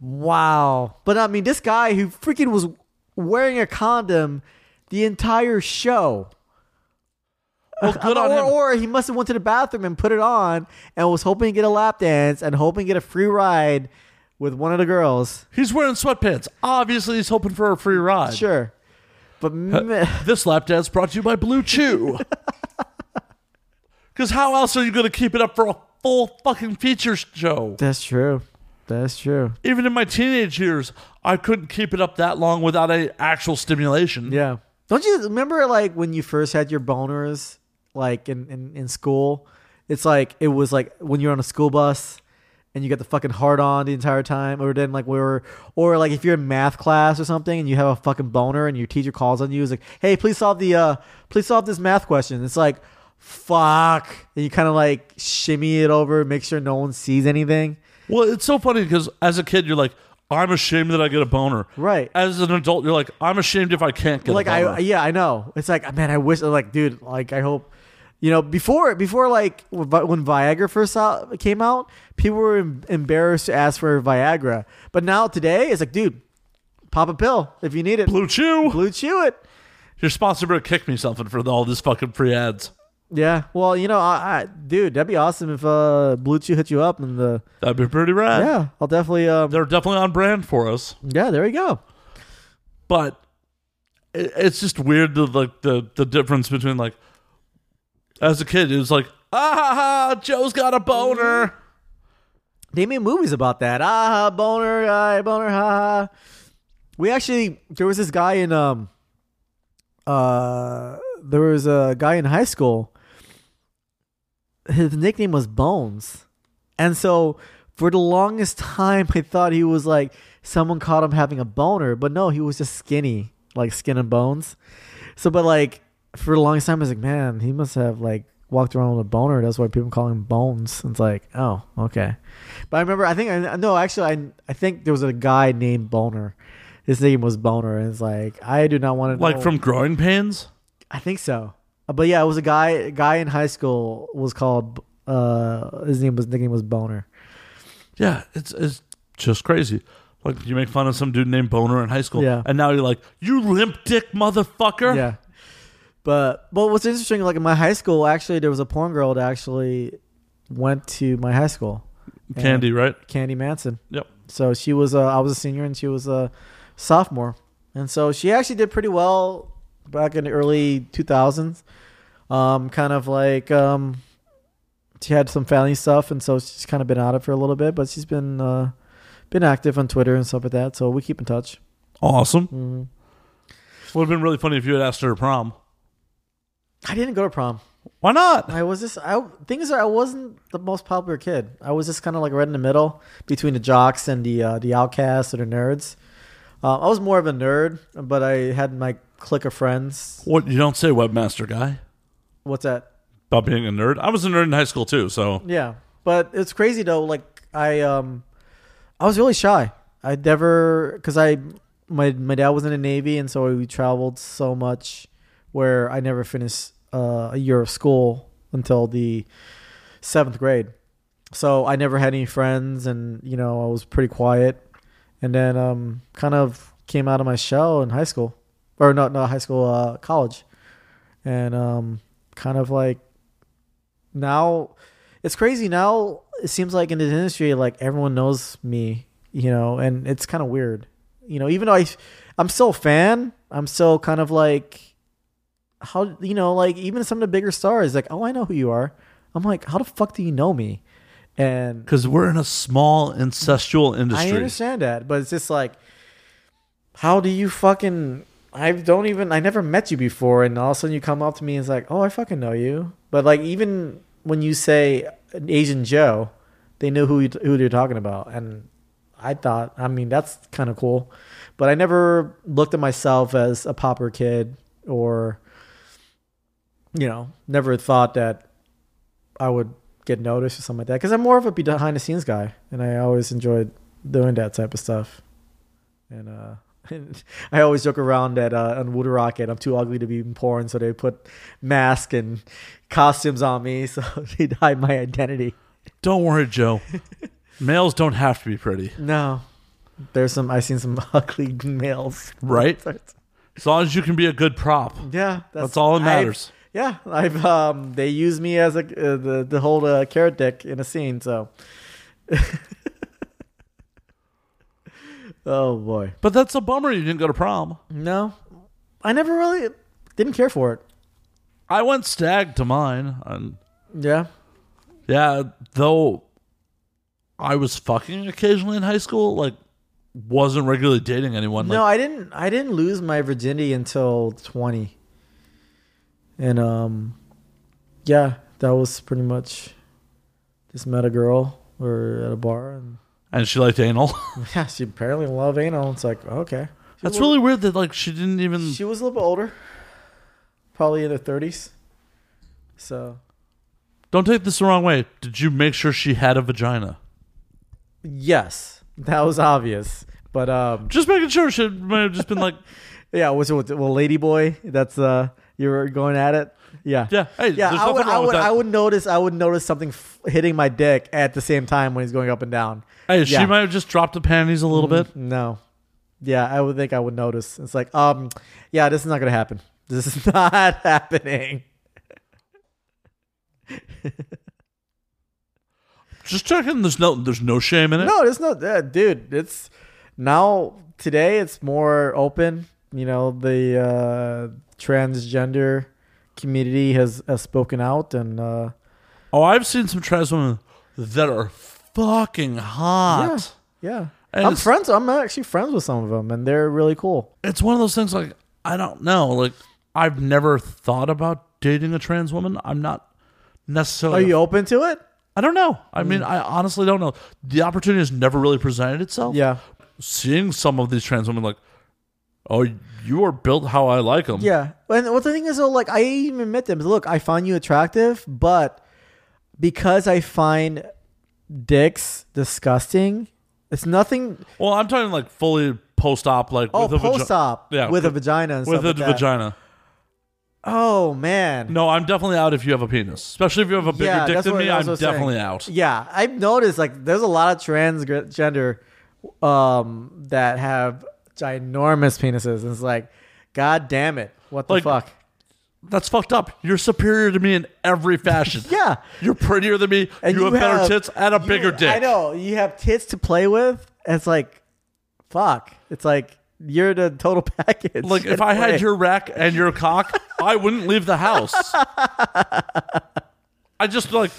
[SPEAKER 3] Wow. But I mean, this guy who freaking was wearing a condom the entire show.
[SPEAKER 1] Well, good on
[SPEAKER 3] or,
[SPEAKER 1] him.
[SPEAKER 3] or he must have went to the bathroom and put it on and was hoping to get a lap dance and hoping to get a free ride with one of the girls.
[SPEAKER 1] He's wearing sweatpants. Obviously, he's hoping for a free ride.
[SPEAKER 3] Sure. But meh.
[SPEAKER 1] This lap dance brought to you by Blue Chew. Because how else are you going to keep it up for a full fucking feature show?
[SPEAKER 3] that's true. That's true.
[SPEAKER 1] Even in my teenage years, I couldn't keep it up that long without any actual stimulation.
[SPEAKER 3] Yeah. Mm-hmm. Don't you remember like when you first had your boners like in, in, in school? It's like it was like when you're on a school bus and you get the fucking hard on the entire time, or then like we were or like if you're in math class or something and you have a fucking boner and your teacher calls on you, it's like, hey, please solve the uh please solve this math question. It's like fuck. And you kinda like shimmy it over, make sure no one sees anything.
[SPEAKER 1] Well, it's so funny because as a kid, you're like, I'm ashamed that I get a boner.
[SPEAKER 3] Right.
[SPEAKER 1] As an adult, you're like, I'm ashamed if I can't get
[SPEAKER 3] like
[SPEAKER 1] a boner.
[SPEAKER 3] I yeah I know it's like man I wish like dude like I hope you know before before like when Vi- when Viagra first out, came out people were em- embarrassed to ask for Viagra but now today it's like dude pop a pill if you need it
[SPEAKER 1] Blue Chew.
[SPEAKER 3] blue chew it
[SPEAKER 1] Your sponsor better kick me something for all this fucking free ads.
[SPEAKER 3] yeah well you know I, I dude that'd be awesome if uh blue chew hit you up and the
[SPEAKER 1] That'd be pretty rad.
[SPEAKER 3] yeah I'll definitely um
[SPEAKER 1] They're definitely on brand for us.
[SPEAKER 3] yeah there we go
[SPEAKER 1] but it, it's just weird the like the the difference between like as a kid it was like ah ha, ha, Joe's got a boner
[SPEAKER 3] They made movies about that. Ah, boner, ah, boner, ha. ha. We actually there was this guy in um uh there was a guy in high school. His nickname was Bones. And so for the longest time I thought he was like someone caught him having a boner, but no, he was just skinny, like skin and bones. So but like for the longest time I was like, man, he must have like walked around with a boner. That's why people call him Bones. It's like, oh, okay. But I remember, I think, I no, actually, I, I think there was a guy named Boner. His name was Boner, and it's like I do not want to
[SPEAKER 1] like
[SPEAKER 3] know.
[SPEAKER 1] from growing pains
[SPEAKER 3] I think so. Uh, But yeah, it was a guy. A guy in high school was called. Uh, his name was nickname was Boner.
[SPEAKER 1] yeah it's it's just crazy like you make fun of some dude named boner in high school
[SPEAKER 3] Yeah.
[SPEAKER 1] and now you're like you limp dick motherfucker
[SPEAKER 3] Yeah. But but what's interesting, like in my high school, actually there was a porn girl that actually went to my high school,
[SPEAKER 1] candy right
[SPEAKER 3] Candy Manson.
[SPEAKER 1] yep
[SPEAKER 3] So she was uh, I was a senior and she was a sophomore, and so she actually did pretty well back in the early two thousands. Um, kind of like um, she had some family stuff, and so she's kind of been out of it for a little bit, but she's been uh, been active on Twitter and stuff like that. So we keep in touch. Mm-hmm.
[SPEAKER 1] awesome would have been really funny if you had asked her to prom
[SPEAKER 3] I didn't go to prom.
[SPEAKER 1] Why not?
[SPEAKER 3] I was just I things are I wasn't the most popular kid. I was just kind of like right in the middle between the jocks and the uh, the outcasts or the nerds. Uh, I was more of a nerd, but I had my clique of friends.
[SPEAKER 1] What you don't say, webmaster guy,
[SPEAKER 3] What's that?
[SPEAKER 1] about being a nerd. I was a nerd in high school too, so
[SPEAKER 3] Yeah, but it's crazy though. Like I um, I was really shy. I never because I my my dad was in the navy and so we traveled so much where I never finished uh, a year of school until the seventh grade. So I never had any friends, and you know I was pretty quiet. And then um, kind of came out of my shell in high school, or not not high school, uh, college, and um, kind of like now it's crazy now it seems like in this industry like everyone knows me you know and it's kind of weird you know even though I, i'm still a fan i'm still kind of like how you know like even some of the bigger stars like oh i know who you are i'm like how the fuck do you know me and
[SPEAKER 1] because we're in a small incestual industry.
[SPEAKER 3] i understand that but it's just like how do you fucking i don't even i never met you before and all of a sudden you come up to me and it's like oh i fucking know you but like even when you say an asian joe they knew who you, who they're talking about and i thought i mean that's kind of cool but i never looked at myself as a popper kid or you know never thought that i would get noticed or something like that because i'm more of a behind the scenes guy and i always enjoyed doing that type of stuff and uh I always joke around that uh, on Wooder Rocket, I'm too ugly to be in porn, so they put masks and costumes on me, so they hide my identity.
[SPEAKER 1] Don't worry, Joe. Males don't have to be pretty,
[SPEAKER 3] No, there's some. I've seen some ugly males.
[SPEAKER 1] right? As long as you can be a good prop.
[SPEAKER 3] Yeah, that's,
[SPEAKER 1] That's all that
[SPEAKER 3] I've-
[SPEAKER 1] matters.
[SPEAKER 3] yeah, I've um, they use me as a uh, the the whole uh, carrot dick in a scene. So, oh boy,
[SPEAKER 1] But that's a bummer you didn't go to prom.
[SPEAKER 3] no, I never really didn't care for it.
[SPEAKER 1] I went stag to mine, and
[SPEAKER 3] Yeah,
[SPEAKER 1] yeah, though I was fucking occasionally in high school, like wasn't regularly dating anyone.
[SPEAKER 3] no,
[SPEAKER 1] like,
[SPEAKER 3] I didn't. I didn't lose my virginity until twenty, and um, yeah, that was pretty much. Just met a girl or at a bar and
[SPEAKER 1] and she liked anal.
[SPEAKER 3] Yeah, she apparently loved anal. It's like okay.
[SPEAKER 1] that's really weird that like she didn't even.
[SPEAKER 3] She was a little bit older, probably in her thirties. So
[SPEAKER 1] don't take this the wrong way. Did you make sure she had a vagina?
[SPEAKER 3] yes, that was obvious. But um,
[SPEAKER 1] Just making sure she might have just been like,
[SPEAKER 3] yeah, was it with- well, lady boy? That's uh, you were going at it. Yeah,
[SPEAKER 1] Yeah, hey,
[SPEAKER 3] yeah.
[SPEAKER 1] there's
[SPEAKER 3] I would,
[SPEAKER 1] nothing wrong
[SPEAKER 3] I
[SPEAKER 1] with
[SPEAKER 3] would,
[SPEAKER 1] that.
[SPEAKER 3] I would notice, I would notice something f- hitting my dick at the same time when he's going up and down.
[SPEAKER 1] hey, she
[SPEAKER 3] Yeah. Mm-hmm.
[SPEAKER 1] might have just dropped the panties a little bit.
[SPEAKER 3] No, yeah, I would think I would notice. It's like, um, yeah, this is not gonna happen. This is not happening.
[SPEAKER 1] Just checking. There's no, there's no shame in it.
[SPEAKER 3] No, there's no, uh, dude. It's now today. It's more open. You know, the uh, transgender community has, has spoken out, and uh,
[SPEAKER 1] Oh, I've seen some trans women that are fucking hot.
[SPEAKER 3] yeah,
[SPEAKER 1] And
[SPEAKER 3] I'm
[SPEAKER 1] it's-
[SPEAKER 3] friends. I'm actually friends with some of them, and they're really cool.
[SPEAKER 1] It's one of those things like I don't know. Like I've never thought about dating a trans woman. I'm not
[SPEAKER 3] Are
[SPEAKER 1] necessarily.
[SPEAKER 3] you Mm. open to it?
[SPEAKER 1] I don't know. I mean, I honestly don't know. The opportunity has never really presented itself.
[SPEAKER 3] Yeah,
[SPEAKER 1] Seeing some of these trans women, like, oh, you are built how I like them.
[SPEAKER 3] yeah. And what the thing is, though, like I even met them. Look, I find you attractive, but because I find dicks disgusting, it's nothing.
[SPEAKER 1] Well, I'm talking like fully post-op, like
[SPEAKER 3] Oh,
[SPEAKER 1] with a vagi-
[SPEAKER 3] post-op
[SPEAKER 1] Yeah,
[SPEAKER 3] with a vagina and
[SPEAKER 1] with
[SPEAKER 3] stuff
[SPEAKER 1] a
[SPEAKER 3] like that.
[SPEAKER 1] vagina.
[SPEAKER 3] Oh man.
[SPEAKER 1] No, I'm definitely out if you have a penis, especially if you have a bigger dick
[SPEAKER 3] that's
[SPEAKER 1] than
[SPEAKER 3] what-
[SPEAKER 1] me.
[SPEAKER 3] that's
[SPEAKER 1] I'm
[SPEAKER 3] what saying.
[SPEAKER 1] definitely out.
[SPEAKER 3] Yeah, I've noticed like there's a lot of transgender um, that have ginormous penises. And it's like, god damn it, what the
[SPEAKER 1] Like-
[SPEAKER 3] fuck?
[SPEAKER 1] That's fucked up. You're superior to me in every fashion.
[SPEAKER 3] Yeah,
[SPEAKER 1] You're prettier than me.
[SPEAKER 3] and
[SPEAKER 1] you, have, better tits and a
[SPEAKER 3] you-
[SPEAKER 1] bigger dick.
[SPEAKER 3] I know you have tits to play with. and it's like, fuck. It's like you're the total package.
[SPEAKER 1] Like if
[SPEAKER 3] in
[SPEAKER 1] I
[SPEAKER 3] a way.
[SPEAKER 1] had your rack and your cock, I wouldn't leave the house. I just like,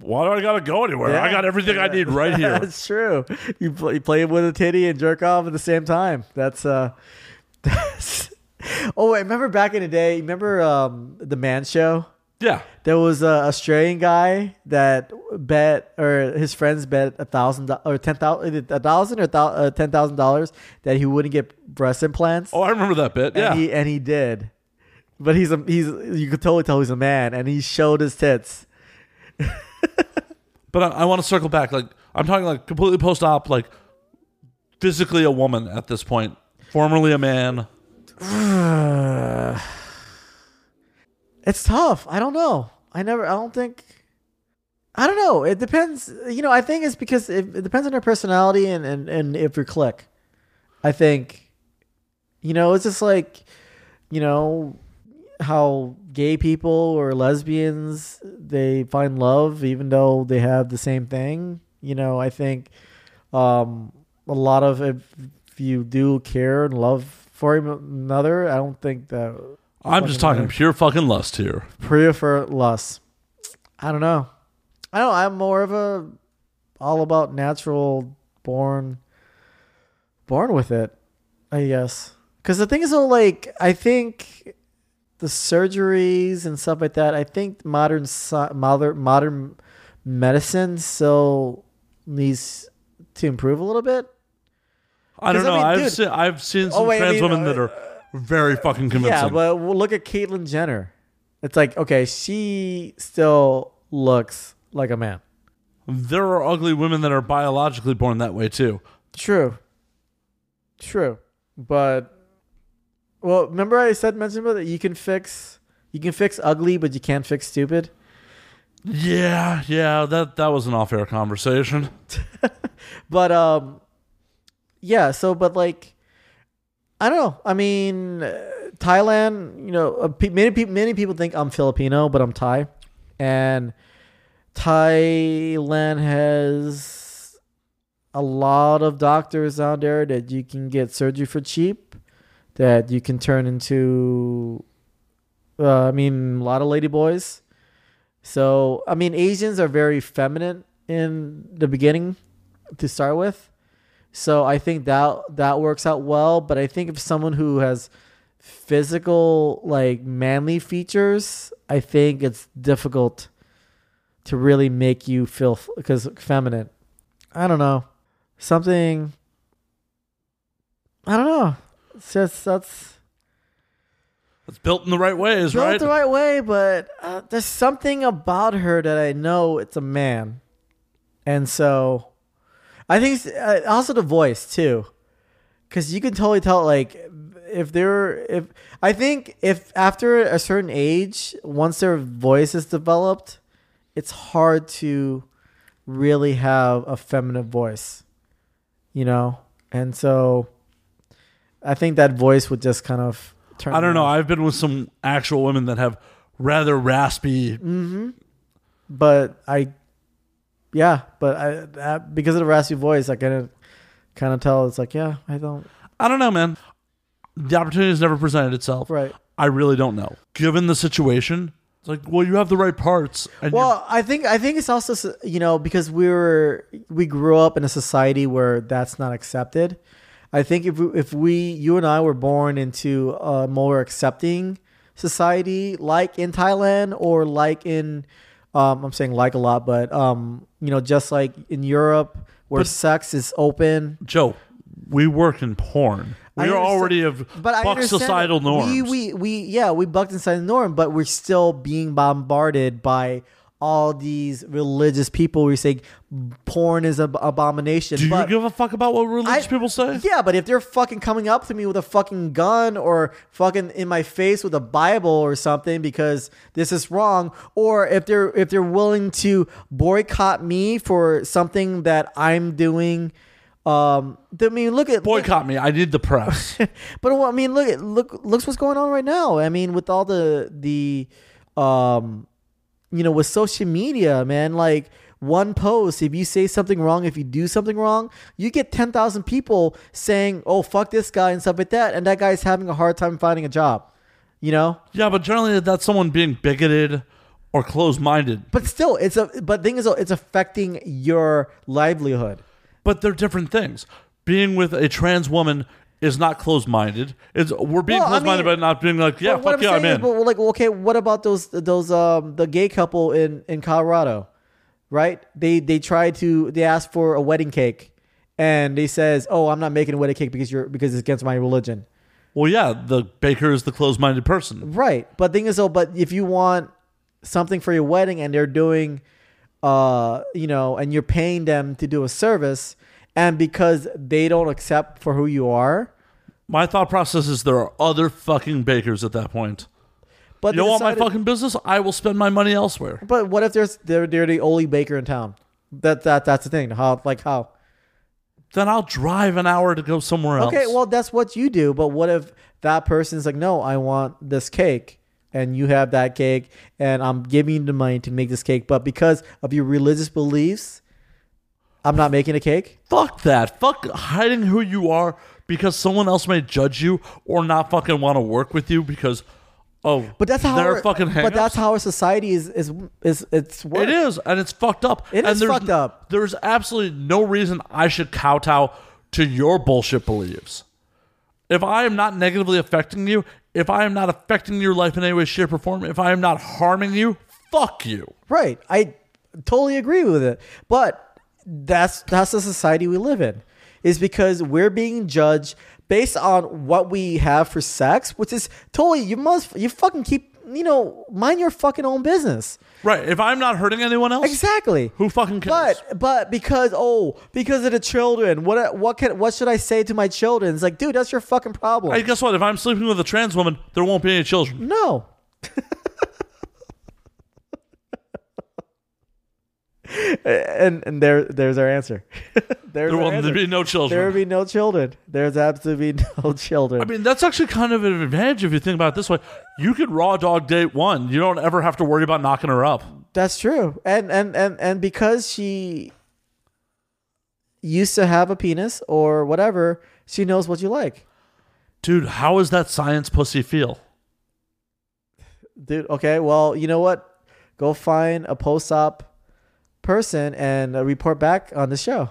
[SPEAKER 1] why do I gotta go anywhere? I
[SPEAKER 3] Yeah.
[SPEAKER 1] got everything I need right here.
[SPEAKER 3] That's true. You play, you play with a titty and jerk off at the same time. That's uh, that's Oh, wait, remember back in the day? Remember um, the Man Show?
[SPEAKER 1] Yeah.
[SPEAKER 3] There was a Australian guy that bet, or his friends bet a thousand do- or ten thousand, a thousand or thou- uh, ten thousand dollars that he wouldn't get breast implants.
[SPEAKER 1] Oh, I remember that bit. Yeah.
[SPEAKER 3] and he and he did. But he's a he's you could totally tell he's a man, and he showed his tits.
[SPEAKER 1] But I, I want to circle back. Like I'm talking like completely post-op, like physically a woman at this point, formerly a man.
[SPEAKER 3] It's tough. I don't know. I never. I don't think. I don't know. It depends. You know, I think it's because it, it depends on their personality and and and if you click. I think, you know, it's just like, you know, how gay people or lesbians they find love even though they have the same thing. You know, I think um, a lot of if you do care and love for another, I don't think that
[SPEAKER 1] I'm just talking pure fucking lust here.
[SPEAKER 3] prefer lust. I don't know. I don't. I'm more of a all about natural, born, born with it. I guess because the thing is, though, like I think the surgeries and stuff like that. I think modern sci- modern modern medicine still needs to improve a little bit.
[SPEAKER 1] I don't
[SPEAKER 3] 'Cause,
[SPEAKER 1] know.
[SPEAKER 3] I mean,
[SPEAKER 1] I have
[SPEAKER 3] dude-
[SPEAKER 1] seen I've seen some
[SPEAKER 3] Oh, wait, I
[SPEAKER 1] trans
[SPEAKER 3] mean,
[SPEAKER 1] women
[SPEAKER 3] uh,
[SPEAKER 1] that are very fucking convincing.
[SPEAKER 3] Yeah, but we'll look at Caitlyn Jenner. It's like okay, she still looks like a man.
[SPEAKER 1] there are ugly women that are biologically born that way too.
[SPEAKER 3] True. True. But well, remember I said mentioned about that you can fix you can fix ugly, but you can't fix stupid.
[SPEAKER 1] Yeah, yeah. That that was an off-air conversation.
[SPEAKER 3] But um, yeah. So, but like, I don't know. I mean, uh, Thailand. You know, uh, pe- many people many people think I'm Filipino, but I'm Thai, and Thailand has a lot of doctors out there that you can get surgery for cheap, that you can turn into. Uh, I mean, a lot of lady boys. So, I mean, Asians are very feminine in the beginning to start with. So I think that that works out well. But I think if someone who has physical like manly features, I think it's difficult to really make you feel because feminine. I don't know something. I don't know. It's just that's
[SPEAKER 1] It's built in the right ways,
[SPEAKER 3] built
[SPEAKER 1] right?
[SPEAKER 3] the right way, but uh, there's something about her that I know it's a man, and so I think it's, uh, also the voice too, because you can totally tell like if they're if I think if after a certain age, once their voice is developed, it's hard to really have a feminine voice, you know, and so I think that voice would just kind of turn.
[SPEAKER 1] I don't
[SPEAKER 3] me
[SPEAKER 1] know.
[SPEAKER 3] off.
[SPEAKER 1] I've been with some actual women that have rather raspy.
[SPEAKER 3] but I, yeah, but I that, because of the raspy voice, I kind of kind of tell it's like, yeah, I don't.
[SPEAKER 1] I don't know, man. The opportunity has never presented itself.
[SPEAKER 3] Right.
[SPEAKER 1] I really don't know. Given the situation, it's like, well, you have the right parts. And you're-
[SPEAKER 3] Well, I think I think it's also s- you know because we were we grew up in a society where that's not accepted. I think if we, if we you and I were born into a more accepting society, like in Thailand or like in, um, I'm saying like a lot, but um, you know, just like in Europe where
[SPEAKER 1] But-
[SPEAKER 3] sex is open,
[SPEAKER 1] Joe, we work in porn.
[SPEAKER 3] I
[SPEAKER 1] We are
[SPEAKER 3] understand-
[SPEAKER 1] already of
[SPEAKER 3] but I
[SPEAKER 1] buck
[SPEAKER 3] understand
[SPEAKER 1] societal
[SPEAKER 3] that
[SPEAKER 1] norms.
[SPEAKER 3] We, we, we, yeah, we bucked inside the norm, but we're still being bombarded by all these religious people who say porn is an abomination.
[SPEAKER 1] Do you
[SPEAKER 3] but
[SPEAKER 1] give a fuck about what religious
[SPEAKER 3] I-
[SPEAKER 1] people say?
[SPEAKER 3] Yeah, but if they're fucking coming up to me with a fucking gun or fucking in my face with a Bible or something because this is wrong, or if they're if they're willing to boycott me for something that I'm doing, um, I mean, look at look-
[SPEAKER 1] Boycott me. I need the press.
[SPEAKER 3] but well, I mean, look at look looks what's going on right now. I mean, with all the the, um, you know, with social media, man, like one post, if you say something wrong, if you do something wrong, you get ten thousand people saying, "Oh, fuck this guy" and stuff like that, and that guy's having a hard time finding a job. You know,
[SPEAKER 1] yeah, but generally that's someone being bigoted or closed-minded.
[SPEAKER 3] but still, it's a but thing is, it's affecting your livelihood.
[SPEAKER 1] But they're different things. Being with a trans woman is not closed minded. It's we're being
[SPEAKER 3] Well, I
[SPEAKER 1] closed minded
[SPEAKER 3] mean-
[SPEAKER 1] by not being like, yeah,
[SPEAKER 3] But what
[SPEAKER 1] fuck
[SPEAKER 3] I'm
[SPEAKER 1] yeah, I'm
[SPEAKER 3] saying is,
[SPEAKER 1] in.
[SPEAKER 3] but, like, okay, what about those those um the gay couple in in Colorado, right? They they tried to they asked for a wedding cake, and they says, "Oh, I'm not making a wedding cake because you're because it's against my religion."
[SPEAKER 1] well, yeah, the baker is the closed minded person.
[SPEAKER 3] Right. But thing is though, but if you want something for your wedding and they're doing uh you know, and you're paying them to do a service and because they don't accept for who you are,
[SPEAKER 1] My thought process is there are other fucking bakers at that point.
[SPEAKER 3] but
[SPEAKER 1] You
[SPEAKER 3] they
[SPEAKER 1] don't want my
[SPEAKER 3] decided-
[SPEAKER 1] fucking business? I will spend my money elsewhere.
[SPEAKER 3] But what if there's they're, they're the only baker in town? That that that's the thing. How like how?
[SPEAKER 1] Then I'll drive an hour to go somewhere else.
[SPEAKER 3] Okay, well that's what you do. But what if that person's like, no, I want this cake, and you have that cake, and I'm giving you the money to make this cake, but because of your religious beliefs, I'm not making a cake.
[SPEAKER 1] fuck that. Fuck hiding who you are because someone else may judge you or not fucking want to work with you because oh,
[SPEAKER 3] But that's how
[SPEAKER 1] they're
[SPEAKER 3] our,
[SPEAKER 1] fucking.
[SPEAKER 3] But
[SPEAKER 1] hang-ups.
[SPEAKER 3] that's how our society is is is it's
[SPEAKER 1] it is, and it's fucked up.
[SPEAKER 3] It
[SPEAKER 1] and
[SPEAKER 3] is
[SPEAKER 1] there's-
[SPEAKER 3] fucked up.
[SPEAKER 1] There's absolutely no reason I should kowtow to your bullshit beliefs. If I am not negatively affecting you, if I am not affecting your life in any way, shape, or form, if I am not harming you, fuck you.
[SPEAKER 3] Right. I totally agree with it. But that's that's the society we live in. Is because we're being judged based on what we have for sex, which is totally you must you fucking keep you know mind your fucking own business.
[SPEAKER 1] Right. If I'm not hurting anyone else,
[SPEAKER 3] Exactly.
[SPEAKER 1] who fucking cares?
[SPEAKER 3] But but because oh because of the children, what what can what should I say to my children? It's like dude, that's your fucking problem.
[SPEAKER 1] Hey, guess what? If I'm sleeping with a trans woman, there won't be any children.
[SPEAKER 3] No. and and there there's our answer. there's
[SPEAKER 1] There
[SPEAKER 3] our
[SPEAKER 1] will
[SPEAKER 3] answer.
[SPEAKER 1] be no children.
[SPEAKER 3] There will be no children. There's absolutely no children.
[SPEAKER 1] I mean, that's actually kind of an advantage if you think about it this way. You could raw dog date one. You don't ever have to worry about knocking her up.
[SPEAKER 3] That's true. And and and and because she used to have a penis or whatever, she knows what you like.
[SPEAKER 1] Dude, how is that science pussy feel?
[SPEAKER 3] Dude, okay, well, you know what? Go find a post-op person and uh, report back on the show.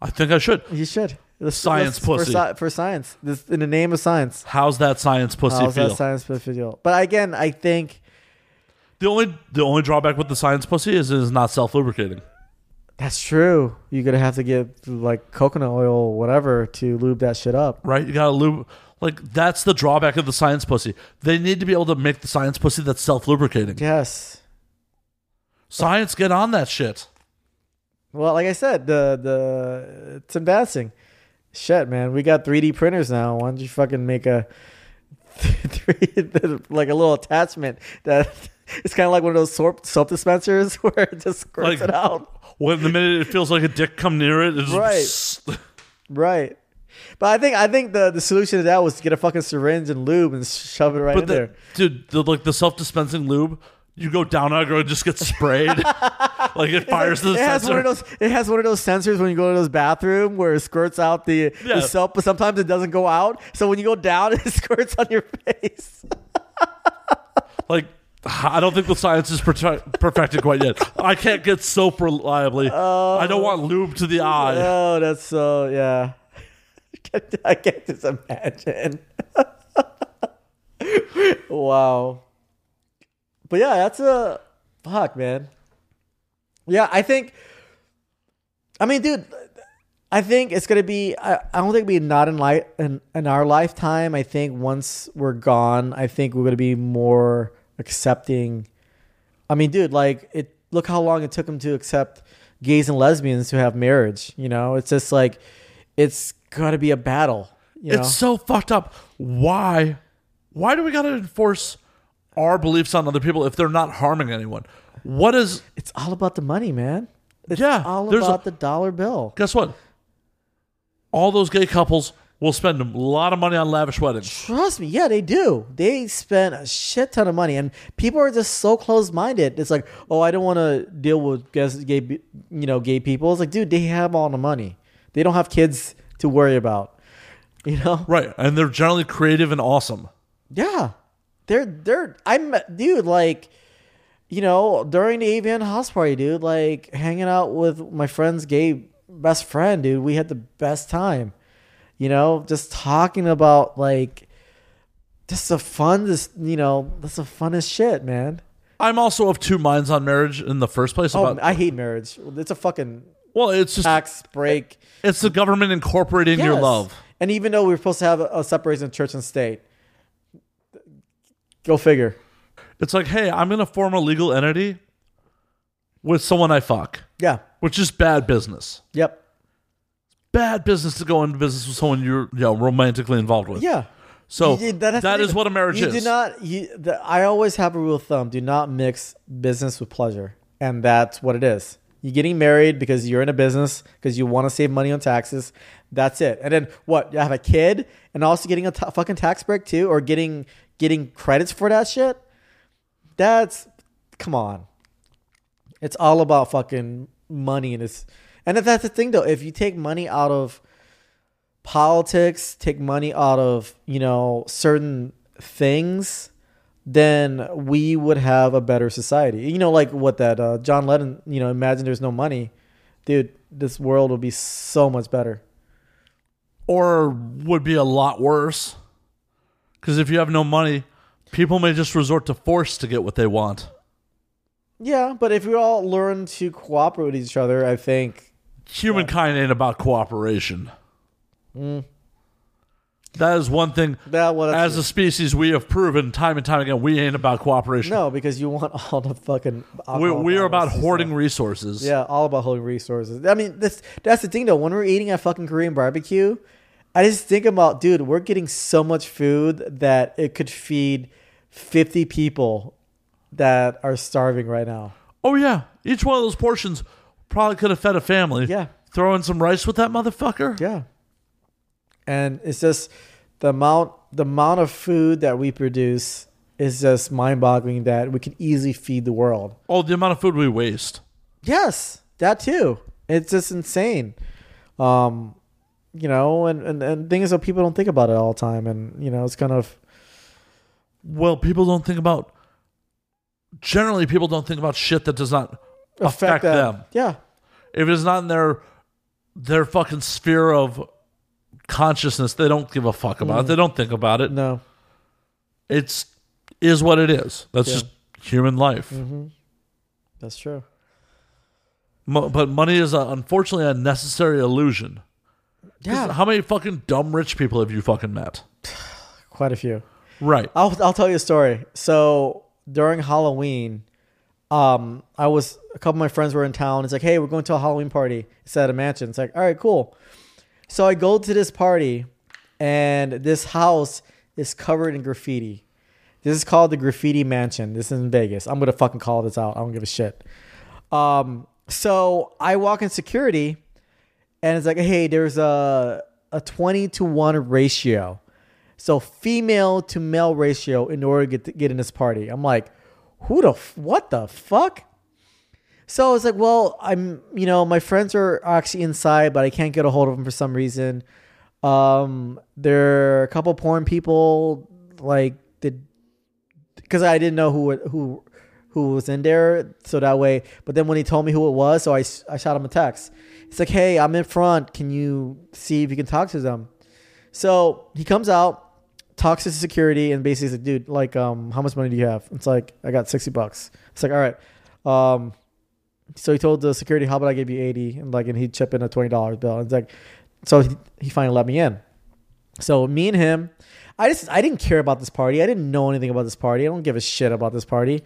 [SPEAKER 1] I think I should.
[SPEAKER 3] You should. Let's-
[SPEAKER 1] Science
[SPEAKER 3] for
[SPEAKER 1] pussy.
[SPEAKER 3] sci- For, science. This, in the name of science.
[SPEAKER 1] How's that science pussy
[SPEAKER 3] How's
[SPEAKER 1] feel?
[SPEAKER 3] that science pussy feel? But again, I think
[SPEAKER 1] the only the only drawback with the science pussy is it is not self lubricating.
[SPEAKER 3] that's true. You're going to have to get like coconut oil or whatever to lube that shit up.
[SPEAKER 1] Right? You gotta lube like that's the drawback of the science pussy. They need to be able to make the science pussy that's self lubricating.
[SPEAKER 3] Yes.
[SPEAKER 1] Science get on that shit.
[SPEAKER 3] Well, like I said, the the it's advancing. Shit, man, we got 3D printers now. Why don't you fucking make a three like a little attachment that it's kind of like one of those soap, soap dispensers where it just squirts
[SPEAKER 1] Like-
[SPEAKER 3] it out.
[SPEAKER 1] When the minute it feels like a dick come near it, it's just
[SPEAKER 3] Right. But I think I think the, the solution to that was to get a fucking syringe and lube and shove it right in
[SPEAKER 1] But the,
[SPEAKER 3] there.
[SPEAKER 1] dude, the, like the self dispensing lube, you go down on it, it just gets sprayed. like it fires the
[SPEAKER 3] It has
[SPEAKER 1] sensor.
[SPEAKER 3] one of those. It has one of those sensors when you go to those bathroom where it squirts out the,
[SPEAKER 1] Yeah.
[SPEAKER 3] the soap, but sometimes it doesn't go out. So when you go down, it squirts on your face.
[SPEAKER 1] like I don't think the science is perfect- perfected quite yet. I can't get soap reliably. I don't want lube to the eye.
[SPEAKER 3] Oh, that's so yeah. I can't just imagine. wow. But yeah, that's a fuck, man. Yeah, I think. I mean, dude, I think it's gonna be. I, I don't think it'll be not in light in, in our lifetime. I think once we're gone, I think we're gonna be more accepting. I mean, dude, like it. Look how long it took him to accept gays and lesbians who have marriage. You know, it's just like it's gotta be a battle. You know?
[SPEAKER 1] It's so fucked up. Why? Why do we gotta enforce our beliefs on other people if they're not harming anyone? What is?
[SPEAKER 3] It's all about the money, man. It's
[SPEAKER 1] Yeah,
[SPEAKER 3] all
[SPEAKER 1] there's a-
[SPEAKER 3] about the dollar bill.
[SPEAKER 1] Guess what? All those gay couples will spend a lot of money on lavish weddings.
[SPEAKER 3] Trust me, yeah, they do. They spend a shit ton of money, and people are just so closed minded. It's like, oh, I don't want to deal with guess- gay, be- you know, gay people. It's like, dude, they have all the money. They don't have kids to worry about. You know,
[SPEAKER 1] Right, and they're generally creative and awesome.
[SPEAKER 3] yeah, they're they're. I'm dude, like, you know, during the AVN house party, dude, like hanging out with my friend's gay best friend, dude. We had the best time. you know, just talking about like just the fun, this you know, that's the funnest shit, man.
[SPEAKER 1] I'm also of two minds on marriage in the first place.
[SPEAKER 3] Oh,
[SPEAKER 1] About
[SPEAKER 3] I hate marriage. It's a fucking
[SPEAKER 1] well, it's just
[SPEAKER 3] tax break.
[SPEAKER 1] it's the government incorporating your
[SPEAKER 3] Yes.
[SPEAKER 1] love.
[SPEAKER 3] And even though we were supposed to have a, a separation of church and state, go figure.
[SPEAKER 1] It's like, hey, I'm gonna form a legal entity with someone I fuck,
[SPEAKER 3] Yeah.
[SPEAKER 1] which is bad business.
[SPEAKER 3] Yep.
[SPEAKER 1] Bad business to go into business with someone you're you know, romantically involved with.
[SPEAKER 3] Yeah.
[SPEAKER 1] So
[SPEAKER 3] You-
[SPEAKER 1] that
[SPEAKER 3] has
[SPEAKER 1] is,
[SPEAKER 3] to be-
[SPEAKER 1] what a marriage
[SPEAKER 3] you
[SPEAKER 1] is.
[SPEAKER 3] Do not. You, the, I always have a rule of thumb: do not mix business with pleasure, and that's what it is. You're getting married because you're in a business because you want to save money on taxes. That's it. And then what? You have a kid, and also getting a ta- fucking tax break too, or getting getting credits for that shit. That's come on. It's all about fucking money, and it's and that's the thing though. If you take money out of politics, take money out of, you know, certain things, then we would have a better society. You know, like what that uh, John Lennon, you know, imagine there's no money. Dude, this world would be so much better.
[SPEAKER 1] or would be a lot worse. Because if you have no money, people may just resort to force to get what they want.
[SPEAKER 3] Yeah, but if we all learn to cooperate with each other, I think
[SPEAKER 1] Humankind ain't about cooperation. That is one thing.
[SPEAKER 3] Mm. that what
[SPEAKER 1] As a species, we have proven time and time again we ain't about cooperation.
[SPEAKER 3] no, because you want all the fucking
[SPEAKER 1] we,
[SPEAKER 3] alcohol
[SPEAKER 1] we are about
[SPEAKER 3] bottles and
[SPEAKER 1] hoarding
[SPEAKER 3] stuff.
[SPEAKER 1] resources.
[SPEAKER 3] Yeah, all about holding resources. I mean, that's that's the thing though. When we're eating at fucking Korean barbecue, I just think about, dude, we're getting so much food that it could feed fifty people that are starving right now.
[SPEAKER 1] Oh yeah, each one of those portions probably could have fed a family.
[SPEAKER 3] Yeah.
[SPEAKER 1] Throw in some rice with that motherfucker.
[SPEAKER 3] Yeah, and it's just the amount the amount of food that we produce is just mind boggling that we could easily feed the world.
[SPEAKER 1] Oh, the amount of food we waste.
[SPEAKER 3] Yes, that too. It's just insane. Um, you know, and, and, and things that people don't think about it all the time. And, you know, it's kind of,
[SPEAKER 1] Well, people don't think about. Generally, people don't think about shit that does not affect,
[SPEAKER 3] affect them.
[SPEAKER 1] them.
[SPEAKER 3] Yeah.
[SPEAKER 1] If it's not in their their fucking sphere of consciousness, they don't give a fuck about it. They don't think about it.
[SPEAKER 3] Mm-hmm. No.
[SPEAKER 1] It's is what it is. That's just human life.
[SPEAKER 3] Mm-hmm. That's true.
[SPEAKER 1] Mo- but money is a, unfortunately a necessary illusion. 'Cause
[SPEAKER 3] Yeah.
[SPEAKER 1] How many fucking dumb rich people have you fucking met?
[SPEAKER 3] Quite a few.
[SPEAKER 1] Right.
[SPEAKER 3] I'll I'll tell you a story. So during Halloween, um, I was a couple of my friends were in town. It's like, hey, we're going to a Halloween party. It's at a mansion. It's like, all right, cool. So I go to this party, and this house is covered in graffiti. This is called the Graffiti Mansion. This is in Vegas. I'm gonna fucking call this out. I don't give a shit. Um, so I walk in security, and it's like, hey, there's a a twenty to one ratio. So female to male ratio in order to get, to get in this party. I'm like, who the f- what the fuck? So it's like, well, I'm you know my friends are actually inside, but I can't get a hold of them for some reason. Um, there are a couple porn people like did because I didn't know who it- who who was in there, so that way. But then when he told me who it was, so I s- I shot him a text. It's like, hey, I'm in front. Can you see if you can talk to them? So he comes out, talks to security, and basically said, "Dude, like, um, how much money do you have?" It's like, "I got sixty bucks." It's like, "All right." Um, so he told the security, "How about I give you 80? And like, and he'd chip in a twenty dollars bill. And it's like, so he, he finally let me in. So me and him, I just I didn't care about this party. I didn't know anything about this party. I don't give a shit about this party.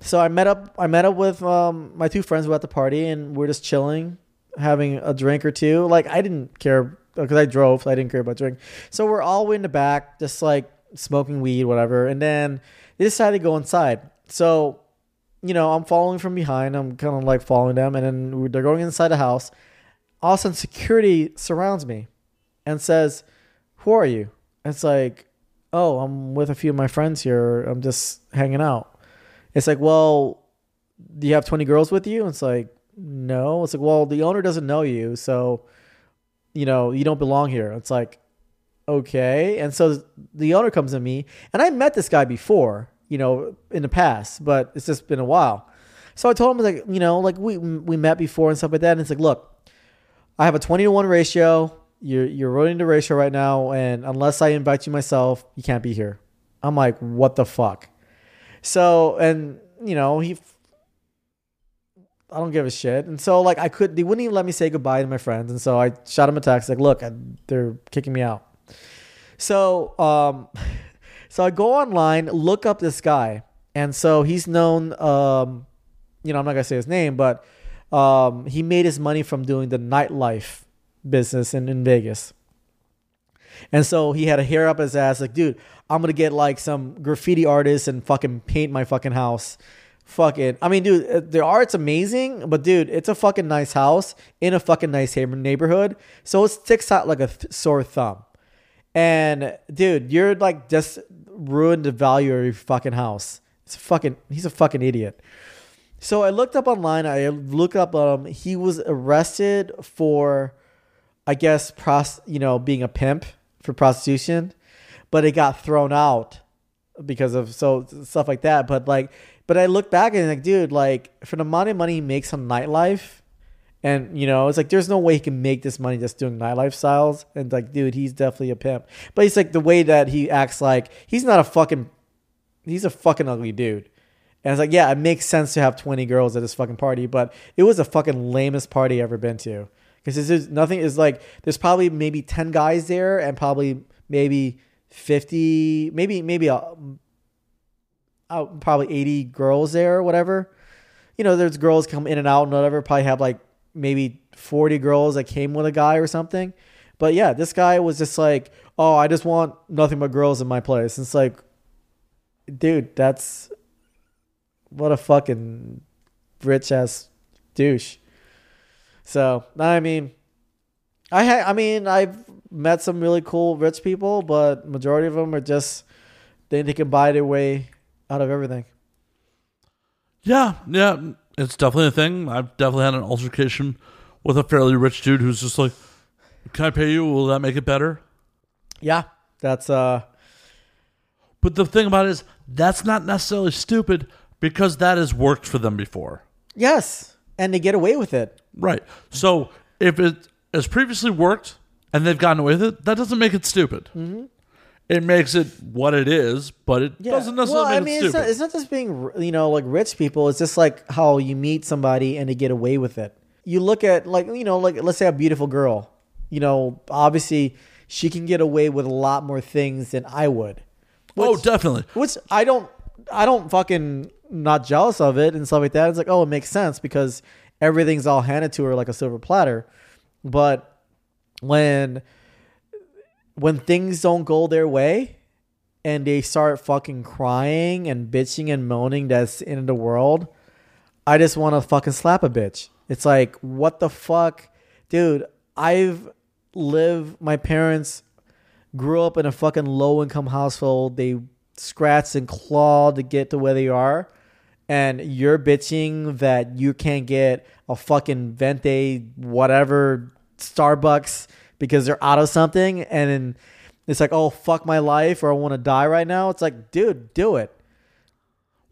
[SPEAKER 3] So I met up. I met up with um, my two friends who were at the party, and we're just chilling, having a drink or two. Like I didn't care because I drove, so I didn't care about drink. So we're all in the back, just like smoking weed, whatever. And then they decided to go inside. So you know, I'm following from behind. I'm kind of like following them, and then we- they're going inside the house. All of a sudden, security surrounds me and says, "Who are you?" It's like, "Oh, I'm with a few of my friends here. I'm just hanging out." It's like, "Well, do you have 20 girls with you?" It's like, "No." It's like, "Well, the owner doesn't know you, so you know, you don't belong here." It's like, "Okay." And so the owner comes to me, and I met this guy before, you know, in the past, but it's just been a while. So I told him like, you know, like we we met before and stuff like that, and it's like, "Look, I have a 20 to 1 ratio. you're you're running the ratio right now, and unless I invite you myself, you can't be here. I'm like, what the fuck? So and you know he, I don't give a shit. And so like I could, they wouldn't even let me say goodbye to my friends, and so I shot him a text like, look, I, they're kicking me out. So um, so I go online, look up this guy, and so he's known um, you know, I'm not gonna say his name, but um, he made his money from doing the nightlife business in, in Vegas. And so he had a hair up his ass, like, dude, I'm gonna get like some graffiti artists and fucking paint my fucking house. Fucking, I mean, dude, uh, the art's amazing, but dude, it's a fucking nice house in a fucking nice neighbor- neighborhood. So it sticks out like a th- sore thumb. And dude, you're like just ruined the value of your fucking house. It's fucking, he's a fucking idiot. So I looked up online. I looked up. Um, he was arrested for, I guess, pros. You know, being a pimp for prostitution, but it got thrown out because of so stuff like that. But like, but I look back and like, dude, like for the amount of money he makes on nightlife, and you know, it's like there's no way he can make this money just doing nightlife styles. And like, dude, he's definitely a pimp. But he's like the way that he acts, like he's not a fucking, he's a fucking ugly dude. And it's like, yeah, it makes sense to have 20 girls at this fucking party, but it was the fucking lamest party I've ever been to. Because there's nothing is like, there's probably maybe 10 guys there and probably maybe 50, maybe, maybe a, uh, probably 80 girls there or whatever. You know, there's girls come in and out and whatever, probably have like maybe 40 girls that came with a guy or something. But yeah, this guy was just like, oh, I just want nothing but girls in my place. it's like, dude, that's what a fucking rich ass douche. So I mean, I ha- I mean I've met some really cool rich people, but majority of them are just they they can buy their way out of everything.
[SPEAKER 1] Yeah, yeah, it's definitely a thing. I've definitely had an altercation with a fairly rich dude who's just like, "Can I pay you? Will that make it better?"
[SPEAKER 3] Yeah, that's uh
[SPEAKER 1] But the thing about it is, that's not necessarily stupid because that has worked for them before.
[SPEAKER 3] yes, and they get away with it.
[SPEAKER 1] Right. So if it has previously worked and they've gotten away with it, that doesn't make it stupid.
[SPEAKER 3] Mm-hmm.
[SPEAKER 1] It makes it what it is, but it doesn't necessarily
[SPEAKER 3] well, I
[SPEAKER 1] make
[SPEAKER 3] mean,
[SPEAKER 1] it
[SPEAKER 3] it's
[SPEAKER 1] stupid.
[SPEAKER 3] not, it's not just being r- you know like rich people. It's just like how you meet somebody and they get away with it. You look at like you know like let's say a beautiful girl. You know, obviously she can get away with a lot more things than I would.
[SPEAKER 1] oh,
[SPEAKER 3] Which-
[SPEAKER 1] definitely.
[SPEAKER 3] which I don't, I don't fucking not jealous of it and stuff like that. It's like, oh, it makes sense because everything's all handed to her like a silver platter. But when when things don't go their way and they start fucking crying and bitching and moaning that's the end of the world, I just want to fucking slap a bitch. It's like, what the fuck, dude? I've lived my parents grew up in a fucking low income household. They scratched and clawed to get to where they are. And you're bitching that you can't get a fucking Vente, whatever, Starbucks because they're out of something. And then it's like, oh, fuck my life or I want to die right now. It's like, dude, do it.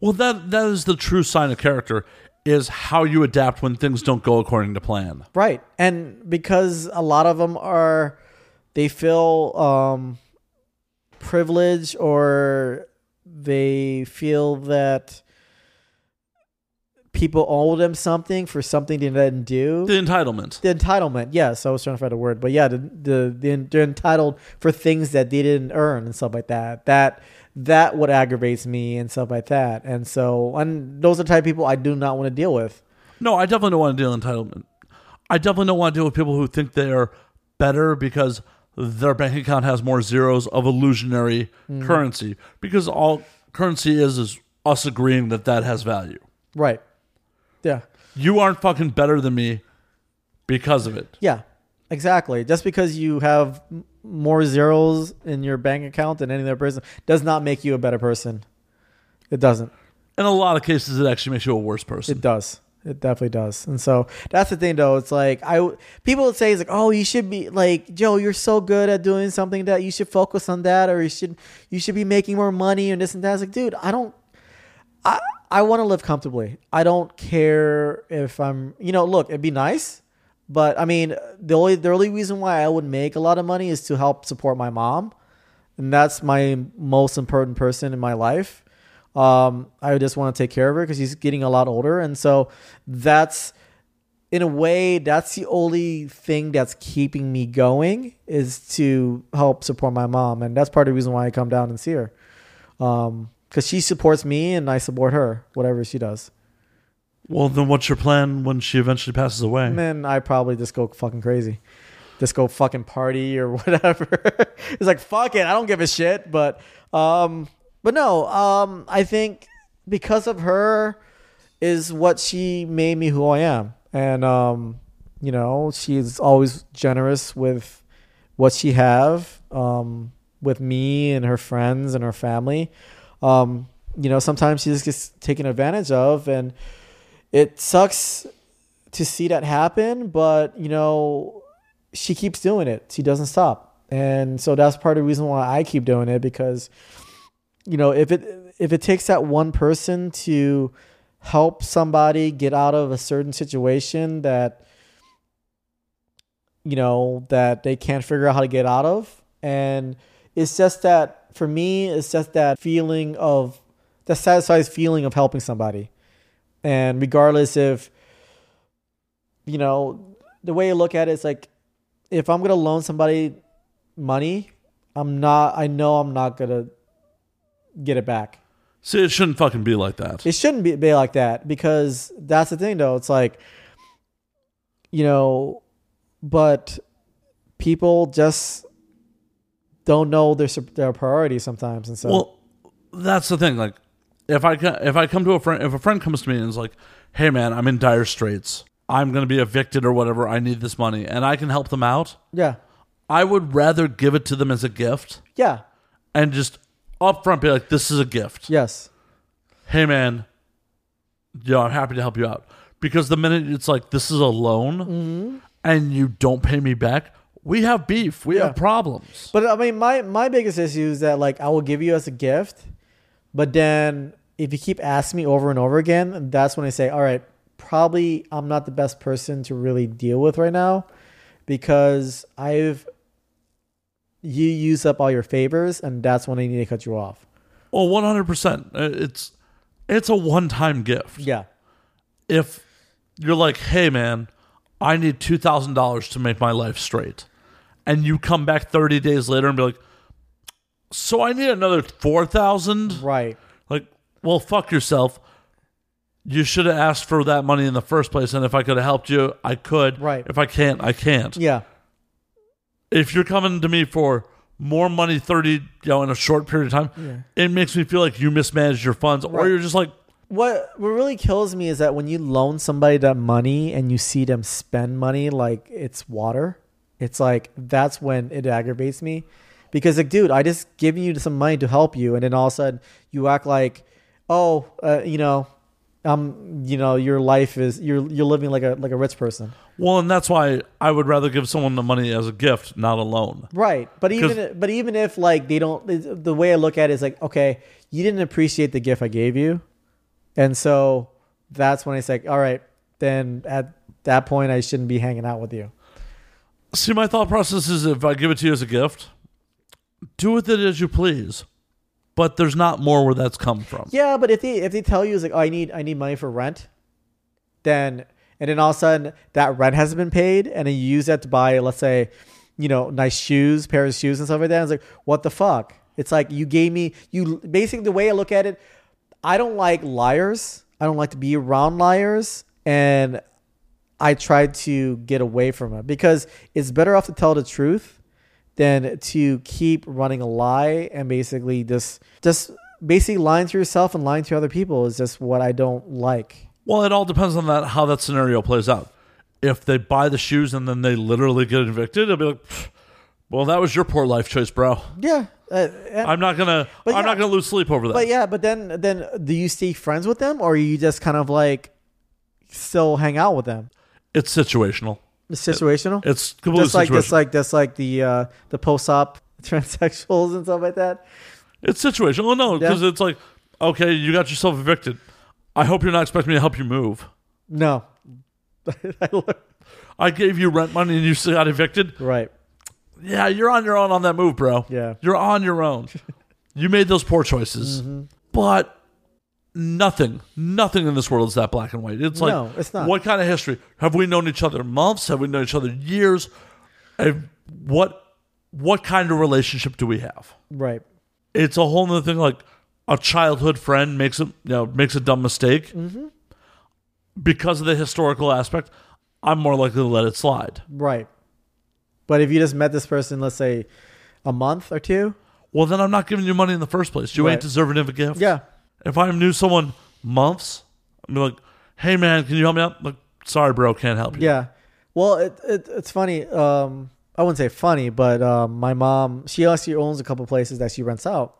[SPEAKER 1] Well, that that is the true sign of character is how you adapt when things don't go according to plan.
[SPEAKER 3] Right. And because a lot of them are, they feel um, privileged or they feel that people owe them something for something they didn't do.
[SPEAKER 1] The entitlement.
[SPEAKER 3] the entitlement, yes, I was trying to find a word, but yeah, the, the, the they're entitled for things that they didn't earn and stuff like that. That that what aggravates me and stuff like that. And so, and those are the type of people I do not want to deal with.
[SPEAKER 1] No, I definitely don't want to deal with entitlement. I definitely don't want to deal with people who think they are better because their bank account has more zeros of illusionary currency. Because all currency is is us agreeing that that has value.
[SPEAKER 3] Right. Yeah.
[SPEAKER 1] You aren't fucking better than me because of it.
[SPEAKER 3] Yeah, exactly. Just because you have m- more zeros in your bank account than any other person does not make you a better person. It doesn't.
[SPEAKER 1] In a lot of cases, it actually makes you a worse person.
[SPEAKER 3] It does. It definitely does. And so that's the thing, though. It's like I w- people would say, "It's like, oh, you should be like Joe. You're so good at doing something that you should focus on that, or you should you should be making more money and this and that." It's like, dude, I don't. I I want to live comfortably. I don't care if I'm. You know, look, it'd be nice, But I mean, the only the only reason why I would make a lot of money is to help support my mom, and that's my most important person in my life. Um, I just want to take care of her because she's getting a lot older, and so that's in a way that's the only thing that's keeping me going is to help support my mom, and that's part of the reason why I come down and see her, Um 'cause because she supports me and I support her, whatever she does.
[SPEAKER 1] Well, then what's your plan when she eventually passes away?
[SPEAKER 3] And then I probably just go fucking crazy. Just go fucking party or whatever. it's like fuck it, I don't give a shit. But um but no, um I think because of her is what she made me who I am. And um, you know, she's always generous with what she have, um, with me and her friends and her family. Um, you know, sometimes she just gets taken advantage of and it sucks to see that happen, but you know, she keeps doing it. She doesn't stop. And so that's part of the reason why I keep doing it because you know, if it if it takes that one person to help somebody get out of a certain situation that you know, that they can't figure out how to get out of and it's just that for me it's just that feeling of that satisfies feeling of helping somebody. And regardless if you know, the way you look at it is like if I'm gonna loan somebody money, I'm not I know I'm not gonna get it back.
[SPEAKER 1] See, it shouldn't fucking be like that.
[SPEAKER 3] It shouldn't be, be like that because that's the thing though. It's like you know, but people just don't know their their priorities sometimes and so
[SPEAKER 1] Well, that's the thing. Like, if I co- if I come to a friend, if a friend comes to me and is like, "Hey, man, I'm in dire straits. I'm going to be evicted or whatever. I need this money, and I can help them out."
[SPEAKER 3] yeah.
[SPEAKER 1] I would rather give it to them as a gift
[SPEAKER 3] Yeah.
[SPEAKER 1] and just upfront be like, "This is a gift.
[SPEAKER 3] Yes.
[SPEAKER 1] Hey, man, yeah, I'm happy to help you out." Because the minute it's like, "This is a loan," and you don't pay me back, we have beef. We have problems.
[SPEAKER 3] But I mean, my my biggest issue is that like I will give you as a gift, but then if you keep asking me over and over again, that's when I say, all right, probably I'm not the best person to really deal with right now, because I've you use up all your favors, and that's when I need to cut you off.
[SPEAKER 1] Well, one hundred percent. uh, It's it's a one time gift.
[SPEAKER 3] Yeah,
[SPEAKER 1] if you're like, hey man, I need two thousand dollars to make my life straight, and you come back thirty days later and be like, so I need another four thousand.
[SPEAKER 3] right.
[SPEAKER 1] Like, well, fuck yourself. You should have asked for that money in the first place, and if I could have helped you, I could.
[SPEAKER 3] Right.
[SPEAKER 1] If I can't, I can't.
[SPEAKER 3] Yeah,
[SPEAKER 1] If you're coming to me for more money thirty, you know, in a short period of time, it makes me feel like you mismanaged your funds, or
[SPEAKER 3] Right.
[SPEAKER 1] you're just like,
[SPEAKER 3] what what really kills me is that when you loan somebody that money and you see them spend money like it's water, it's like that's when it aggravates me. Because like, dude, I just giving you some money to help you, and then all of a sudden you act like, oh, uh, you know, um, you know, your life is you're you're living like a like a rich person,
[SPEAKER 1] Well, and that's why I would rather give someone the money as a gift, not a loan.
[SPEAKER 3] right? But even
[SPEAKER 1] 'Cause-
[SPEAKER 3] but even if like they don't, the way I look at it is like, okay, you didn't appreciate the gift I gave you, And so that's when it's like, all right, then at that point, I shouldn't be hanging out with you.
[SPEAKER 1] See, my thought process is if I give it to you as a gift, do with it as you please. But there's not more where that's come from.
[SPEAKER 3] Yeah, but if they if they tell you it's like, oh, I need I need money for rent, then and then all of a sudden that rent hasn't been paid, and then you use that to buy, let's say, you know, nice shoes, pair of shoes and stuff like that. It's like, what the fuck? It's like you gave me you basically the way I look at it, I don't like liars. I don't like to be around liars, and I try to get away from it because it's better off to tell the truth than to keep running a lie and basically just just basically lying to yourself and lying to other people is just what I don't like.
[SPEAKER 1] Well, it all depends on that how that scenario plays out. If they buy the shoes and then they literally get evicted, I'll be like, "Pfft, "Well, that was your poor life choice, bro.
[SPEAKER 3] Yeah. Uh, and-
[SPEAKER 1] I'm not gonna,
[SPEAKER 3] But
[SPEAKER 1] I'm
[SPEAKER 3] yeah.
[SPEAKER 1] not gonna lose sleep over that."
[SPEAKER 3] but yeah, but then then do you stay friends with them or you just kind of like still hang out with them?
[SPEAKER 1] It's situational.
[SPEAKER 3] It's situational.
[SPEAKER 1] It's completely
[SPEAKER 3] just like
[SPEAKER 1] situational.
[SPEAKER 3] just like just like the uh the post op transsexuals and stuff like that.
[SPEAKER 1] It's situational. Oh, No,
[SPEAKER 3] Yeah.
[SPEAKER 1] because it's like, okay, you got yourself evicted. I hope you're not expecting me to help you move.
[SPEAKER 3] No. I look-
[SPEAKER 1] I gave you rent money and you still got evicted.
[SPEAKER 3] Right.
[SPEAKER 1] Yeah, you're on your own on that move, bro.
[SPEAKER 3] Yeah.
[SPEAKER 1] You're on your own. you made those poor choices.
[SPEAKER 3] Mm-hmm.
[SPEAKER 1] But nothing, nothing in this world is that black and white. It's like,
[SPEAKER 3] No, it's not.
[SPEAKER 1] What kind of history? Have we known each other months? Have we known each other years? And what, what kind of relationship do we have?
[SPEAKER 3] Right.
[SPEAKER 1] it's a whole nother thing. Like a childhood friend makes a you know makes a dumb mistake
[SPEAKER 3] Mm-hmm.
[SPEAKER 1] because of the historical aspect. I'm more likely to let it slide.
[SPEAKER 3] Right. But if you just met this person, let's say a month or two.
[SPEAKER 1] Well, then I'm not giving you money in the first place. You
[SPEAKER 3] Right.
[SPEAKER 1] ain't deserving of a gift.
[SPEAKER 3] Yeah.
[SPEAKER 1] If I knew someone months, I'd be like, "Hey, man, can you help me out?" Like, sorry, bro, can't help you.
[SPEAKER 3] Yeah. Well, it, it it's funny. Um, I wouldn't say funny, but um, my mom she actually owns a couple places that she rents out,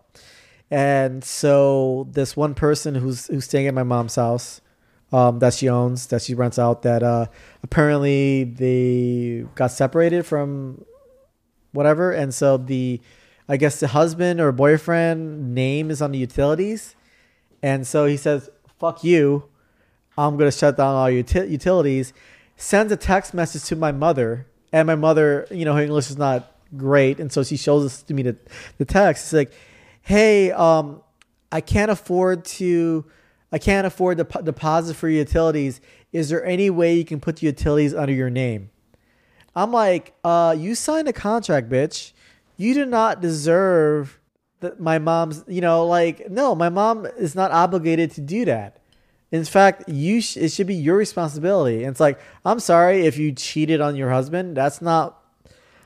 [SPEAKER 3] and so this one person who's who's staying at my mom's house. Um, that she owns, that she rents out. That uh, apparently they got separated from whatever, and so the, I guess the husband or boyfriend name is on the utilities, and so he says, "Fuck you," I'm going to shut down all your uti- utilities. Sends a text message to my mother, and my mother, you know, her English is not great, and so she shows this to me the, the text. It's like, "Hey, um, I can't afford to, I can't afford the po- deposit for your utilities. Is there any way you can put the utilities under your name?" I'm like, uh, you signed a contract, bitch. You do not deserve th- my mom's, you know, like, no, my mom is not obligated to do that. In fact, you sh- it should be your responsibility. And it's like, I'm sorry if you cheated on your husband. That's not,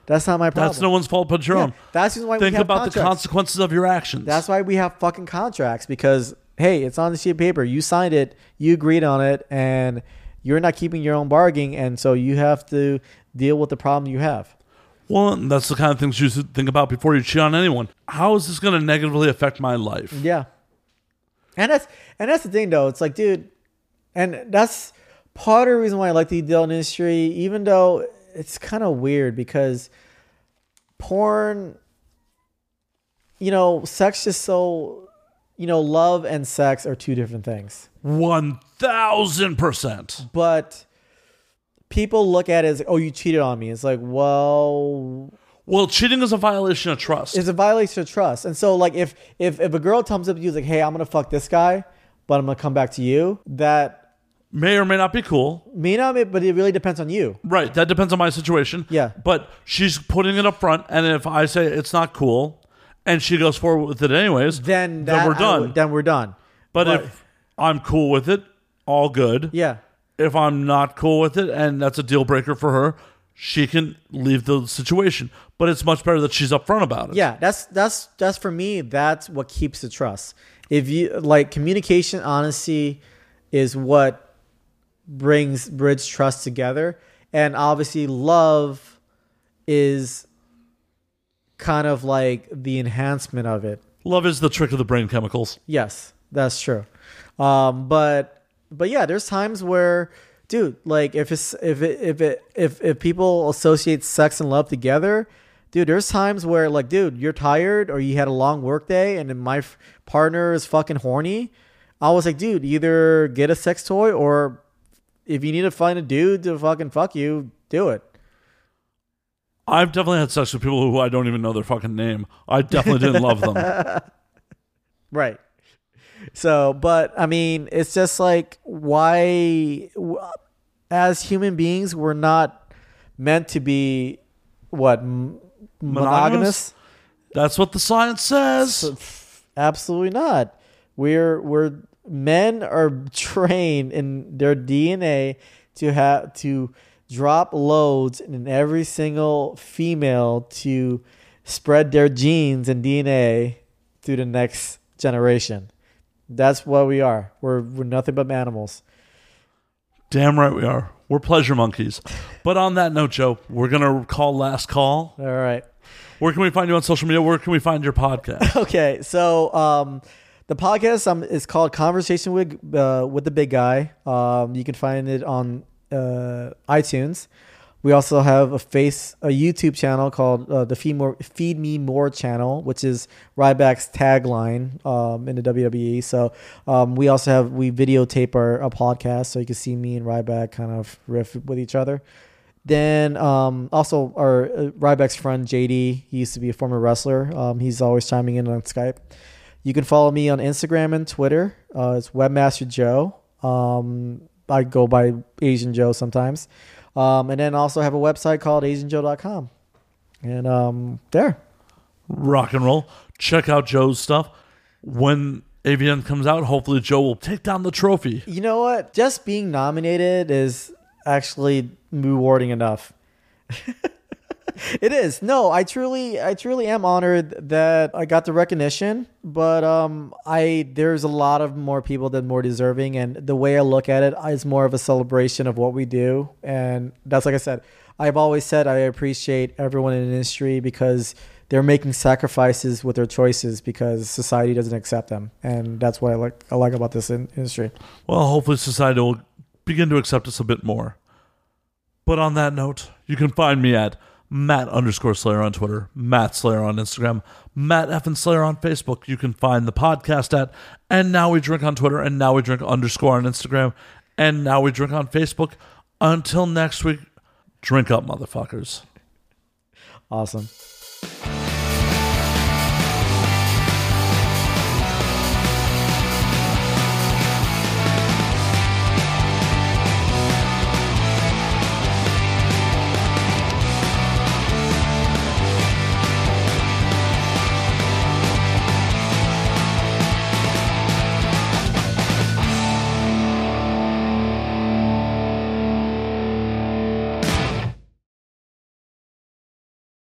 [SPEAKER 3] that's not my problem.
[SPEAKER 1] That's no one's fault but your
[SPEAKER 3] Yeah,
[SPEAKER 1] own.
[SPEAKER 3] that's the reason why we
[SPEAKER 1] Think
[SPEAKER 3] have
[SPEAKER 1] about the
[SPEAKER 3] contracts.
[SPEAKER 1] consequences of your actions.
[SPEAKER 3] That's why we have fucking contracts because hey, it's on the sheet of paper. You signed it, you agreed on it, and you're not keeping your own bargain, and so you have to deal with the problem you have.
[SPEAKER 1] well, and that's the kind of things you should think about before you cheat on anyone. How is this going to negatively affect my life?
[SPEAKER 3] Yeah. And that's and that's the thing though. It's like, dude, and that's part of the reason why I like the adult industry, even though it's kind of weird because porn, you know, sex is so, you know, love and sex are two different things.
[SPEAKER 1] One thousand percent.
[SPEAKER 3] But people look at it as, oh, you cheated on me. It's like, well,
[SPEAKER 1] Well, cheating is a violation of trust.
[SPEAKER 3] it's a violation of trust. And so like if if if a girl comes up to you is like, hey, I'm gonna fuck this guy, but I'm gonna come back to you, that
[SPEAKER 1] may or may not be cool.
[SPEAKER 3] may not be, but it really depends on you.
[SPEAKER 1] Right. That depends on my situation.
[SPEAKER 3] Yeah.
[SPEAKER 1] But she's putting it up front, and if I say it's not cool, and she goes forward with it anyways,
[SPEAKER 3] Then that,
[SPEAKER 1] we're
[SPEAKER 3] I
[SPEAKER 1] done.
[SPEAKER 3] would- then we're done.
[SPEAKER 1] but,
[SPEAKER 3] but-
[SPEAKER 1] if I'm cool with it, all good.
[SPEAKER 3] Yeah.
[SPEAKER 1] If I'm not cool with it, and that's a deal breaker for her, she can leave the situation. But it's much better that she's upfront about it.
[SPEAKER 3] Yeah, that's that's that's for me, that's what keeps the trust. If you like communication honesty is what brings bridge trust together. And obviously love is kind of like the enhancement of it.
[SPEAKER 1] Love is the trick of the brain chemicals.
[SPEAKER 3] Yes, that's true. Um, but but yeah, there's times where, dude, like if it's if it if it if if people associate sex and love together, dude, there's times where like, dude, you're tired or you had a long work day, and then my f- partner is fucking horny. I was like, dude, either get a sex toy or if you need to find a dude to fucking fuck you, do it.
[SPEAKER 1] I've definitely had sex with people who I don't even know their fucking name. I definitely didn't love them.
[SPEAKER 3] Right. So, but I mean, it's just like why, w- as human beings, we're not meant to be what m- monogamous?
[SPEAKER 1] Monogamous? That's what the science says.
[SPEAKER 3] Absolutely not. We're we're men are trained in their DNA to have to drop loads in every single female to spread their genes and DNA to the next generation. That's what we are. We're we're nothing but animals.
[SPEAKER 1] Damn right we are. We're pleasure monkeys. But on that note, Joe, we're going to call last call.
[SPEAKER 3] All right.
[SPEAKER 1] Where can we find you on social media? Where can we find your podcast?
[SPEAKER 3] Okay, so um, the podcast um, is called Conversation with uh, with the Big Guy. Um, you can find it on uh, iTunes, We also have a face a YouTube channel called uh, the Feed More Feed Me More channel, which is Ryback's tagline um, in the WWE. So um, we also have we videotape our a podcast, so you can see me and Ryback kind of riff with each other. Then um, also our uh, Ryback's friend JD, he used to be a former wrestler. Um, he's always chiming in on Skype. You can follow me on Instagram and Twitter. Uh, it's Webmaster Joe. Um, I go by Asian Joe sometimes. Um, and then also have a website called AsianJoe.com. And um, there.
[SPEAKER 1] rock and roll. Check out Joe's stuff. When AVN comes out, hopefully Joe will take down the trophy.
[SPEAKER 3] You know what? Just being nominated is actually rewarding enough. it is. No, I truly I truly am honored that I got the recognition, but um I there's a lot of more people that are more deserving and the way I look at it is more of a celebration of what we do and that's like I said, I've always said I appreciate everyone in the industry because they're making sacrifices with their choices because society doesn't accept them and that's what I like I like about this in- industry.
[SPEAKER 1] Well, hopefully society will begin to accept us a bit more. But on that note, you can find me at Matt underscore Slayer on Twitter, Matt Slayer on Instagram, Matt F and Slayer on Facebook. You can find the podcast at And Now We Drink on Twitter, and Now We Drink underscore on Instagram, and Now We Drink on Facebook. Until next week, drink up, motherfuckers.
[SPEAKER 3] Awesome.